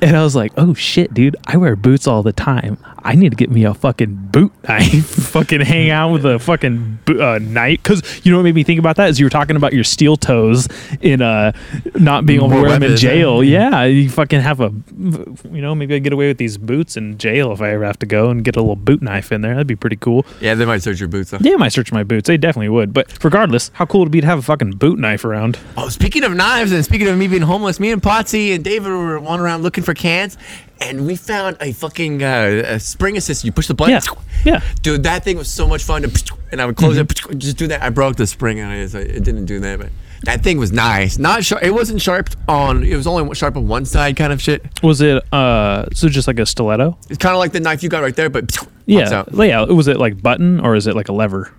C: And I was like, oh shit, dude, I wear boots all the time. I need to get me a fucking boot [laughs] knife, fucking hang out with a fucking bo- uh, knife. Cause you know what made me think about that is you were talking about your steel toes in uh, not being able to
E: More
C: wear them in
E: weapons, eh? huh?
C: jail. Yeah, you fucking have a, you know, maybe I get away with these boots in jail if I ever have to go and get a little boot knife in there. That'd be pretty cool.
E: Yeah, they might search your boots. Off.
C: They might search my boots. They definitely would. But regardless, how cool would it be to have a fucking boot knife around?
E: Oh, speaking of knives and speaking of me being homeless, me and Potsy and David were wandering around looking for cans, and we found a fucking uh, a spring assist. You push the button.
C: Yeah. Yeah. Mm-hmm.
E: Dude, that thing was so much fun to, and I would close it, just do that. I broke the spring on it, so it didn't do that, but that thing was nice. Not sharp. It wasn't sharp on. It was only sharp on one side, kind of shit.
C: Was it uh so just like a stiletto?
E: It's kind of like the knife you got right there, but pops
C: Yeah.
E: out.
C: Yeah. Was it like button or is it like a lever?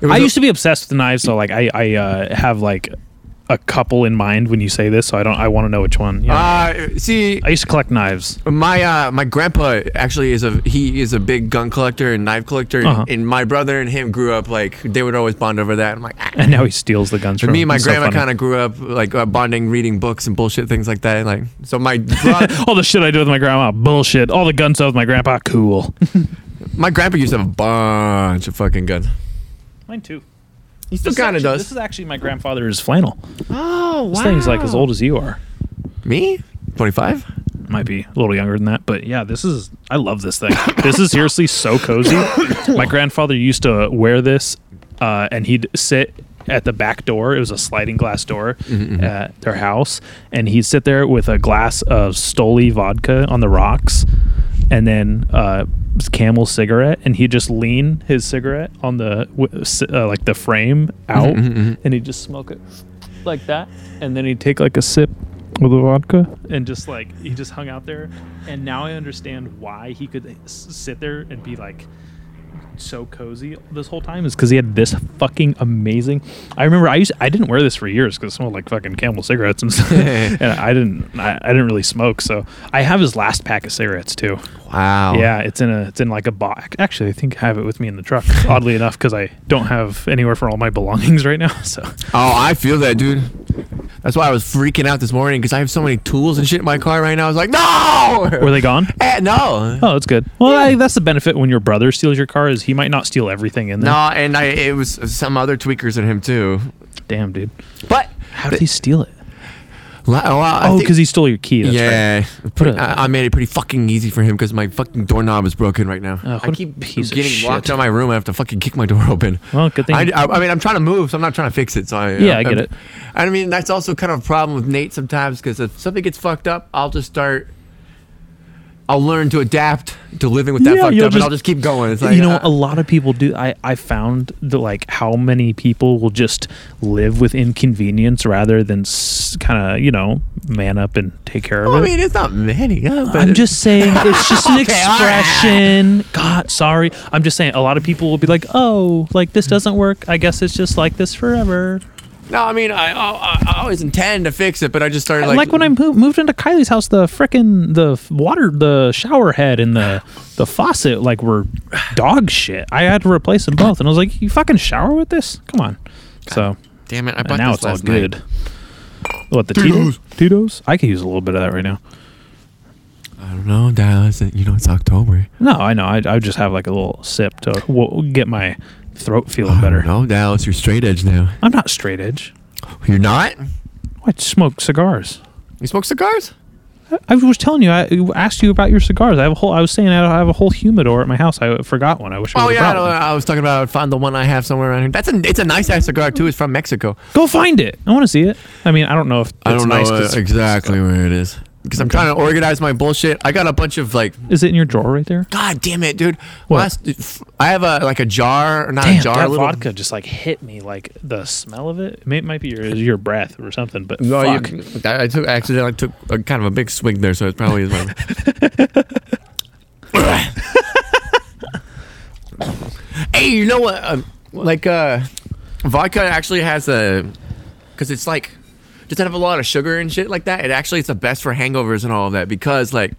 E: It was
C: I
E: a-
C: used to be obsessed with knives, so like I I uh, have like a couple in mind when you say this, so I don't I want to know which one. Yeah.
E: Uh, see,
C: I used to collect knives.
E: My uh, my grandpa actually is a he is a big gun collector and knife collector,
C: Uh-huh.
E: and my brother and him grew up like they would always bond over that. I'm like, ah.
C: And now he steals the guns from
E: me and my grandma kind
C: of.
E: of grew up like uh, bonding, reading books and bullshit things like that. And, like, so my
C: [laughs]
E: bro-
C: All the shit I do with my grandma, bullshit. All the gun stuff with my grandpa, cool.
E: my grandpa used to have a bunch of fucking guns.
C: Mine too.
E: He still kind of
C: This
E: does.
C: is actually my grandfather's flannel.
E: Oh wow.
C: This thing's like as old as you are.
E: me. Twenty five.
C: might be a little younger than that, but yeah, this is I love this thing. [coughs] this is seriously so cozy. [coughs] My grandfather used to wear this, uh, and he'd sit at the back door. It was a sliding glass door at their house, and he'd sit there with a glass of Stoli vodka on the rocks, and then uh, Camel cigarette, and he'd just lean his cigarette on the w- s- uh, like the frame out, and he'd just smoke it like that, and then he'd take like a sip of the vodka, and just like he just hung out there. And now I understand why he could s- sit there and be like so cozy this whole time is because he had this fucking amazing. I remember I used I didn't wear this for years because it smelled like fucking Camel cigarettes and stuff, and I didn't I, I didn't really smoke, so I have his last pack of cigarettes too.
E: Wow.
C: Yeah, it's in a it's in like a box. Actually, I think I have it with me in the
E: [laughs]
C: truck. Oddly enough, because I don't have anywhere for all my belongings right now. [laughs] So
E: Oh, I feel that, dude. That's why I was freaking out this morning because I have so many tools and shit in my car right now. I was like, no.
C: were they gone?
E: Eh, no.
C: Oh, that's good. Well, I, that's the benefit when your brother steals your car is he might not steal everything in there.
E: No, and I it was some other tweakers in him too.
C: Damn, dude.
E: But
C: How did he steal it?
E: La- well, I
C: Oh,
E: think-
C: because he stole your key. That's right.
E: yeah,
C: Put a-
E: I, I made it pretty fucking easy for him because my fucking doorknob is broken right now.
C: Oh,
E: I
C: what a
E: keep
C: piece of
E: getting locked
C: shit.
E: out of my room. I have to fucking kick my door [laughs] open.
C: Well, good thing-
E: I, I, I mean, I'm trying to move, so I'm not trying to fix it. So I,
C: Yeah, I get it.
E: I mean, that's also kind of a problem with Nate sometimes because if something gets fucked up, I'll just start. I'll learn to adapt to living with that
C: Yeah,
E: fucked up,
C: you'll
E: and I'll
C: just-
E: just keep going. It's like
C: you know,
E: uh,
C: a lot of people do. I I found that like how many people will just live with inconvenience rather than s- kind of you know man up and take care of
E: well, I
C: it.
E: mean, it's not many. uh, but
C: I'm just
E: [laughs]
C: saying it's just an expression. God, sorry. I'm just saying a lot of people will be like, "Oh, like this doesn't work. I guess it's just like this forever."
E: no. I mean, I, I, I always intend to fix it, but I just started
C: Like,
E: like
C: when I mo- moved into Kylie's house, the frickin' the f- water, the shower head, and the the faucet like were dog shit. I had to replace them both, and I was like, "You fucking shower with this? Come on." So
E: Damn it! I
C: and
E: bought
C: now it's
E: this
C: all
E: last night.
C: good. What the Tito's? Tito's? I could use a little bit of that right now.
E: I don't know, Dallas. You know, it's October.
C: No, I know. I I just have like a little sip to wo- get my throat feeling better.
E: No, Dallas, you're straight edge now.
C: I'm not straight edge.
E: You're not?
C: I smoke cigars.
E: You smoke cigars?
C: I- I was telling you. I I asked you about your cigars. I have a whole. I was saying I have a whole humidor at my house. I forgot one. I wish. I
E: Oh
C: would've
E: yeah, I,
C: brought one.
E: I was talking about I found the one I have somewhere around here. That's a it's a nice ass cigar too. It's from Mexico.
C: Go find it. I want to see it. I mean, I don't know uh, if it's nice. 'cause-
E: exactly where it is because I'm trying to organize my bullshit. I got a bunch of like,
C: Is it in your drawer right there?
E: god damn it, dude.
C: What?
E: Last, I have a like a jar, not a
C: Damn,
E: jar,
C: that
E: a little.
C: vodka just like hit me. Like the smell of it. It, may, it might be your your breath or something. But
E: No, you,
C: fuck.
E: I, I took I accidentally took a, kind of a big swig there, so it's probably is my.
C: [laughs]
E: hey, you know what? Um, like, uh, vodka actually has a, because it's like, doesn't have a lot of sugar and shit like that. It actually is the best for hangovers and all of that because like,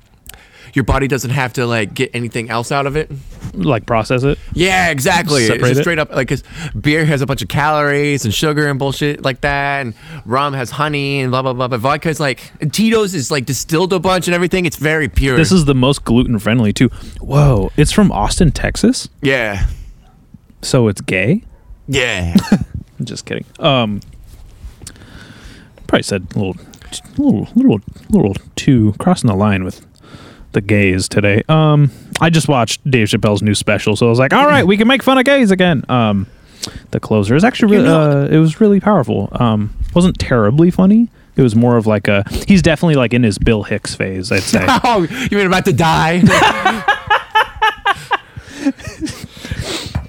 E: your body doesn't have to like get anything else out of it.
C: like process it.
E: Yeah, exactly. It's
C: Separate
E: just
C: it?
E: straight up like 'cause beer has a bunch of calories and sugar and bullshit like that, and rum has honey and blah blah blah. But vodka is like Tito's is like distilled a bunch and everything. It's very pure.
C: This is the most gluten friendly too. Whoa! It's from Austin, Texas.
E: yeah,
C: So it's gay.
E: [laughs] yeah.
C: I'm just kidding. Um, probably said a little, little, little, little too crossing the line with the gays today. Um, I just watched Dave Chappelle's new special, so I was like, all right, we can make fun of gays again. Um, the closer is actually really, uh, it was really powerful. Um, wasn't terribly funny. It was more of like a he's definitely like in his Bill Hicks phase, I'd
E: [laughs]
C: say.
E: oh, you mean about to [laughs] die?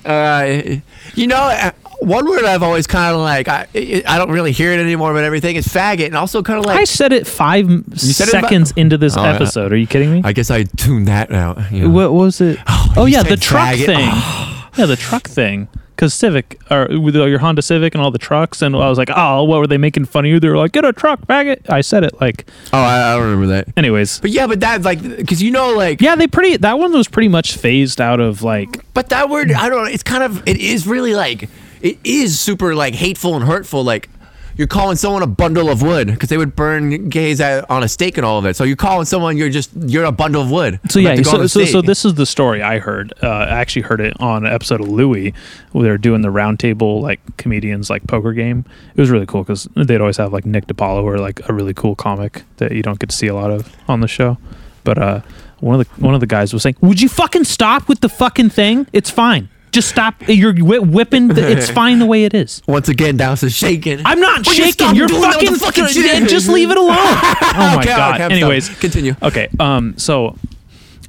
E: uh, you know, uh, one word I've always kind of like I I don't really hear it anymore, but everything is faggot, and also kind of like
C: I said it five
E: said it about-
C: seconds into this
E: Oh, yeah.
C: episode. Are you kidding me?
E: I guess I tuned that out. you know.
C: What was it? Oh,
E: you
C: yeah, the
E: said
C: truck
E: faggot.
C: thing.
E: [gasps]
C: yeah, the truck thing. Because Civic, or with your Honda Civic and all the trucks, and I was like, oh, what were they making fun of you? They were like, get a truck, faggot. I said it like,
E: Oh, I, I don't remember that.
C: anyways.
E: But yeah, but that like because you know like
C: Yeah, they pretty. That one was pretty much phased out of like.
E: but that word I don't know. It's kind of it is really like it is super like hateful and hurtful. Like you're calling someone a bundle of wood because they would burn gays at, on a stake and all of it. So you're calling someone you're just you're a bundle of wood.
C: So
E: About
C: yeah,
E: to go on
C: so,
E: a
C: so, so
E: stake.
C: this is the story I heard. Uh, I actually heard it on an episode of Louie, where they're doing the roundtable like comedians like poker game. It was really cool because they'd always have like Nick DiPaolo or like a really cool comic that you don't get to see a lot of on the show. But uh, one of the one of the guys was saying, "Would you fucking stop with the fucking thing? It's fine. Just stop. You're whi whipping. The, it's fine the way it is."
E: once again Dallas is shaking.
C: I'm not
E: Will you
C: shaking.
E: stop
C: You're
E: doing that with
C: fucking,
E: the fucking
C: fucking
E: shit?
C: just leave it
E: [laughs]
C: alone. oh my
E: Okay,
C: god.
E: okay, I'm
C: Anyways,
E: done. Continue.
C: Okay. Um. So.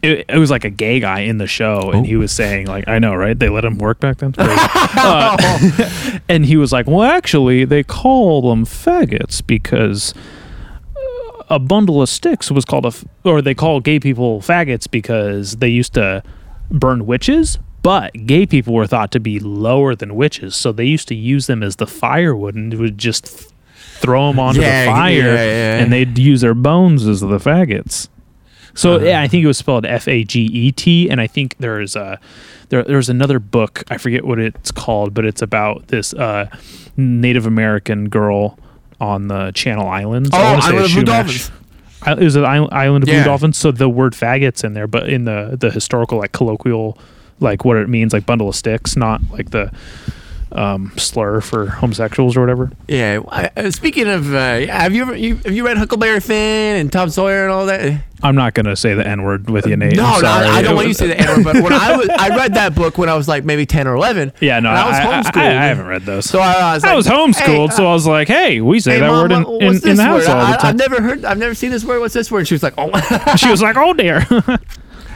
C: It, it was like a gay guy in the show, and he was saying, like, I know, right? They let him work back
E: [laughs]
C: then. Uh, and he was like, Well, actually, they call them faggots because uh, a bundle of sticks was called a, f- or they call gay people faggots because they used to burn witches, but gay people were thought to be lower than witches, so they used to use them as the firewood and would just th- throw them onto
E: Yeah,
C: the
E: yeah,
C: fire,
E: yeah.
C: and they'd use their bones as the faggots. So
E: Uh-huh.
C: yeah, I think it was spelled F A G E T, and I think there is a there there's another book I forget what it's called, but it's about this uh, Native American girl on the Channel Islands.
E: Oh,
C: wanna
E: Island of Blue
C: Shumash.
E: Dolphins.
C: I- It was an island, island of blue
E: Yeah.
C: dolphins, so the word "faggots" in there, but in the the historical like colloquial, like what it means, like bundle of sticks, not like the um, slur for homosexuals or whatever.
E: Yeah. I- uh, Speaking of, uh, have you ever you, have you read Huckleberry Finn and Tom Sawyer and all that?
C: I'm not gonna say the N word with you, Nate.
E: No,
C: I'm
E: no,
C: sorry.
E: I don't want you to say the N word. But when I was, I read that book when I was like maybe ten or eleven.
C: Yeah, no,
E: and I was homeschooled.
C: I, I haven't read those.
E: So I, was,
C: I
E: like,
C: was homeschooled,
E: hey,
C: so I was like, uh, "Hey, we say
E: hey,
C: that
E: Mom,
C: word in,
E: what-
C: in,
E: what's
C: in the
E: this
C: house
E: word?
C: all
E: I,
C: the time."
E: I've never heard. I've never seen this word. What's this word? She was like, oh. [laughs]
C: she was like, "Oh dear." [laughs]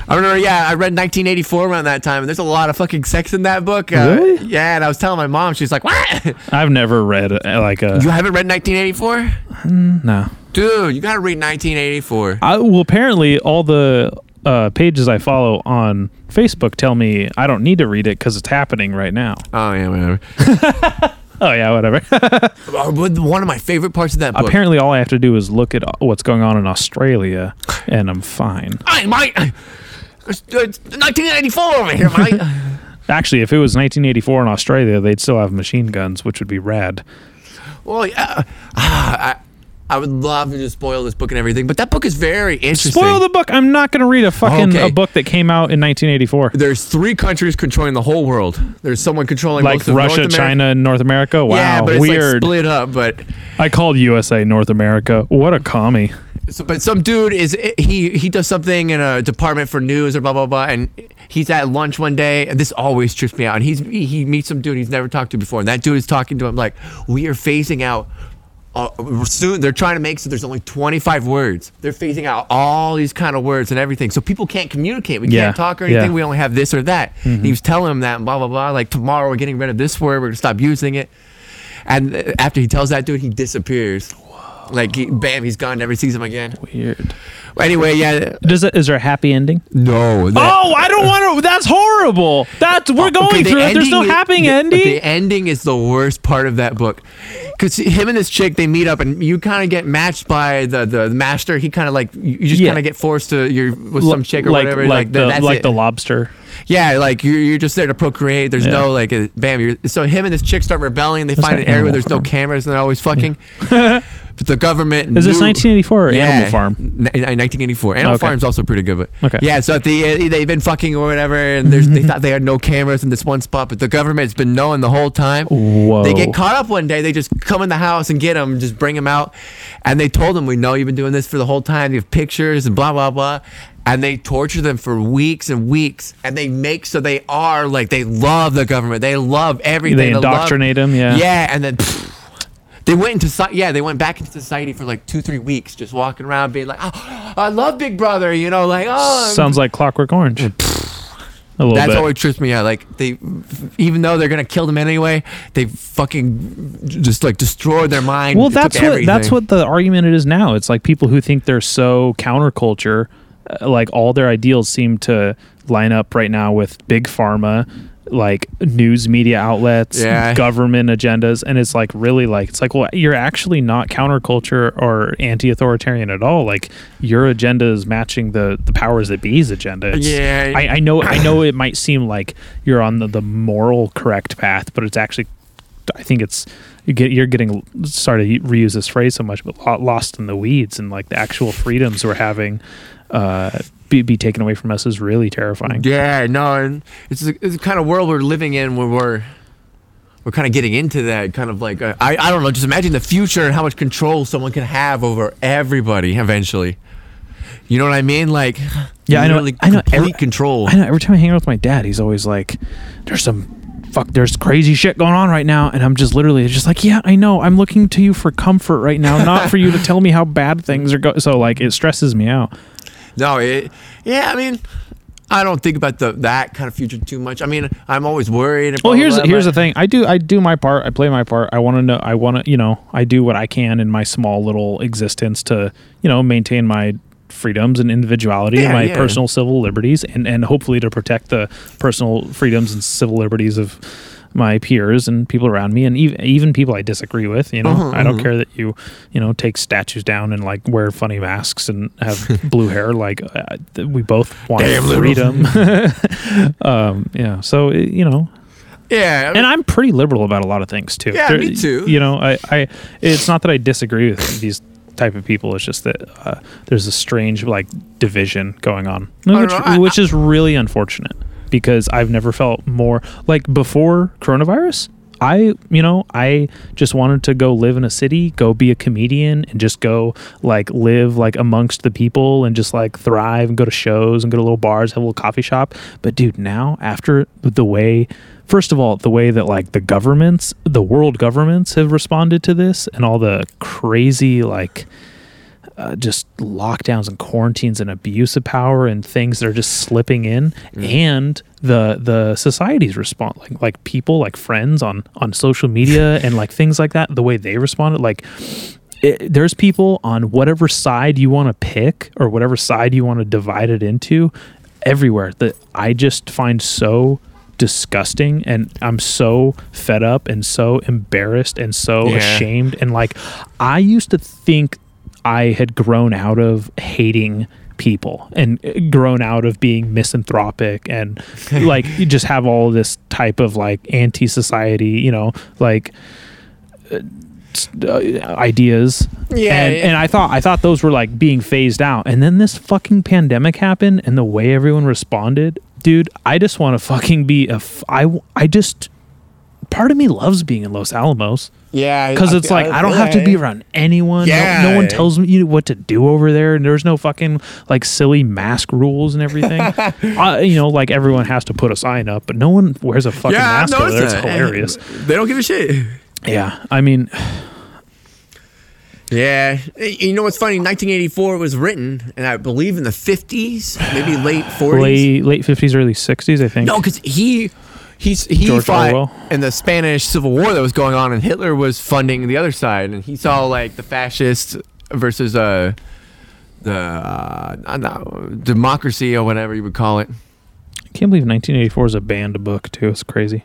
E: I remember, yeah, I read 1984 around that time, and there's a lot of fucking sex in that book. Uh,
C: Really?
E: Yeah, and I was telling my mom, she's like, "What?
C: I've never read uh, like a
E: You haven't read 1984?
C: no.
E: Dude, you gotta read 1984."
C: I, well, apparently, all the uh, pages I follow on Facebook tell me I don't need to read it because it's happening right now.
E: Oh yeah, whatever.
C: Oh yeah, [laughs] whatever.
E: Oh, but One of my favorite parts of that book.
C: apparently, all I have to do is look at uh, what's going on in Australia, and I'm fine.
E: Hey, mate. [laughs] It's, it's 1984 over here, mate.
C: Actually, if it was 1984 in Australia, they'd still have machine guns, which would be rad.
E: well, yeah. uh, Ah, I, I would love to just spoil this book and everything, but that book is very interesting.
C: Spoil the book. I'm not going to read a fucking
E: Okay.
C: a book that came out in 1984.
E: There's three countries controlling the whole world. There's someone controlling
C: Like
E: most of
C: Russia,
E: North America.
C: China, and North America. Wow,
E: yeah, but it's like
C: weird.
E: split up. But
C: I called USA North America. What a commie.
E: so, but some dude is he he does something in a department for news or blah blah blah, and he's at lunch one day, and this always trips me out. And he's he, he meets some dude he's never talked to before, and that dude is talking to him like, "We are phasing out." Uh, soon they're trying to make so there's only 25 words. They're phasing out all these kind of words and everything, so people can't communicate. We
C: Yeah,
E: can't talk or
C: yeah. Mm-hmm.
E: anything. We only have this or that. He was telling him that and blah blah blah. Like tomorrow we're getting rid of this word. We're gonna stop using it. And uh, after he tells that dude, he disappears. Like he, bam, he's gone. Never sees him again.
C: Weird.
E: Anyway, yeah.
C: Does it, is there a happy ending?
E: No.
C: Oh, I don't want to. That's horrible. That's
E: Oh,
C: we're going through it. There's no happy ending.
E: The ending is the worst part of that book, because him and this chick they meet up and you kind of get matched by the the master. He kind of like you you just
C: Yeah.
E: kind of get forced to you're with
C: L-
E: some chick or
C: like,
E: whatever.
C: like,
E: Like,
C: the
E: that- that's
C: like
E: it.
C: the lobster.
E: Yeah, like you're, you're just there to procreate. There's no like, a, bam. You're, so him and this chick start rebelling. They find
C: like
E: an area
C: Animal
E: where there's no
C: Farm.
E: cameras and they're always fucking.
C: [laughs]
E: but the government
C: Is this
E: knew-
C: 1984 or Animal Farm?
E: N- in 1984. Animal
C: Okay.
E: Farm's also pretty good, but
C: Okay.
E: yeah. So at the uh, they've been fucking or whatever, and there's, they thought they had no cameras in this one spot, but the government's been knowing the whole time.
C: Whoa.
E: They get caught up one day. They just come in the house and get him, just bring him out, and they told him, "We know you've been doing this for the whole time. You have pictures and blah blah blah." And they torture them for weeks and weeks, and they make so they are like they love the government. They love everything.
C: They
E: love-
C: indoctrinate 'em, yeah.
E: Yeah, and then. They went into so- yeah, they went back into society for like two, three weeks, just walking around being like, "Oh, I love Big Brother," you know, like, "Oh."
C: Sounds like Clockwork Orange. a little
E: that's
C: bit.
E: always trips me out. Like they, even though they're gonna kill them anyway, they fucking just like destroyed their mind.
C: well
E: It took
C: that's what that's
E: everything.
C: what the argument it is now it's like people who think they're so counterculture uh, like all their ideals seem to line up right now with big pharma like news media outlets
E: Yeah.
C: government agendas and it's like really like it's like well you're actually not counterculture or anti-authoritarian at all like your agenda is matching the the powers that be's agenda It's-
E: Yeah.
C: I, I know i know it might seem like you're on the, the moral correct path but it's actually I think it's you get you're getting sorry to reuse this phrase so much, but lo- lost in the weeds and like the actual freedoms we're having uh, be, be taken away from us is really terrifying.
E: Yeah, no, and it's the- it's the kind of world we're living in where we're we're kind of getting into that kind of like uh, I I don't know. Just imagine the future and how much control someone can have over everybody eventually. You know what I mean? Like
C: Yeah, I know-
E: literally
C: I know
E: Complete
C: every-
E: control.
C: I know. Every time I hang out with my dad, he's always like, "There's some fuck. There's crazy shit going on right now," and I'm just literally just like, "Yeah, I know. I'm looking to you for comfort right now, not for you to tell me how bad things are going." So like, it stresses me out.
E: No, it, yeah, I mean, I don't think about the that kind of future too much. I mean, I'm always worried.
C: Well, here's here's the thing. I do I do my part. I play my part. I want to know. I want to you know. I do what I can in my small little existence to you know maintain my freedoms and individuality and
E: Yeah,
C: my
E: yeah.
C: personal civil liberties and and hopefully to protect the personal freedoms and civil liberties of my peers and people around me and even even people I disagree with. You know,
E: Uh-huh,
C: I don't care that you you know take statues down and like wear funny masks and
E: [laughs]
C: have blue hair. Like uh, th- we both want freedom. [laughs] um, yeah. So it- you know
E: Yeah, I mean,
C: and I'm pretty liberal about a lot of things too.
E: Yeah, me too.
C: You know, I, I, it's not that I disagree with these type of people. It's just that uh, there's a strange like division going on,
E: don't
C: which,
E: know, I-
C: which is really unfortunate because I've never felt more like before coronavirus. I, you know, I just wanted to go live in a city, go be a comedian, and just go like live like amongst the people and just like thrive and go to shows and go to little bars, have a little coffee shop. But dude, now after the way, first of all, the way that like the governments, the world governments have responded to this and all the crazy like uh, just lockdowns and quarantines and abuse of power and things that are just slipping in and the the society's response like like people like friends on on social media and like things like that the way they responded like it, there's people on whatever side you want to pick or whatever side you want to divide it into everywhere that I just find so disgusting and I'm so fed up and so embarrassed and so
E: Yeah.
C: ashamed and like I used to think I had grown out of hating people and uh, grown out of being misanthropic and like you just have all this type of like anti-society you know like uh, ideas.
E: Yeah,
C: and,
E: yeah.
C: and I thought I thought those were like being phased out, and then this fucking pandemic happened, and the way everyone responded, dude, I just want to fucking be a. F- I I just part of me loves being in Los Alamos
J: Yeah,
C: because it's like I don't have to be around anyone. No-
D: Yeah.
C: No, one tells me you know, what to do over there, and there's no fucking like silly mask rules and
E: [laughs]
C: everything. uh, you know, like everyone has to put a sign up, but no one wears a fucking mask over there. It's hilarious.
E: They don't give a shit.
C: Yeah, I mean,
E: Yeah. You know what's funny? 1984 was written, and I believe in the 50s, maybe late 40s.
C: late late fifties, early sixties, I think.
E: No, because he he's he
C: George
E: fought
C: Orwell.
E: in the Spanish Civil War that was going on, and Hitler was funding the other side, and he saw like the fascists versus uh the uh, I don't know, democracy or whatever you would call it.
C: I can't believe 1984 is a banned book too. It's crazy.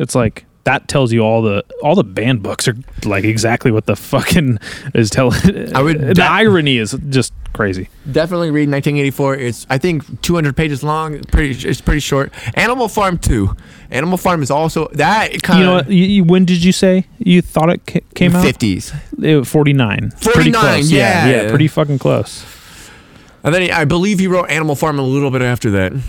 C: It's like that tells you all the all the banned books are like exactly what the fucking is telling.
E: I
C: [laughs]
E: would-
C: the
E: that-
C: irony is just crazy.
E: Definitely read 1984. It's I think 200 pages long. Pretty it's pretty short. Animal Farm 2. Animal Farm is also that kind
C: you know what? You, you, when did you say you thought it ca- came out?
E: 50s.
C: It- 49. Pretty
E: 49,
C: close. yeah.
E: yeah.
C: pretty fucking close.
E: And then he, I believe he wrote Animal Farm a little bit after that.
C: Um,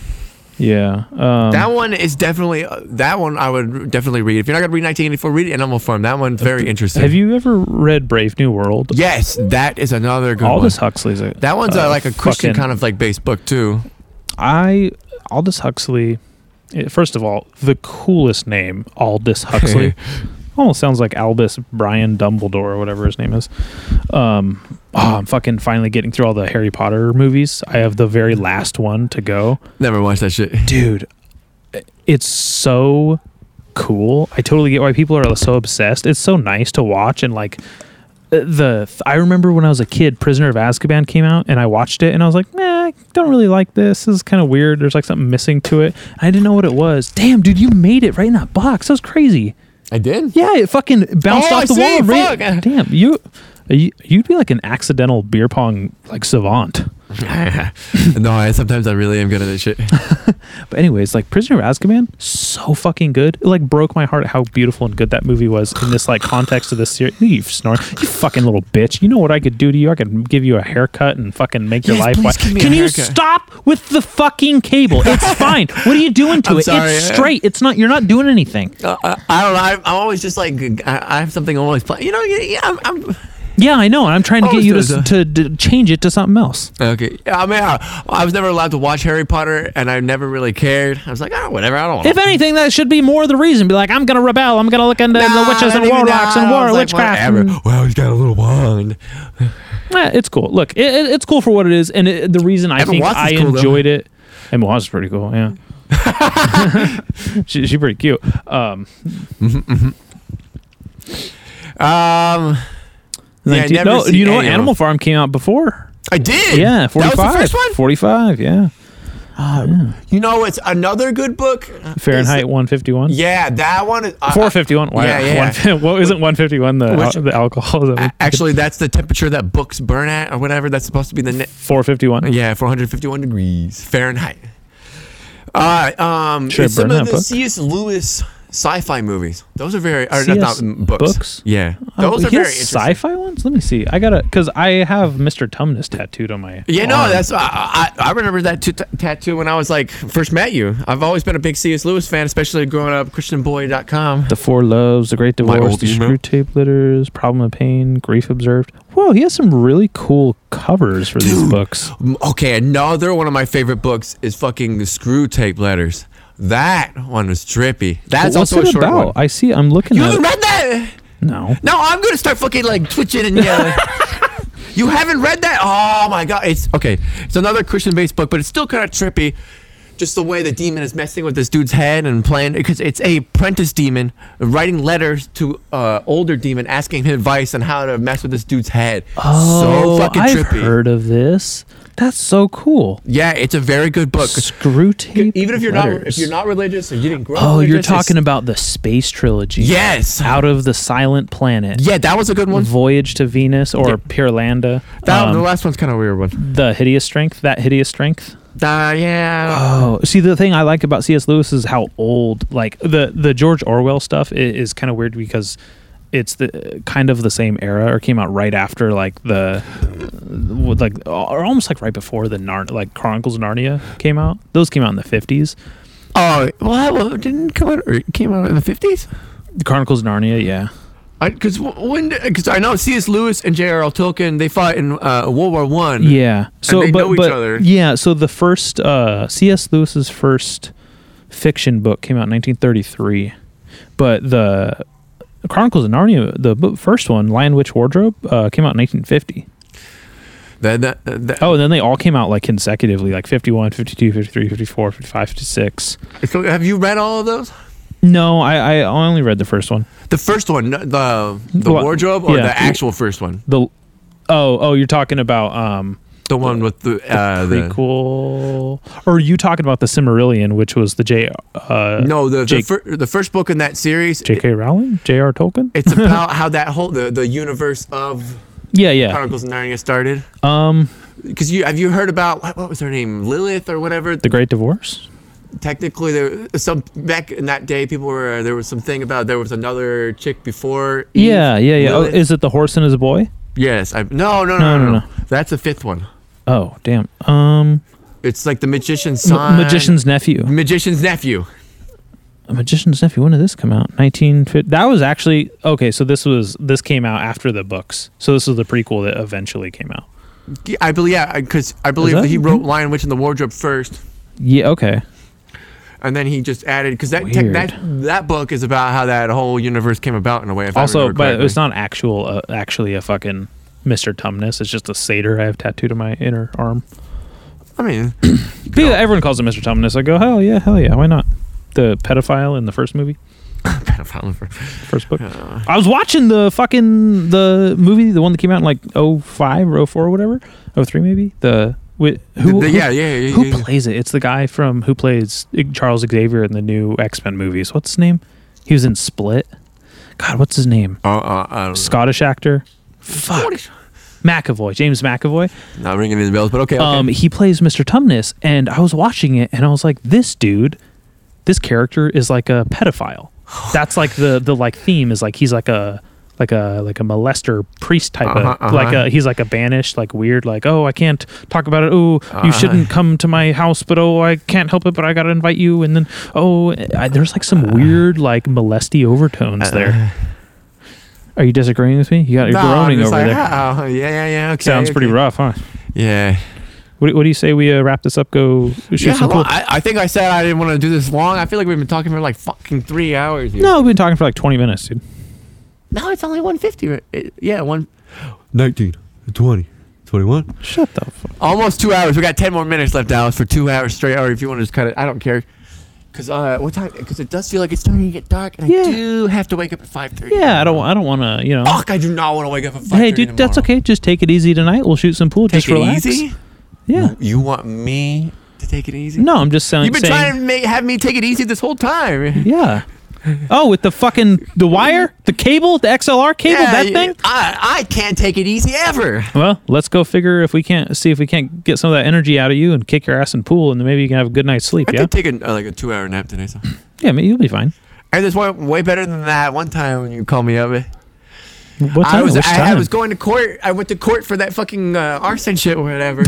C: Yeah. Um,
E: That one is definitely uh, that one I would definitely read. If you're not gonna read 1984, read Animal Farm. That one's very interesting.
C: have you ever read Brave New World?
E: Yes, that is another good one.
C: Aldous Huxley's a,
E: that one's uh, like a Christian
C: fucking-
E: kind of like based book too.
C: I Aldous Huxley. eh, First of all, the coolest name, Aldous Huxley. Almost sounds like Albus Brian Dumbledore or whatever his name is. Um, oh, I'm fucking finally getting through all the Harry Potter movies. I have the very last one to go,
E: Never watched that shit.
C: dude. It's so cool. I totally get why people are so obsessed. It's so nice to watch and like eh, the I remember when I was a kid, Prisoner of Azkaban came out, and I watched it, and I was like, "Nah, I don't really like this. This is kind of weird. There's like something missing to it." I didn't know what it was. Damn, dude, you made it right in that box. That was crazy.
E: I did.
C: Yeah, it fucking bounced
E: Oh,
C: off
E: I
C: the
E: see,
C: wall. right-
E: fuck.
C: Damn, you, you, you'd be like an accidental beer pong like savant.
E: no, I, sometimes I really am good at this shit.
C: But anyways, like Prisoner of Azkaban, so fucking good. It like broke my heart how beautiful and good that movie was in this like context of this series. You snore, you fucking little bitch. You know what I could do to you? I could give you a haircut and fucking make your
E: Yes,
C: life.
E: please
C: wa-
E: give me a
C: Can you
E: haircut.
C: stop with the fucking cable?
E: [laughs]
C: It's fine. What are you doing to
E: I'm
C: it?
E: sorry.
C: It's straight. It's not. You're not doing anything.
E: Uh, I, I don't know. I, I'm always just like I, I have something always play. You know. Yeah. yeah, I'm, I'm
C: Yeah, I know. And I'm trying to
E: Oh,
C: get you
E: there's
C: to,
E: a-
C: to to change it to something else.
E: okay. Yeah, I mean, I, I was never allowed to watch Harry Potter, and I never really cared. I was like, oh, whatever. I don't. want
C: If anything, that should be more the reason. Be like, I'm gonna rebel. I'm gonna look into the witches and warlocks and war witchcraft. hmm. and-
E: Well, he's got a little wand.
C: Eh, it's cool. Look, it, it- it's cool for what it is, and it, the reason I
E: Emma
C: think
E: Watson's
C: I
E: cool, though.
C: enjoyed it. Emma Watson's pretty cool. Yeah,
E: [laughs]
C: she, she's pretty cute. Um,
E: Um, Yeah, I
C: 19
E: never
C: no,
E: seen
C: you know what?
E: any of
C: Animal
E: them.
C: Farm came out before.
E: I did.
C: Yeah, forty-five.
E: That was the first one.
C: Forty-five. Yeah,
E: You know, it's another good book.
C: Fahrenheit one fifty-one.
E: Yeah, that one. Is, uh, I-
C: Four fifty-one. Wow.
E: Yeah,
C: [laughs]
E: yeah.
C: One, well, isn't one fifty-one the
E: Which-
C: al- the alcohol?
E: I- uh, Actually, that's the temperature that books burn at, or whatever. That's supposed to be the net.
C: Four fifty-one.
E: Yeah, 451 degrees Fahrenheit. Uh, um,
C: Should I
E: some
C: burn
E: of
C: that
E: the
C: book?
E: C.S. Lewis sci-fi movies. Those are very or
C: See,
E: not,
C: yes,
E: not books.
C: books?
E: Yeah,
C: Oh,
E: those are
C: he
E: very
C: has
E: interesting.
C: sci-fi ones. Let me see. I gotta because I have Mr. Tumnus tattooed on my.
E: Yeah, no,
C: arm.
E: that's I, I, I remember that t- tattoo when I was like first met you. I've always been a big C.S. Lewis fan, especially growing up ChristianBoy.com.
C: the four loves, the great
E: My
C: divorce,
E: old
C: the
E: email.
C: screw tape litters, problem of pain, grief observed. Whoa, he has some really cool covers for these books.
E: M- Okay, another one of my favorite books is fucking the Screw Tape Letters. That one was trippy. That's
C: But what's
E: also a
C: it
E: short
C: about?
E: one.
C: I see. I'm looking
E: you
C: at.
E: haven't
C: it.
E: read that?
C: No.
E: No, I'm gonna start fucking like twitching and yelling.
C: [laughs]
E: you haven't read that? Oh my god! It's okay. It's another Christian-based book, but it's still kind of trippy. Just the way the demon is messing with this dude's head and playing because it's a apprentice demon writing letters to uh, older demon asking him advice on how to mess with this dude's head.
C: Oh,
E: so fucking
C: I've
E: trippy.
C: heard of this. That's so cool.
E: Yeah, it's a very good book.
C: Screw tape.
E: Even if you're not if
C: letters.
E: you're not religious or you didn't grow up
C: Oh, you're
E: religious, it's-
C: talking about the space trilogy.
E: Yes.
C: Out of the Silent Planet.
E: Yeah, that was a good one.
C: Voyage to Venus or Pyrlanda.
E: That, the
C: Um,
E: last one's kind of weird one.
C: the hideous strength. That hideous strength.
E: Uh, yeah.
C: Oh, see, the thing I like about C.S. Lewis is how old, like the the George Orwell stuff i- is, kind of weird because it's the kind of the same era or came out right after like the with, like or almost like right before the Narn like Chronicles of Narnia came out. Those came out in the fifties.
E: Oh, well, well, it didn't come out. Or it came out in the fifties.
C: The Chronicles of Narnia, yeah.
E: Because when, because I know C.S. Lewis and J.R.R. Tolkien, they fought in uh, World War One.
C: Yeah. So,
E: they
C: but,
E: know each
C: but-
E: other.
C: Yeah. So the first uh, C.S. Lewis's first fiction book came out in 1933, but the Chronicles of Narnia, the bo- first one, Lion Witch Wardrobe, uh, came out in 1950.
E: That, that, that,
C: Oh, and then they all came out like consecutively, like 51, 52, 53, 54, 55, 56.
E: So have you read all of those?
C: No, I, I only read the first one.
E: The first one, no- the the
C: Well,
E: wardrobe, or
C: yeah.
E: the actual first one,
C: The oh oh, you're talking about um
E: the one with the, uh, the
C: prequel, or are you talking about the Cimmerillion, which was the J uh,
E: no the the,
C: Jake-
E: fir- the first book in that series.
C: J.K. Rowling, J.R. Tolkien?
E: [laughs] It's about how that whole the, the universe of
C: Yeah, yeah.
E: Chronicles of Narnia started.
C: Um,
E: Because you have you heard about what, what was her name, Lilith or whatever?
C: The Great Divorce.
E: technically there some back in that day people were there was something about there was another chick before Eve.
C: Yeah, yeah, yeah. Oh,
E: Lilith.
C: is it the horse and his boy?
E: yes I, no, no, no,
C: No,
E: no, no,
C: no,
E: That's the fifth one.
C: Oh, damn. Um,
E: It's like the magician's
C: M-
E: son.
C: magician's nephew.
E: magician's nephew.
C: A magician's nephew. When did this come out? Nineteen. That was actually okay. So this was this came out after the books. So this was the prequel that eventually came out.
E: Yeah, I believe yeah, because I believe
C: that-
E: that he wrote Lion Witch in the Wardrobe first,
C: Yeah. Okay.
E: and then he just added because that tech,
C: Weird.
E: that that book is about how that whole universe came about in a way. If I
C: Also,
E: remember
C: but it's
E: correctly.
C: not actual. Uh, actually, a fucking Mr. Tumnus. It's just a satyr I have tattooed on my inner arm.
E: I mean, [coughs]
C: People- Everyone calls him Mr. Tumnus. I go, hell yeah, hell yeah. Why not? The pedophile in the first movie.
E: pedophile for-
C: first book. I was watching the fucking the movie, the one that came out in like 05 or 04 or whatever, 03 maybe. The with who, who-
E: The- yeah, yeah, yeah,
C: who
E: yeah, yeah.
C: plays it? It's the guy from who plays Charles Xavier in the new X Men movies. What's his name? He was in Split. God, what's his name?
E: uh, uh, I don't
C: Scottish actor. Fuck. McAvoy, James McAvoy.
E: know. Not ringing any bells, but okay. okay.
C: Um, he plays Mr. Tumnus, and I was watching it, and I was like, this dude, this character is like a
E: [sighs]
C: pedophile. That's like the the like theme is like he's like a like a like a molester priest type
E: Uh-huh,
C: of like
E: uh-huh.
C: a he's like a banished like weird like oh I can't talk about it oh
E: Uh-huh.
C: you shouldn't come to my house but oh I can't help it but I gotta invite you and then oh I, there's like some
E: Uh-huh.
C: weird like molesty overtones there. Are you disagreeing with me? You got you're
E: No, I'm
C: groaning
E: just
C: over
E: like,
C: there.
E: "Ah, oh, yeah, yeah, yeah. Okay,
C: Sounds pretty
E: okay."
C: rough, huh?
E: Yeah.
C: What, what do you say we uh, wrap this up? Go shoot some
E: Yeah, how
C: pool.
E: long- I, I think I said I didn't want to do this long. I feel like we've been talking for like fucking three hours. Here.
C: no, we've been talking for like 20 minutes, dude.
E: no, it's only one fifty. Yeah, one
L: 19, 20, 21.
C: Shut the fuck.
E: almost two hours. We got ten more minutes left, Alice, for two hours straight. Or if you want to just cut it, I don't care. Cause uh, what time? Cause it does feel like it's starting to get dark, and
C: Yeah.
E: I do have to wake up at five thirty.
C: Yeah, I don't. I don't want to. You know.
E: Fuck, I do not want to wake up at five.
C: hey, dude, that's okay. Just take it easy tonight. We'll shoot some pool.
E: Take
C: just
E: it
C: relax.
E: easy.
C: Yeah.
E: You want me to take it easy?
C: No, I'm just saying.
E: You've been
C: saying-
E: trying to make, have me take it easy this whole time. [laughs]
C: Yeah. Oh, with the fucking the wire, the cable, the XLR cable, that
E: you-
C: thing.
E: I, I can't take it easy ever.
C: Well, let's go figure if we can't see if we can't get some of that energy out of you and kick your ass in pool, and then maybe you can have a good night's sleep.
E: I
C: Yeah.
E: could take a, uh, like a two hour nap today. So.
C: yeah, maybe you'll be fine.
E: And there's one way better than that. One time when you called me up,
C: What time?
E: I was
C: Which
E: I, I
C: time?
E: was going to court. I went to court for that fucking uh, arson shit
C: [laughs]
E: or whatever.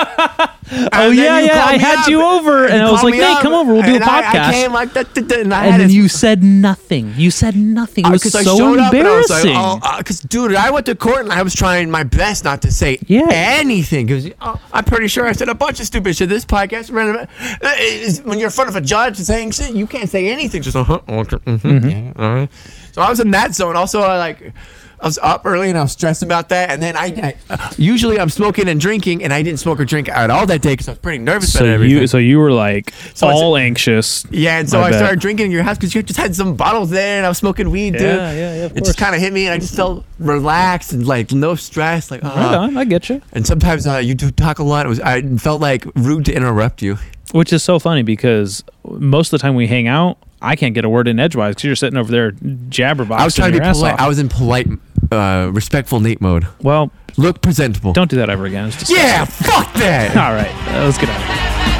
C: oh yeah, yeah. I had you over, and, I was like, "Hey, come over. We'll do a podcast."
E: I, came like that, that, that, and I
C: and
E: had
C: then
E: his-
C: you said nothing. You said nothing. It
E: uh,
C: was
E: 'cause I
C: so
E: showed up and I was like,
C: embarrassing.
E: oh, uh, 'cause, dude, I went to court and I was trying my best not to say
C: Yeah.
E: anything. Because I'm pretty sure I said a bunch of stupid shit. This podcast, random- uh, is- when you're in front of a judge saying shit, you can't say anything. Just uh-huh, okay, mhm,
C: Mm-hmm.
E: yeah, all right. So I was in that zone. Also, I like. I was up early and I was stressed about that. And then I, I usually I'm smoking and drinking, and I didn't smoke or drink at all that day because I was pretty nervous about
C: so
E: everything.
C: you, so you were like
E: So I said-
C: all anxious.
E: Yeah, and so
C: I
E: I,
C: bet.
E: started drinking in your house because you just had some bottles there, and I was smoking weed, dude.
C: Yeah, yeah, yeah, of
E: It
C: course.
E: just kind of hit me, and I just felt relaxed and like no stress, like.
C: Right
E: Uh.
C: on, I get you.
E: And sometimes uh, you do talk a lot. It was I felt like rude to interrupt you.
C: Which is so funny because most of the time we hang out, I can't get a word in edgewise because you're sitting over there jabberboxing.
E: I was trying to
C: your
E: be
C: ass
E: polite.
C: off.
E: I was in polite, uh, respectful Nate mode.
C: well,
E: Look
C: [laughs]
E: presentable.
C: don't do that ever again. It's just
E: Yeah, fuck
C: [laughs]
E: that.
C: All right, uh, let's get out. of here.